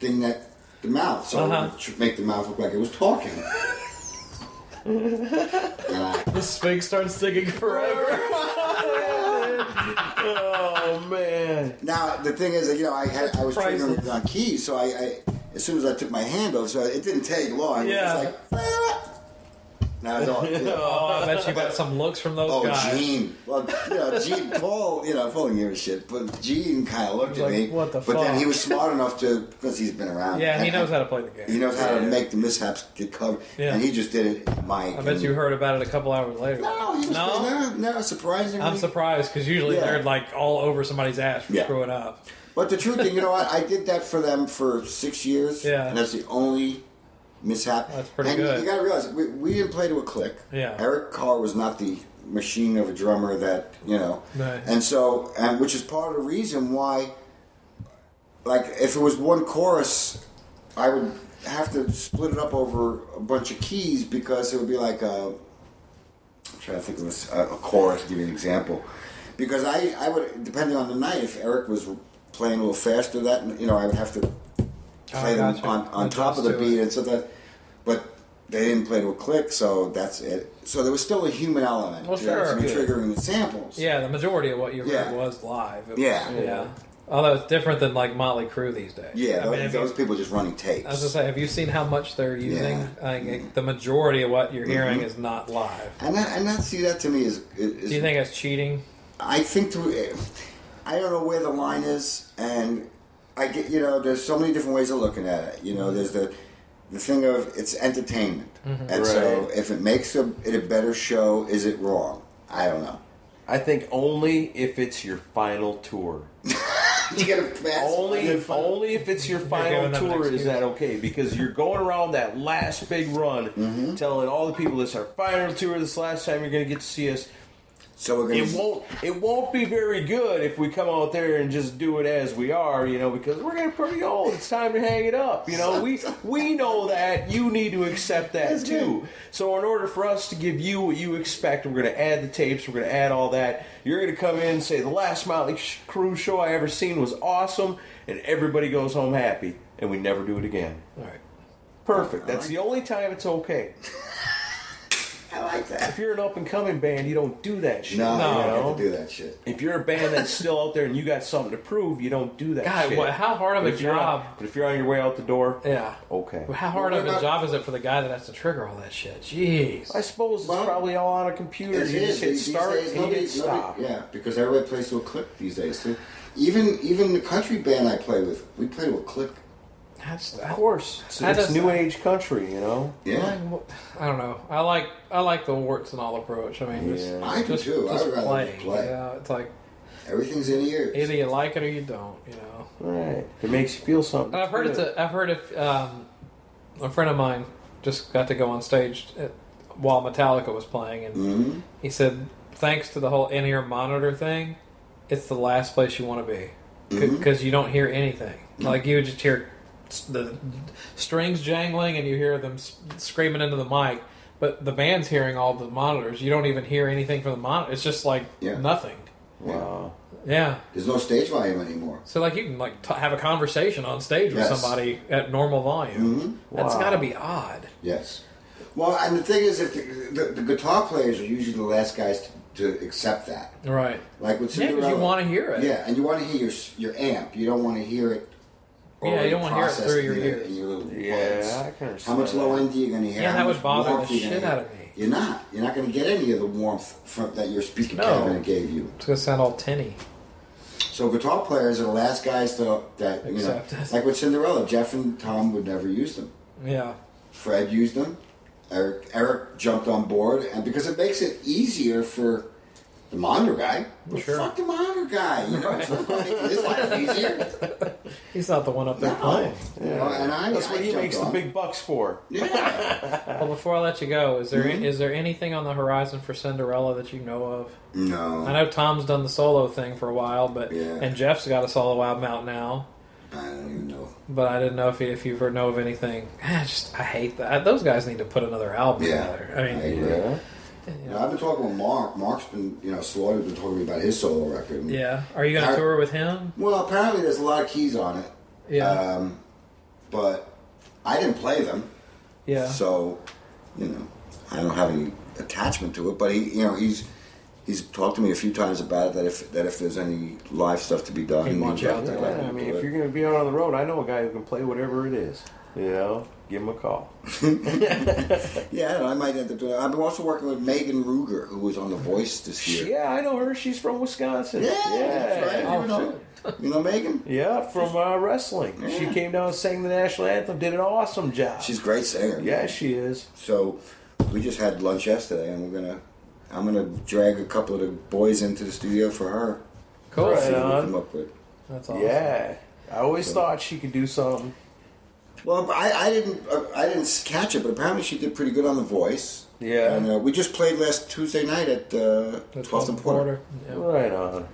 D: thing that the mouth, so
C: Uh-huh.
D: it should make the mouth look like it was talking. and I,
C: The Sphinx starts singing forever.
B: Oh man.
D: Now the thing is, that, you know, I had I was
C: Priceless.
D: training on keys, so I, I as soon as I took my hand off, so it didn't take long.
C: Yeah.
D: It was like, "Ah." now it's all. You know,
C: oh, I bet you got some looks from those
D: oh,
C: guys.
D: Gene. Well, you know, Gene Paul. You know, Paul didn't give a shit, but Gene kind of looked at
C: Like,
D: me.
C: what the
D: But then
C: fuck?
D: he was smart enough to, because he's been around.
C: Yeah, he knows how to play the game.
D: He knows how to make the mishaps get covered,
C: Yeah.
D: and he just did it, in Mike.
C: I bet you heard about it a couple hours later.
D: No, he was
C: no.
D: no, no, surprisingly.
C: I'm surprised because usually
D: Yeah.
C: they're like all over somebody's ass for
D: Yeah.
C: screwing up.
D: But the truth is, you know what? I did that for them for six years.
C: Yeah.
D: And that's the only mishap.
C: That's pretty
D: and
C: good.
D: you gotta realize, we, we didn't play to a click.
C: Yeah.
D: Eric Carr was not the machine of a drummer that, you know.
C: Right.
D: And so, and which is part of the reason why, like, if it was one chorus, I would have to split it up over a bunch of keys because it would be like a. I'm trying to think of a, a chorus to give you an example. Because I, I would, depending on the night, if Eric was playing a little faster, that you know, I would have to play them
C: Oh, gotcha.
D: on, on top
C: Adjust
D: of the
C: to
D: beat,
C: it.
D: and so that. But they didn't play to a click, so that's it. So there was still a human element
C: Well,
D: to it, to
C: sure.
D: be
C: Yeah.
D: triggering the samples.
C: Yeah, the majority of what you heard
D: Yeah.
C: was live. It was-
D: Yeah.
C: yeah. Although it's different than like Motley Crue these days.
D: Yeah,
C: I
D: those,
C: mean, if you-
D: those people just running tapes.
C: I was just say, have you seen how much they're using?
D: Yeah. Mm-hmm.
C: I think the majority of what you're hearing is not live.
D: and that, and that, see, that to me is. is
C: Do you think that's cheating?
D: I think to, eh, I don't know where the line is, and I get you know there's so many different ways of looking at it. You know, there's the the thing of it's entertainment,
C: Mm-hmm.
D: and so
B: Right.
D: if it makes a, it a better show, is it wrong? I don't know.
B: I think only if it's your final tour.
D: You get a pass.
B: Only if, only if it's your final
C: giving them an
B: tour is
C: excuse.
B: that okay because you're going around that last big run telling all the people this is our final tour this is the last time you're going to get to see us
D: so we're
B: it
D: gonna.
B: won't it won't be very good if we come out there and just do it as we are, you know, because we're getting pretty old. It's time to hang it up. You know, we we know that. You need to accept that too. So in order for us to give you what you expect, we're gonna add the tapes, we're gonna add all that. You're gonna come in and say the last Motley Crew show I ever seen was awesome, and everybody goes home happy, and we never do it again.
C: All right.
B: Perfect. That's the only time it's okay.
D: I like
B: If
D: that.
B: you're an up and coming band, you don't do that shit.
D: No,
B: you
D: you don't
B: know?
D: have to do that shit.
B: If you're a band that's still out there and you got something to prove, you don't do that.
C: God,
B: shit.
C: what, how hard of
B: But
C: a
B: if you're on-
C: job?
B: but if you're on your way out the door,
C: Yeah.
B: okay.
C: How hard
D: Well,
C: of
D: we're
C: a
D: not-
C: job is it for the guy that has to trigger all that shit? Jeez.
B: I suppose it's
D: Well,
B: probably all on a computer.
D: It
B: You
D: is.
B: just hit
D: These
B: start
D: days,
B: and
D: nobody-
B: hit stop.
D: nobody- yeah, because everybody plays to a click these days. too. even even the country band I play with, we play to a click.
C: That's,
B: Of course, it's,
C: That
B: it's
C: does-
B: new age country, you know.
D: Yeah,
C: I don't know. I like I like the warts and all approach. I mean, just,
B: Yeah.
D: I do
C: just,
D: too. I
C: just
D: would rather
C: play.
D: just play.
C: Yeah, it's like
D: Everything's in ears.
C: either you like it or you don't. You know.
B: All right, if it makes you feel something.
C: And Uh, I've heard it's
B: good.
C: a, I've heard if um, a friend of mine just got to go on stage at, while Metallica was playing, and he said, thanks to the whole in-ear monitor thing, it's the last place you want to be because you don't hear anything. Like you just hear s- the strings jangling, and you hear them s- screaming into the mic. But the band's hearing all the monitors. You don't even hear anything from the monitor. It's just like
D: Yeah.
C: nothing.
B: wow.
C: Yeah.
D: There's no stage volume anymore.
C: So like you can like t- have a conversation on stage with
D: Yes. Mm-hmm.
C: somebody at normal volume. That's
B: Wow.
C: got to be odd.
D: Yes. Well, and the thing is, if the, the, the guitar players are usually the last guys to, to accept that,
C: Right.
D: like with
C: Yeah, 'cause you
D: Cinderella,
C: wanna hear it.
D: Yeah, and you want to hear your s- your amp. You don't want to hear it.
C: Yeah, you
D: already
C: don't wanna hear it
D: processed
C: through your
D: in
C: ears.
D: In your little
B: Yeah,
D: parts.
B: I can
D: How
B: understand
D: much low
B: that.
D: end do you going to hear?
C: Yeah,
D: How
C: that
D: much
C: would bother
D: warmth
C: the
D: you gonna
C: shit
D: hear?
C: out of me.
D: You're not. You're not going to get any of the warmth from, that your speaker
C: No.
D: cabinet gave you.
C: It's gonna sound all tinny.
D: So guitar players are the last guys to that you know,
C: Accept it.
D: like with Cinderella. Jeff and Tom would never use them.
C: Yeah.
D: Fred used them. Eric Eric jumped on board, and because it makes it easier for the monitor guy. Well,
C: Sure.
D: Fuck the monitor guy. You know, it's not making his life easier.
C: He's not the one up there
D: No.
C: playing.
D: You know, and I,
B: That's what
D: I
B: he
D: jumped
B: makes
D: on.
B: the big bucks for.
D: Yeah.
C: Well, before I let you go, is there
D: Mm-hmm.
C: is there anything on the horizon for Cinderella that you know of?
D: No.
C: I know Tom's done the solo thing for a while, but
D: Yeah.
C: and Jeff's got a solo album out now.
D: I don't even know.
C: But I didn't know if you, if you ever know of anything. I just I hate that. Those guys need to put another album
D: Yeah.
C: together. I mean,
D: agree. You know, I've been talking with Mark. Mark's been, you know, Slaughter's been talking to me about his solo record.
C: yeah. Are you gonna
D: I-
C: tour with him?
D: Well, apparently there's a lot of keys on it,
C: Yeah.
D: um, but I didn't play them,
C: yeah.
D: so you know I don't have any attachment to it. But he, you know, he's he's talked to me a few times about it that if that if there's any live stuff to be done,
C: He'd want you out there.
D: let me
B: I mean,
D: do
B: if
D: it.
B: you're going to be out on the road, I know a guy who can play whatever it is. You know, give him a call.
D: yeah, I, don't know, I might end up doing. It. I've been also working with Megan Ruger, who was on The Voice this year.
B: Yeah, I know her. She's from Wisconsin.
D: Yeah, that's right.
B: Yeah. Oh,
D: you, know, you know Megan.
B: Yeah, from uh, wrestling. She
D: Yeah.
B: came down, sang the national anthem, did an awesome job.
D: She's a great singer.
B: yeah, she is.
D: So we just had lunch yesterday, and we're gonna. I'm gonna drag a couple of the boys into the studio for her.
C: cool.
B: Right
D: See what we
B: on.
D: come up with.
C: That's awesome.
B: Yeah, I always thought she could do something.
D: Well, I, I didn't uh, I didn't catch it, but apparently she did pretty good on The Voice.
B: Yeah.
D: And uh, we just played last Tuesday night at uh,
C: The
D: 12th and Porter.
C: Yeah.
B: Right on.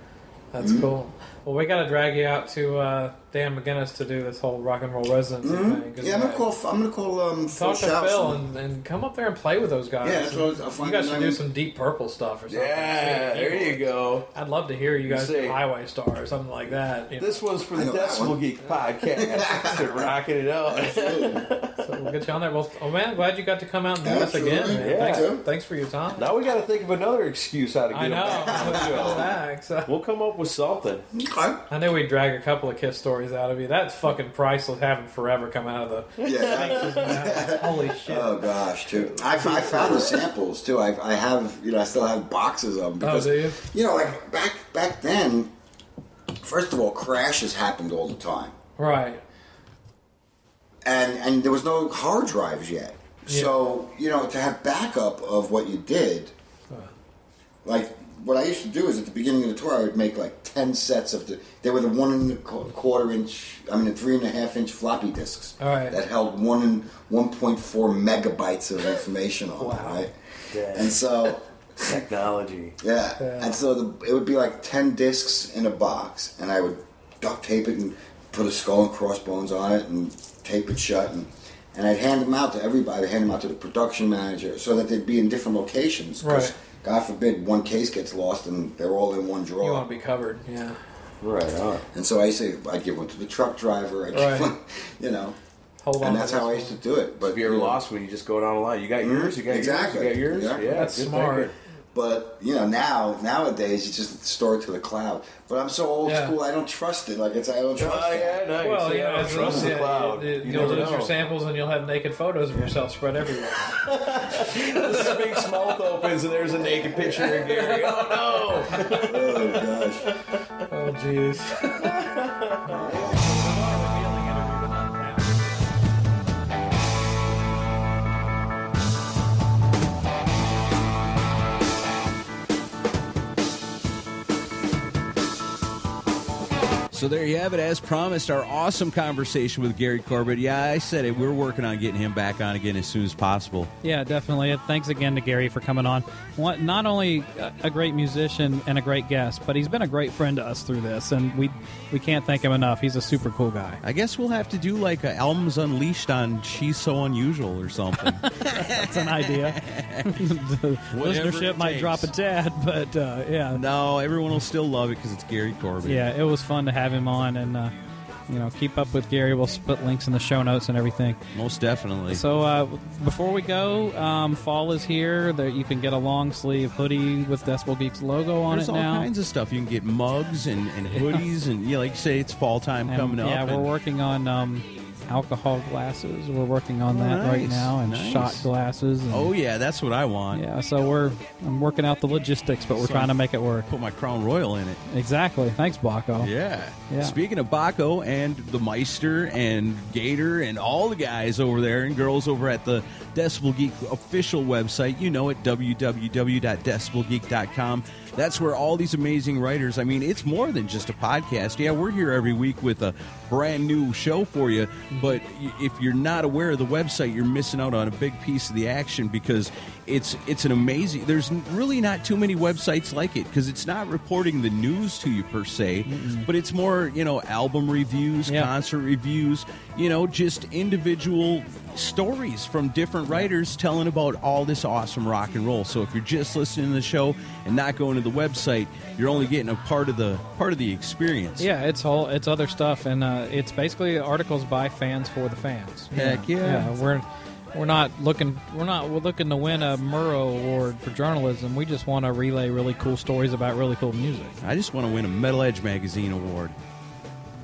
C: That's cool. Well, we got to drag you out to uh, Dan McGinnis to do this whole rock and roll residency thing. 'cause,
D: Mm-hmm. Yeah, I'm gonna
C: uh,
D: call. I'm gonna call um, Phil
C: Talk to
D: Schaus
C: Phil and, and come up there and play with those guys.
D: Yeah, that's what I was- I'll find
C: you guys
D: the
C: should
D: name.
C: do some Deep Purple stuff or something.
B: Yeah,
C: See,
B: there you go.
C: I'd love to hear you guys
B: see.
C: do Highway Star or something like that. you know.
B: This one's for
D: I
B: the
D: know that
B: Decibel
D: one.
B: Geek podcast. They're rocking it out.
C: So we'll get you on there. Well, oh man, glad you got to come out and do this
D: Absolutely.
C: again. Man.
B: Yeah.
C: Thanks, thanks for your time.
B: Now we got to think of another excuse how to get
C: I know.
B: them back on the
C: Go
B: show.
C: back, so-
B: We'll come up with something.
D: Okay.
C: I knew we'd drag a couple of kiss stories out of you. That's fucking priceless having forever come out of the.
D: Yeah.
C: Holy shit.
D: Oh gosh, too. I, I found the samples too. I, I have, you know, I still have boxes of them because
C: Oh, do you?
D: know, like back back then. First of all, crashes happened all the time,
C: Right.
D: and and there was no hard drives yet.
C: Yeah.
D: So you know, to have backup of what you did,
C: Uh-huh.
D: like what I used to do is at the beginning of the tour, I would make like ten sets of the. They were the one and a qu- quarter inch, I mean, the three and a half inch floppy disks
C: All right.
D: that held one and one point four megabytes of information on them,
C: Wow.
D: right?
B: Yeah.
D: And so.
B: Technology.
D: Yeah.
C: Yeah.
D: And so the, it would be like 10 discs in a box, and I would duct tape it and put a skull and crossbones on it and tape it shut. And, and I'd hand them out to everybody, I'd hand them out to the production manager so that they'd be in different locations. 'cause
C: Right.
D: God forbid one case gets lost and they're all in one
C: You
D: drawer.
C: want to be covered. Yeah.
B: Right on.
D: and so I used to, I'd give one to the truck driver, I'd
C: Right.
D: give one, you know.
C: Hold on.
D: And
C: to
D: that's
C: this
D: how I
C: one.
D: used to do it. But
B: If you're
D: you know,
B: lost when you just go down a line, you got yours, you got yours,
D: Exactly.
B: you got yours.
D: Exactly.
B: Yeah,
C: That's
B: good
C: smart.
B: thinking.
D: But you know now nowadays you just store it to the cloud. But I'm so old
C: Yeah.
D: school I don't trust it. Like it's I don't trust
B: Oh
D: it.
B: yeah, nice.
C: Well,
B: yeah,
C: you know,
B: I
C: as
B: trust
C: yeah,
B: the cloud.
C: You,
B: You
C: will
B: never
C: lose your
B: know.
C: samples and you'll have naked photos of yourself spread everywhere.
B: The sphinx mouth opens and there's a naked picture of Gary. Oh no!
D: Oh gosh.
C: oh, jeez.
F: So there you have it. As promised, our awesome conversation with Gary Corbett. Yeah, I said it. We're working on getting him back on again as soon as possible.
E: Yeah, definitely. And Thanks again to Gary for coming on. One- Not only a- a great musician and a great guest, but he's been a great friend to us through this, and we we can't thank him enough. He's a super cool guy.
F: I guess we'll have to do like a albums unleashed on "She's So Unusual" or something.
E: That's an idea. the
F: Whatever
E: listenership
F: it
E: might drop a
F: takes.
E: tad, but uh, yeah,
F: no, everyone will still love it because it's Gary Corbett.
E: yeah, it was fun to have him on, and uh,
C: you know, keep up with Gary. We'll split links in the show notes and everything.
F: Most definitely.
C: So uh, before we go, um, fall is here. There you can get a long sleeve hoodie with Decibel Geeks logo on
F: There's
C: it
F: all
C: now.
F: kinds of stuff. You can get mugs and, and hoodies, and yeah, like you say, it's fall time
C: And,
F: coming up.
C: yeah, we're
F: and-
C: working on um, alcohol glasses. We're working on
F: Oh,
C: that right
F: nice,
C: now, and
F: nice.
C: shot glasses. And,
F: Oh yeah, that's what I want.
C: yeah. So we're I'm working out the logistics, but we're
F: So-
C: trying to make it work.
F: Put my Crown Royal in it.
C: Exactly. Thanks, Baco.
F: Yeah.
C: Yeah.
F: Speaking of Baco and the Meister and Gator and all the guys over there and girls over at the Decibel Geek official website, you know it, www.decibelgeek.com. That's where all these amazing writers, I mean, it's more than just a podcast. Yeah, we're here every week with a brand new show for you, but y- if you're not aware of the website, you're missing out on a big piece of the action because it's it's an amazing there's n- really not too many websites like it because it's not reporting the news to you per se but it's more you know album reviews
C: Yeah.
F: concert reviews you know just individual stories from different writers telling about all this awesome rock and roll so if you're just listening to the show and not going to the website you're only getting a part of the part of the experience
C: Yeah, it's whole, it's other stuff, and uh, it's basically articles by fans for the fans.
F: Heck yeah.
C: we're we're not looking we're not we're looking to win a Murrow Award for journalism. We just want to relay really cool stories about really cool music.
F: i just want to win a metal edge magazine award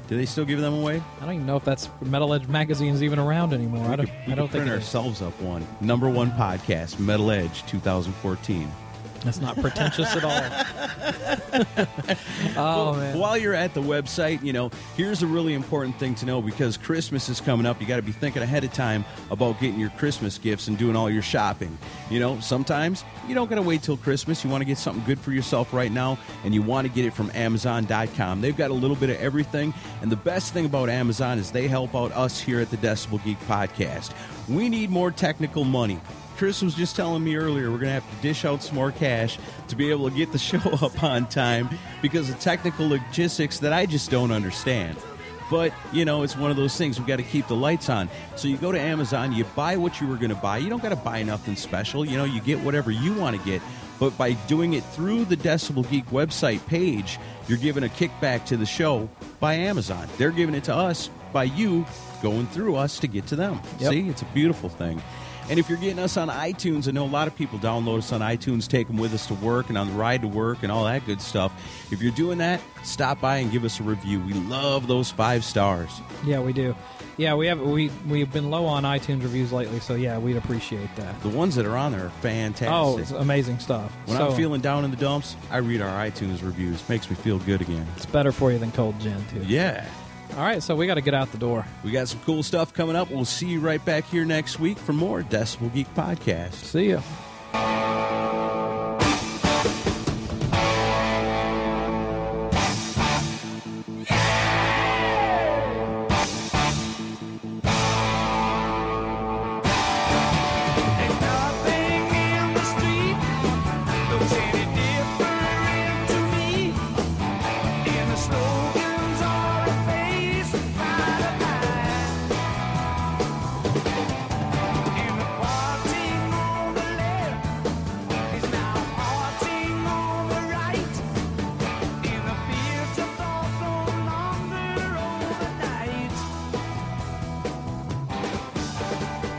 F: do they still give them away
C: I don't even know if that's Metal Edge magazine's even around anymore. I don't
F: We
C: I
F: could
C: don't think
F: print
C: it is.
F: ourselves up one. Number one podcast, Metal Edge 2014.
C: that's not pretentious at all. oh man.
F: While you're at the website, you know, here's a really important thing to know because Christmas is coming up. You got to be thinking ahead of time about getting your Christmas gifts and doing all your shopping. You know, sometimes you don't got to wait till Christmas. You want to get something good for yourself right now, and you want to get it from Amazon.com. They've got a little bit of everything, and the best thing about Amazon is they help out us here at the Decibel Geek Podcast. We need more technical money. Chris was just telling me earlier we're going to have to dish out some more cash to be able to get the show up on time because of technical logistics that I just don't understand. But, you know, it's one of those things. We've got to keep the lights on. So you go to Amazon, you buy what you were going to buy. You don't got to buy nothing special. You know, you get whatever you want to get. But by doing it through the Decibel Geek website page, you're giving a kickback to the show by Amazon. They're giving it to us by you going through us to get to them.
C: Yep.
F: See, it's a beautiful thing. And if you're getting us on iTunes, I know a lot of people download us on iTunes, take them with us to work and on the ride to work and all that good stuff. If you're doing that, stop by and give us a review. We love those five stars.
C: Yeah, we do. Yeah, we have we we've been low on iTunes reviews lately, so yeah, we'd appreciate that.
F: The ones that are on there are fantastic.
C: Oh, it's amazing stuff.
F: when
C: so,
F: I'm feeling down in the dumps, I read our iTunes reviews. Makes me feel good again.
C: it's better for you than cold gin too.
F: Yeah.
C: All right, so we got to get out the door.
F: We got some cool stuff coming up. We'll see you right back here next week for more Decibel Geek Podcast.
C: See ya.
G: Nothing in the street looks any different to me. In the slogans or the face by the line. In the parting on the left is now parting on the right. In the fields of thought no longer overnight.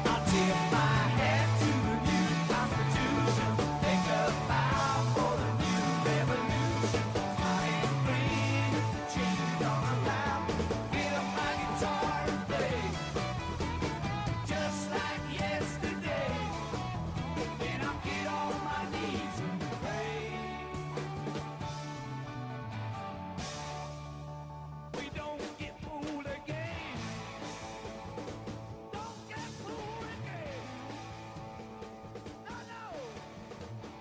G: I tip my hat to the new constitution. Take a bow for the new revolution. Flying free, change all around. Get up my guitar and play, just like yesterday. Then I'll get on my knees and pray. We don't get fooled again. Don't get fooled again. No, no.